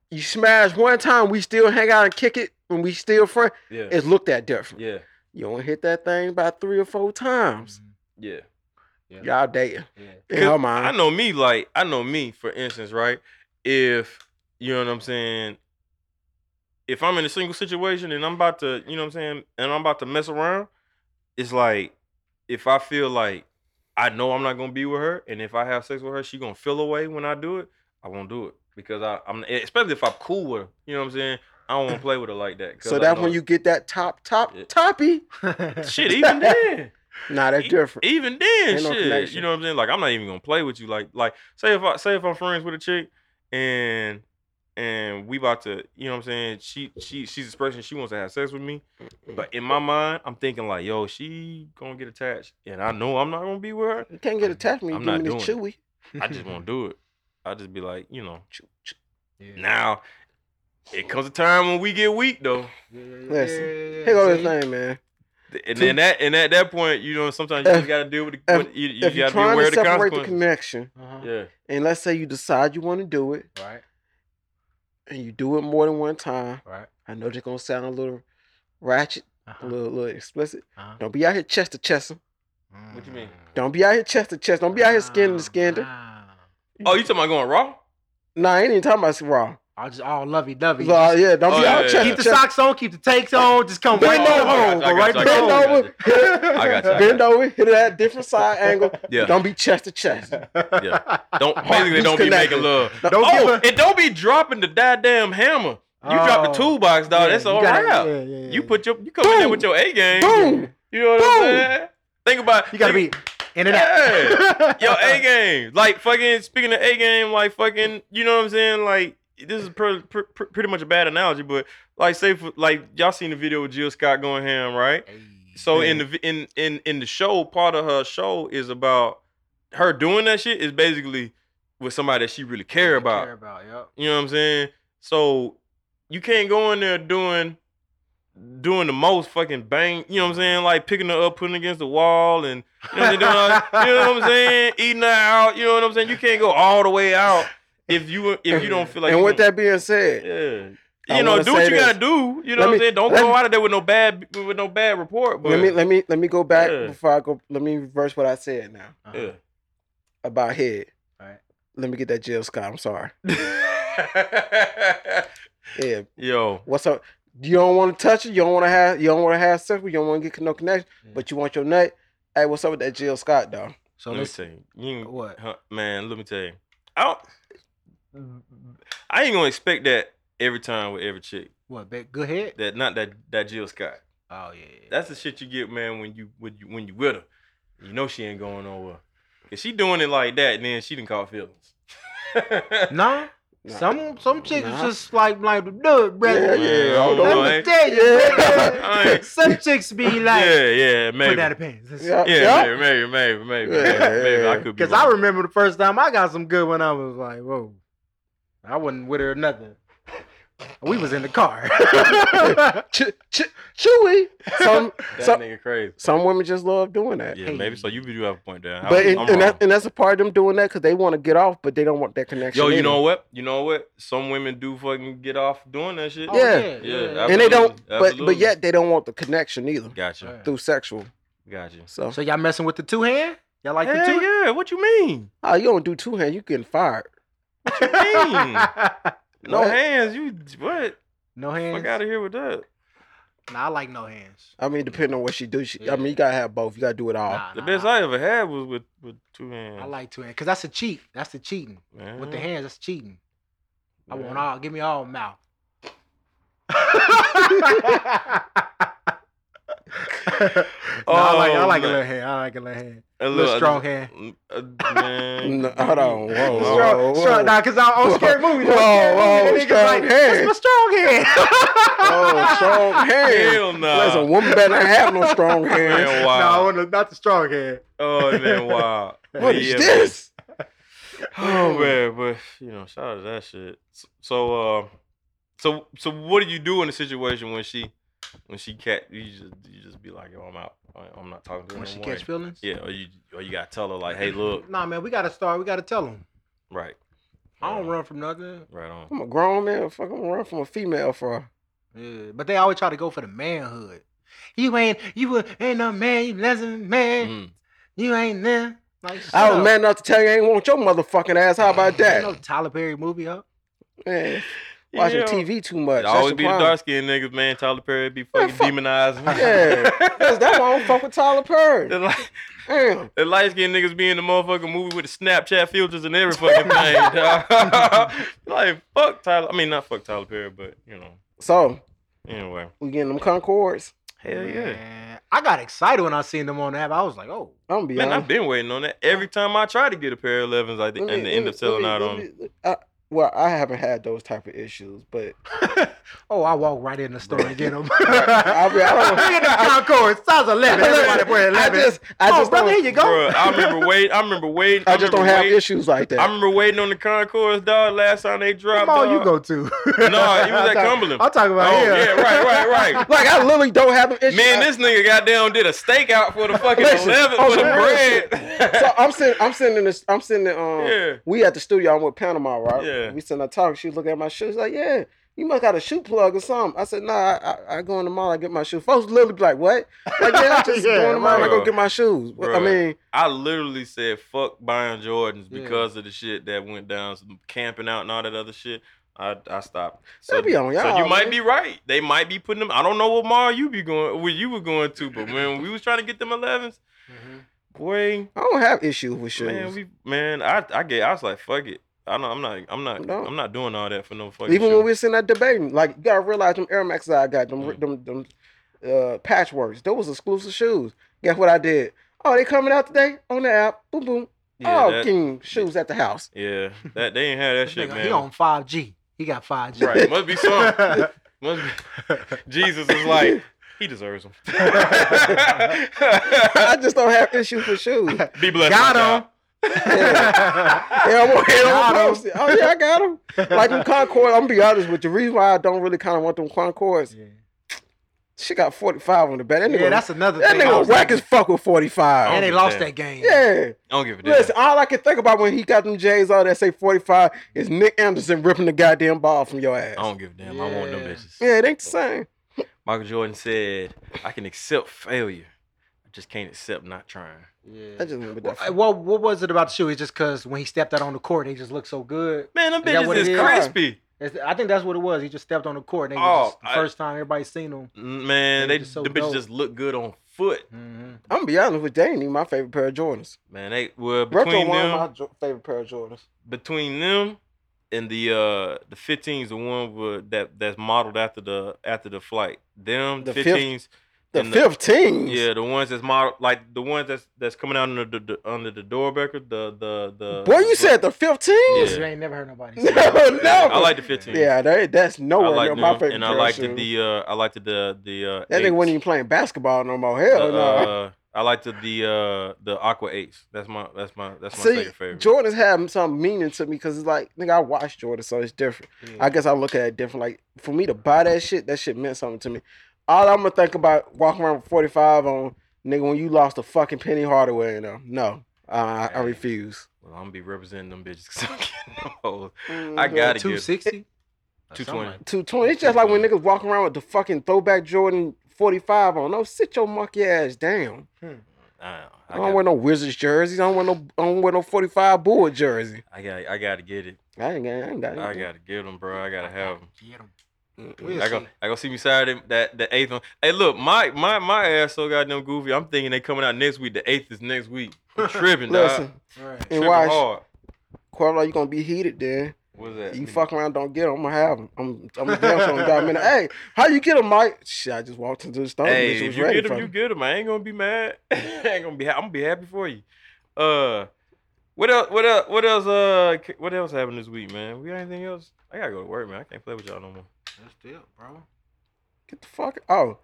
B: you smash one time, we still hang out and kick it, and we still friend.
A: Yeah,
B: It's looked at different.
A: yeah,
B: You don't hit that thing about three or four times.
C: Mm.
A: yeah.
B: Y'all dating.
C: Yeah.
B: In her
A: I
B: mind.
A: know me, like I know me. For instance, right? If you know what I'm saying, if I'm in a single situation and I'm about to, you know what I'm saying, and I'm about to mess around, it's like if I feel like I know I'm not gonna be with her, and if I have sex with her, she gonna feel away when I do it. I won't do it because I, I'm, especially if I'm cool with her. You know what I'm saying? I don't want to play with her like that. 'cause
B: So
A: I
B: that's
A: know-
B: when you get that top, top,
A: Yeah.
B: toppy.
A: shit. Even then,
B: Nah, that's
A: E-
B: different.
A: Even then,
B: Ain't no
A: shit. you
B: connection.
A: know what I'm saying? Like, I'm not even gonna play with you. Like, like say if I say if I'm friends with a chick and and we about to, you know what I'm saying? She she she's expressing she wants to have sex with me, but in my mind, I'm thinking like, yo, she gonna get attached, and I know I'm not gonna be with her.
B: You can't get attached when you
A: I'm
B: give
A: not
B: me this
A: doing
B: chewy.
A: I just won't do it. I just be like, you know.
B: Chew, chew.
C: Yeah.
A: Now, it comes a time when we get weak though,
C: Yeah, yeah, yeah,
B: Listen,
C: yeah, yeah,
B: Here
C: yeah.
B: goes
C: See?
B: this thing, man.
A: and
B: Two-
A: then that and at that point, you know, sometimes you
B: If-
A: just gotta deal with the,
B: if-
A: with- you, you
B: if you're
A: gotta be
B: trying
A: aware
B: to
A: of the
B: separate the
A: consequences.
B: connection,
C: Uh-huh.
A: yeah,
B: and let's say you decide you want to do it,
C: Right.
B: and you do it more than one time,
C: Right.
B: I know they're gonna sound a little ratchet, a
C: Uh-huh.
B: little, little explicit.
C: Uh-huh. Mm.
B: Don't be out here chest to chest 'em.
A: What you mean?
B: Don't be out here chest to chest. Don't be out here skin
C: Ah,
B: to skin. to-
C: ah.
A: Oh, you talking about going raw?
B: Nah, I ain't even talking about raw.
C: I just all lovey dovey.
B: So, uh, yeah, don't
A: Oh,
B: be
A: yeah, yeah,
B: out
A: yeah.
B: here chest
C: Keep the
B: to chest.
C: socks on, keep the takes on, just come right
B: Bend
C: back
B: over.
C: home.
A: I
C: Go
A: got
C: right
A: you, I
C: back
A: got
B: Bend
A: you, I got
C: home.
B: over.
A: I got you, I got
B: Bend
A: you.
B: over. Hit it at a different side angle.
A: Yeah.
B: Don't be chest to chest.
A: Yeah. Don't basically don't be
B: disconnected.
A: making love.
C: Don't
A: oh,
C: give
A: and don't be dropping the goddamn hammer. You drop the
C: Oh.
A: toolbox, dog.
C: Yeah,
A: that's
C: you
A: all
C: gotta-
A: right.
C: yeah, yeah, yeah,
A: You
C: yeah.
A: put your you come in there with your A game.
B: Boom.
A: You know what I'm
B: Boom.
A: saying? Think about
C: You gotta be Uh-uh.
A: think-
C: in and out.
A: yo A game. Like fucking speaking of A game, like fucking you know what I'm saying? Like this is pr- pr- pr- pretty much a bad analogy, but like say for, like y'all seen the video with Jill Scott going ham, right? So in the vi- in in in the show, part of her show is about her doing that shit is basically with somebody that she really care about.
C: Care about. Yep.
A: You know what I'm saying? So you can't go in there doing doing the most fucking bang. You know what
B: Mm-hmm.
A: I'm saying? Like picking her up, putting her against the wall, and you know what I'm saying? doing all- you know what I'm saying? Eating her out. You know what I'm saying? You can't go all the way out if you if you don't feel like.
B: and
A: you
B: with
A: don't-
B: that being said,
A: yeah.
B: I
A: You know,
B: wanna
A: do what
B: say
A: you
B: this.
A: gotta do. You know
B: Let
A: what I'm
B: me-
A: saying? Don't
B: let
A: go
B: me-
A: out of there with no bad with no bad report. But
B: let me let me let me go back
A: Yeah.
B: before I go. Let me reverse what I said now
C: Uh-huh.
A: yeah.
B: about head.
C: Alright.
B: Let me get that Jill Scott. I'm sorry. Yeah,
A: Yo,
B: What's up? You don't want to touch it. You don't want to have. You don't want to have sex with. You don't want to get no connection. But you want your nut. Hey, what's up with that Jill Scott though?
C: So
A: let me
C: let's Oh.
A: tell you, you ain't-
C: what?
A: huh, man. Let me tell you, I don't, I ain't gonna expect that every time with every chick.
C: What? Back, good head.
A: That not that that Jill Scott.
C: Oh yeah. yeah.
A: That's the shit you get, man. When you when you when you with her, you know she ain't going nowhere. Cause she doing it like that, and then she done caught feelings.
C: no.
B: Nah.
C: Some some chicks is
B: Nah.
C: just like like do it,
B: Yeah,
C: brother.
B: yeah,
A: I don't
B: yeah.
A: know,
C: Let me
A: ain't-
C: tell you,
A: I
C: brother.
A: ain't-
C: Some chicks be like,
A: yeah, yeah, maybe.
C: put down the
A: Yeah,
C: pants.
B: Yeah,
A: yeah, maybe, maybe, maybe, maybe,
B: Yeah, yeah,
A: maybe. I
B: yeah.
A: could be.
C: Because I
A: wrong.
C: remember the first time I got some good one, I was like, whoa, I wasn't with her or nothing. We was in the car.
B: Ch- ch- chewy. Some
A: That
B: some
A: nigga crazy.
B: some women just love doing that.
A: Yeah, maybe so. You do have a point there. I
B: But
A: was-
B: and,
A: I'm
B: and, that,
A: wrong.
B: and that's a part of them doing that because they want to get off, but they don't want that connection.
A: Yo, you
B: either.
A: know what? You know what? Some women do fucking get off doing that shit.
C: Oh,
B: Yeah.
A: Yeah,
B: and they don't,
A: Absolutely,
B: but
A: absolutely.
B: but yet they don't want the connection either
A: Gotcha.
B: through sexual.
A: Gotcha.
B: So,
C: So y'all messing with the two hand? Y'all like the
A: Hell
C: two?
A: yeah. What you mean?
B: oh, you don't do two hand, you getting fired.
A: mean? No
B: What?
A: hands. You what?
C: no
A: Fuck
C: hands.
A: out of here with that.
C: Nah, I like no hands.
B: I mean, depending on what she do, she, I mean, you gotta have both. You gotta do it all.
C: Nah,
A: The
C: nah,
A: best
C: nah.
A: I ever had was with with two hands.
C: I like two hands because that's a cheat. That's the cheating
A: man.
C: with the hands. That's cheating. I want
A: Mm. Yeah.
C: all. Give me all mouth. no, I like, I
A: Oh,
C: like a
A: man.
C: little hand. I like a little hand.
A: A
C: little strong hand.
A: Uh, man.
B: No, hold on, whoa,
A: Strong-
B: whoa,
C: strong,
B: whoa.
C: strong, nah, cause I, I was scared movie.
B: Whoa, whoa, strong hand.
C: It's my strong hand.
B: Oh, strong hand.
A: Hell nah.
B: Listen, woman better not have no strong hands.
A: Man,
C: No, I
A: wow.
C: want to, not the strong hand.
A: Oh man, wow.
B: What is
A: Yeah, man.
B: this?
A: Oh man, but you know, shout out to that shit. S- So, uh, so, so, what do you do in a situation when she, when she cat, you just, you just be like, yo, I'm out. I- I'm not talking to her.
C: When
A: no
C: she
A: more.
C: catch feelings.
A: yeah, or you, or you gotta tell her like, hey, look,
C: Nah, man, we gotta start. We gotta tell them.
A: right,
C: I don't run from nothing.
A: right on.
B: I'm a grown man. Fuck, I'm gonna run from a female for.
C: Yeah, but they always try to go for the manhood. You ain't you a- ain't no man, you less than a man.
A: Mm.
C: You ain't there. Like shut
B: I was
C: up.
B: man enough to tell you I ain't want your motherfucking ass. How about
C: Ain't no
B: that?
C: Tyler Perry movie up.
B: Man, watching
A: Mm. Yeah.
B: TV too much.
A: It
B: That's
A: always
B: the
A: be the
B: problem.
A: dark skinned niggas, man. Tyler Perry be fucking
B: fuck-
A: demonized.
B: Yeah, that's, that's why I don't fuck with Tyler
A: The light,
B: Perry. Damn.
A: the light skinned niggas be in the motherfucking movie with the Snapchat filters and every fucking thing. dawg. like fuck Tyler. I mean, not fuck Tyler Perry, but you know.
B: So
A: Anyway,
B: we getting them Concords.
A: hell yeah.
C: Man, I got excited when I seen them on the app. I was like, oh,
B: I'm gonna be
A: Man, I've
B: honest.
A: been waiting on that. Every time I try to get a pair of 11s, I think,
B: Let me-
A: and they end
B: let
A: up
B: me-
A: selling
B: let me-
A: out
B: let
A: on.
B: me- I, well, I haven't had those type of issues, but
C: oh, I walk right in the store and get them.
B: I, mean, I don't.
C: in the Concord, size eleven. Everybody wear
B: I
C: eleven.
B: just, I
C: oh,
B: just
C: brother,
B: don't,
C: here you go.
A: Bruh, I remember waiting. I remember waiting.
B: I just don't
A: remember
B: have
A: waiting-
B: issues like that.
A: I remember waiting on the Concourse, dog. Last time they dropped,
C: Come on, you
A: dawg.
C: go to.
A: No, he was at Cumberland.
C: I'm talking about
A: Oh
C: here.
A: yeah, right, right, right.
B: like I literally don't have them issues.
A: Man,
B: I-
A: this nigga goddamn did a stakeout for the fucking
B: Listen,
A: eleven
B: on
A: for the
B: some real
A: bread.
B: so I'm sitting, I'm sitting in this, I'm sitting in, um,
A: Yeah.
B: we at the studio, I'm with Panama, right?
A: Yeah.
B: We sitting there talking, she was looking at my shoes, like, yeah, you must got a shoe plug or something. I said, nah, I, I, I go in the mall, I get my shoes. Folks literally be like, what? Like, yeah, I just
C: Yeah,
B: go in the mall, I go
A: bruh.
B: get my shoes. I
A: Bruh.
B: mean,
A: I literally said fuck buying Jordans
C: Yeah.
A: because of the shit that went down, some camping out and all that other shit. I, I stopped.
B: They be on
A: so
B: y'all,
A: you might
B: man.
A: be right. They might be putting them. I don't know what mall you be going, where you were going to, but when we was trying to get them 11s, boy,
B: I don't have issues with Mm-hmm.
A: man,
B: shoes.
A: we man, I I get. I was like, fuck it. I don't. I'm not. I'm not.
B: No.
A: I'm not doing all that for no fucking.
B: Even
A: shoe.
B: when we were sitting there debating, like you gotta realize them Air Max I got, them
A: Mm.
B: them them uh, patchworks, those was exclusive shoes. Guess what I did? Oh, they coming out today on the app. Boom boom.
A: yeah,
B: oh,
A: that-
B: king shoes at the house.
A: yeah, that they ain't had that shit,
C: Nigga,
A: man.
C: He on five G. He got five G.
A: Right, must be some. Must be. Jesus is like he deserves them.
B: I just don't have issues with shoes.
A: be blessed. my
C: got
A: God.
C: him.
B: Yeah, yeah I'm gonna hit
C: Got 'em.
B: on post it. Oh yeah, I got them. Like them Concord. I'm gonna be honest with you. The reason why I don't really kind of want them Concords,
C: Yeah.
B: she got 45 on the back. That nigga,
C: Yeah, that's another
B: that
C: thing. I
B: nigga
C: was
B: whack as
C: thinking.
B: fuck with 45.
A: I
C: And they
A: don't
C: lost
A: give a
C: that game.
B: yeah.
A: I don't give a damn.
B: Listen, all I can think about when he got them J's all that say 45 is Nick Anderson ripping the goddamn ball from your ass.
A: I don't give a damn. I want them
C: Yeah.
A: bitches.
B: Yeah, it ain't the same.
A: Michael Jordan said, "I can accept failure, I just can't accept not trying."
B: I just remember that.
C: Well, what, what was it about the shoe? It's just because when he stepped out on the court, they just looked so good.
A: Man, them
C: Is that
A: bitches
C: what it
A: is,
C: is?
A: crispy.
C: It's- I think that's what it was. He just stepped on the court. And they
A: Oh,
C: was just, the
A: I-
C: first time everybody seen him.
A: Mm, Man,
C: They
A: they,
C: just so
A: the bitches
C: dope.
A: just look good on foot.
C: Mm-hmm.
B: I'm gonna be honest with you, they ain't even my favorite pair of Jordans.
A: Man, they were
B: Retro
A: between
B: one of my
A: them,
B: jo- favorite pair of Jordans.
A: between them, and the uh the 15s, the one with, that that's modeled after the after the flight. Them
B: The fifth-
A: 15s,
B: The
A: And the-
B: 15s.
A: Yeah, the ones that's model like the ones that's that's coming out under the, the under the doorbreaker. The the the.
B: Boy, you said the 15s?
A: Yeah.
C: You ain't never heard nobody
B: No,
C: say
B: no.
C: that.
A: Yeah, I like the 15.
B: Yeah, they, that's
A: I
B: nowhere
A: like
B: near my
A: them,
B: favorite
A: and
B: pair
A: I
B: of
A: liked
B: shoes.
A: the uh I liked the the uh
B: That nigga
A: eights.
B: wasn't even playing basketball no more. Hell
A: The,
B: no.
A: uh, I like the the uh, the Aqua Ace. That's my that's my that's my
B: See,
A: second favorite.
B: Jordan's had some meaning to me because it's like, nigga, I watched Jordan, so it's different. I guess I look at it different. Like for me to buy that shit, that shit meant something to me. All I'm gonna think about walking around with 45 on, nigga, when you lost a fucking Penny Hardaway, you know? No, I, I- I refuse.
A: well, I'm gonna be representing them bitches. 'cause I'm getting them hoes. I gotta
C: Two
A: get
C: sixty.
A: 220.
B: Two twenty. Mm-hmm. It's just like when niggas walk around with the fucking throwback Jordan 45 on. No, sit your monkey ass down.
A: I, don't know.
B: I,
A: I,
B: don't
A: got,
B: wear no Wizards jerseys. I don't wear no. I don't wear no 45 Bull jersey.
A: I got I gotta get it.
B: I ain't got. I ain't got.
A: I gotta get them, bro. I gotta have them.
C: Get him.
B: Mm-mm.
C: We'll
A: I go,
C: see.
A: I go see me Saturday. That the eighth one. Hey, look, my my my ass so goddamn goofy. I'm thinking they coming out next week. The eighth is next week. I'm tripping, dog.
B: Listen,
C: Right.
B: and
A: Tripping
B: watch.
A: hard.
B: Quavo, you gonna be heated then.
A: What's that?
B: You fuck around, don't get 'em, I'm gonna have 'em. I'm, I'm damn sure I'm got 'em in the- Hey, how you get 'em, Mike? Shit, I just walked into the store. and
A: Hey,
B: bitch
A: if
B: was
A: you
B: ready
A: get
B: for
A: them, you
B: me.
A: get them. I ain't gonna be mad. I ain't gonna be. Ha- I'm gonna be happy for you. Uh, what else? What else? What else? Uh, c- what else happened this week, man? We got anything else? I gotta go to work, man. I can't play with y'all no more.
C: That's it, bro.
B: Get the fuck. Oh,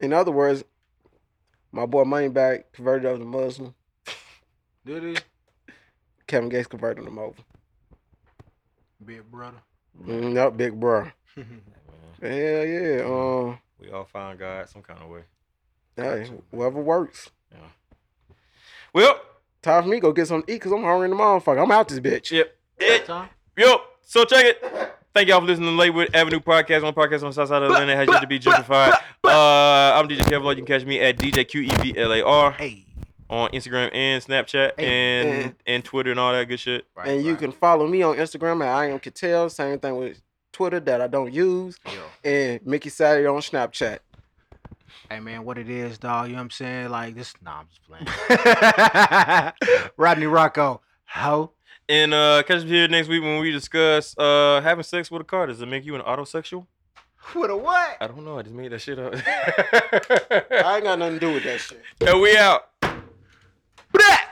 B: in other words, my boy Moneybag converted over to Muslim.
C: Did he?
B: Kevin Gates converted him over.
C: Big brother.
B: Mm, Yup, big bro.
A: Man,
B: Hell yeah. Um,
A: we all find God some kind of way.
B: hey, whatever works.
A: Well,
B: Time for me to go get something to eat because I'm hungry in the motherfucker. I'm out this bitch.
A: yep. It-
C: Time?
A: Yo, so check it. Thank y'all for listening to Lakewood Avenue Podcast on podcast on Southside of Atlanta. Has yet to be justified. Uh, I'm DJ Kevlar. You can catch me at DJ QEVLAR
C: Hey.
A: on Instagram and Snapchat and and Twitter and all that good shit.
C: Right,
B: And you
C: right.
B: can follow me on Instagram at I am Cattell. Same thing with Twitter that I don't use.
C: Yo.
B: And Mickey Saturday on Snapchat.
C: Hey man, what it is, dog? You know what I'm saying? Like this. Nah, I'm just playing. Rodney Rocco. How?
A: And uh, catch us here next week when we discuss uh, having sex with a car. Does it make you an autosexual?
C: What a what?
A: I don't know. I just made that shit up.
B: I ain't got nothing to do with that shit.
A: and we out.
C: Blah!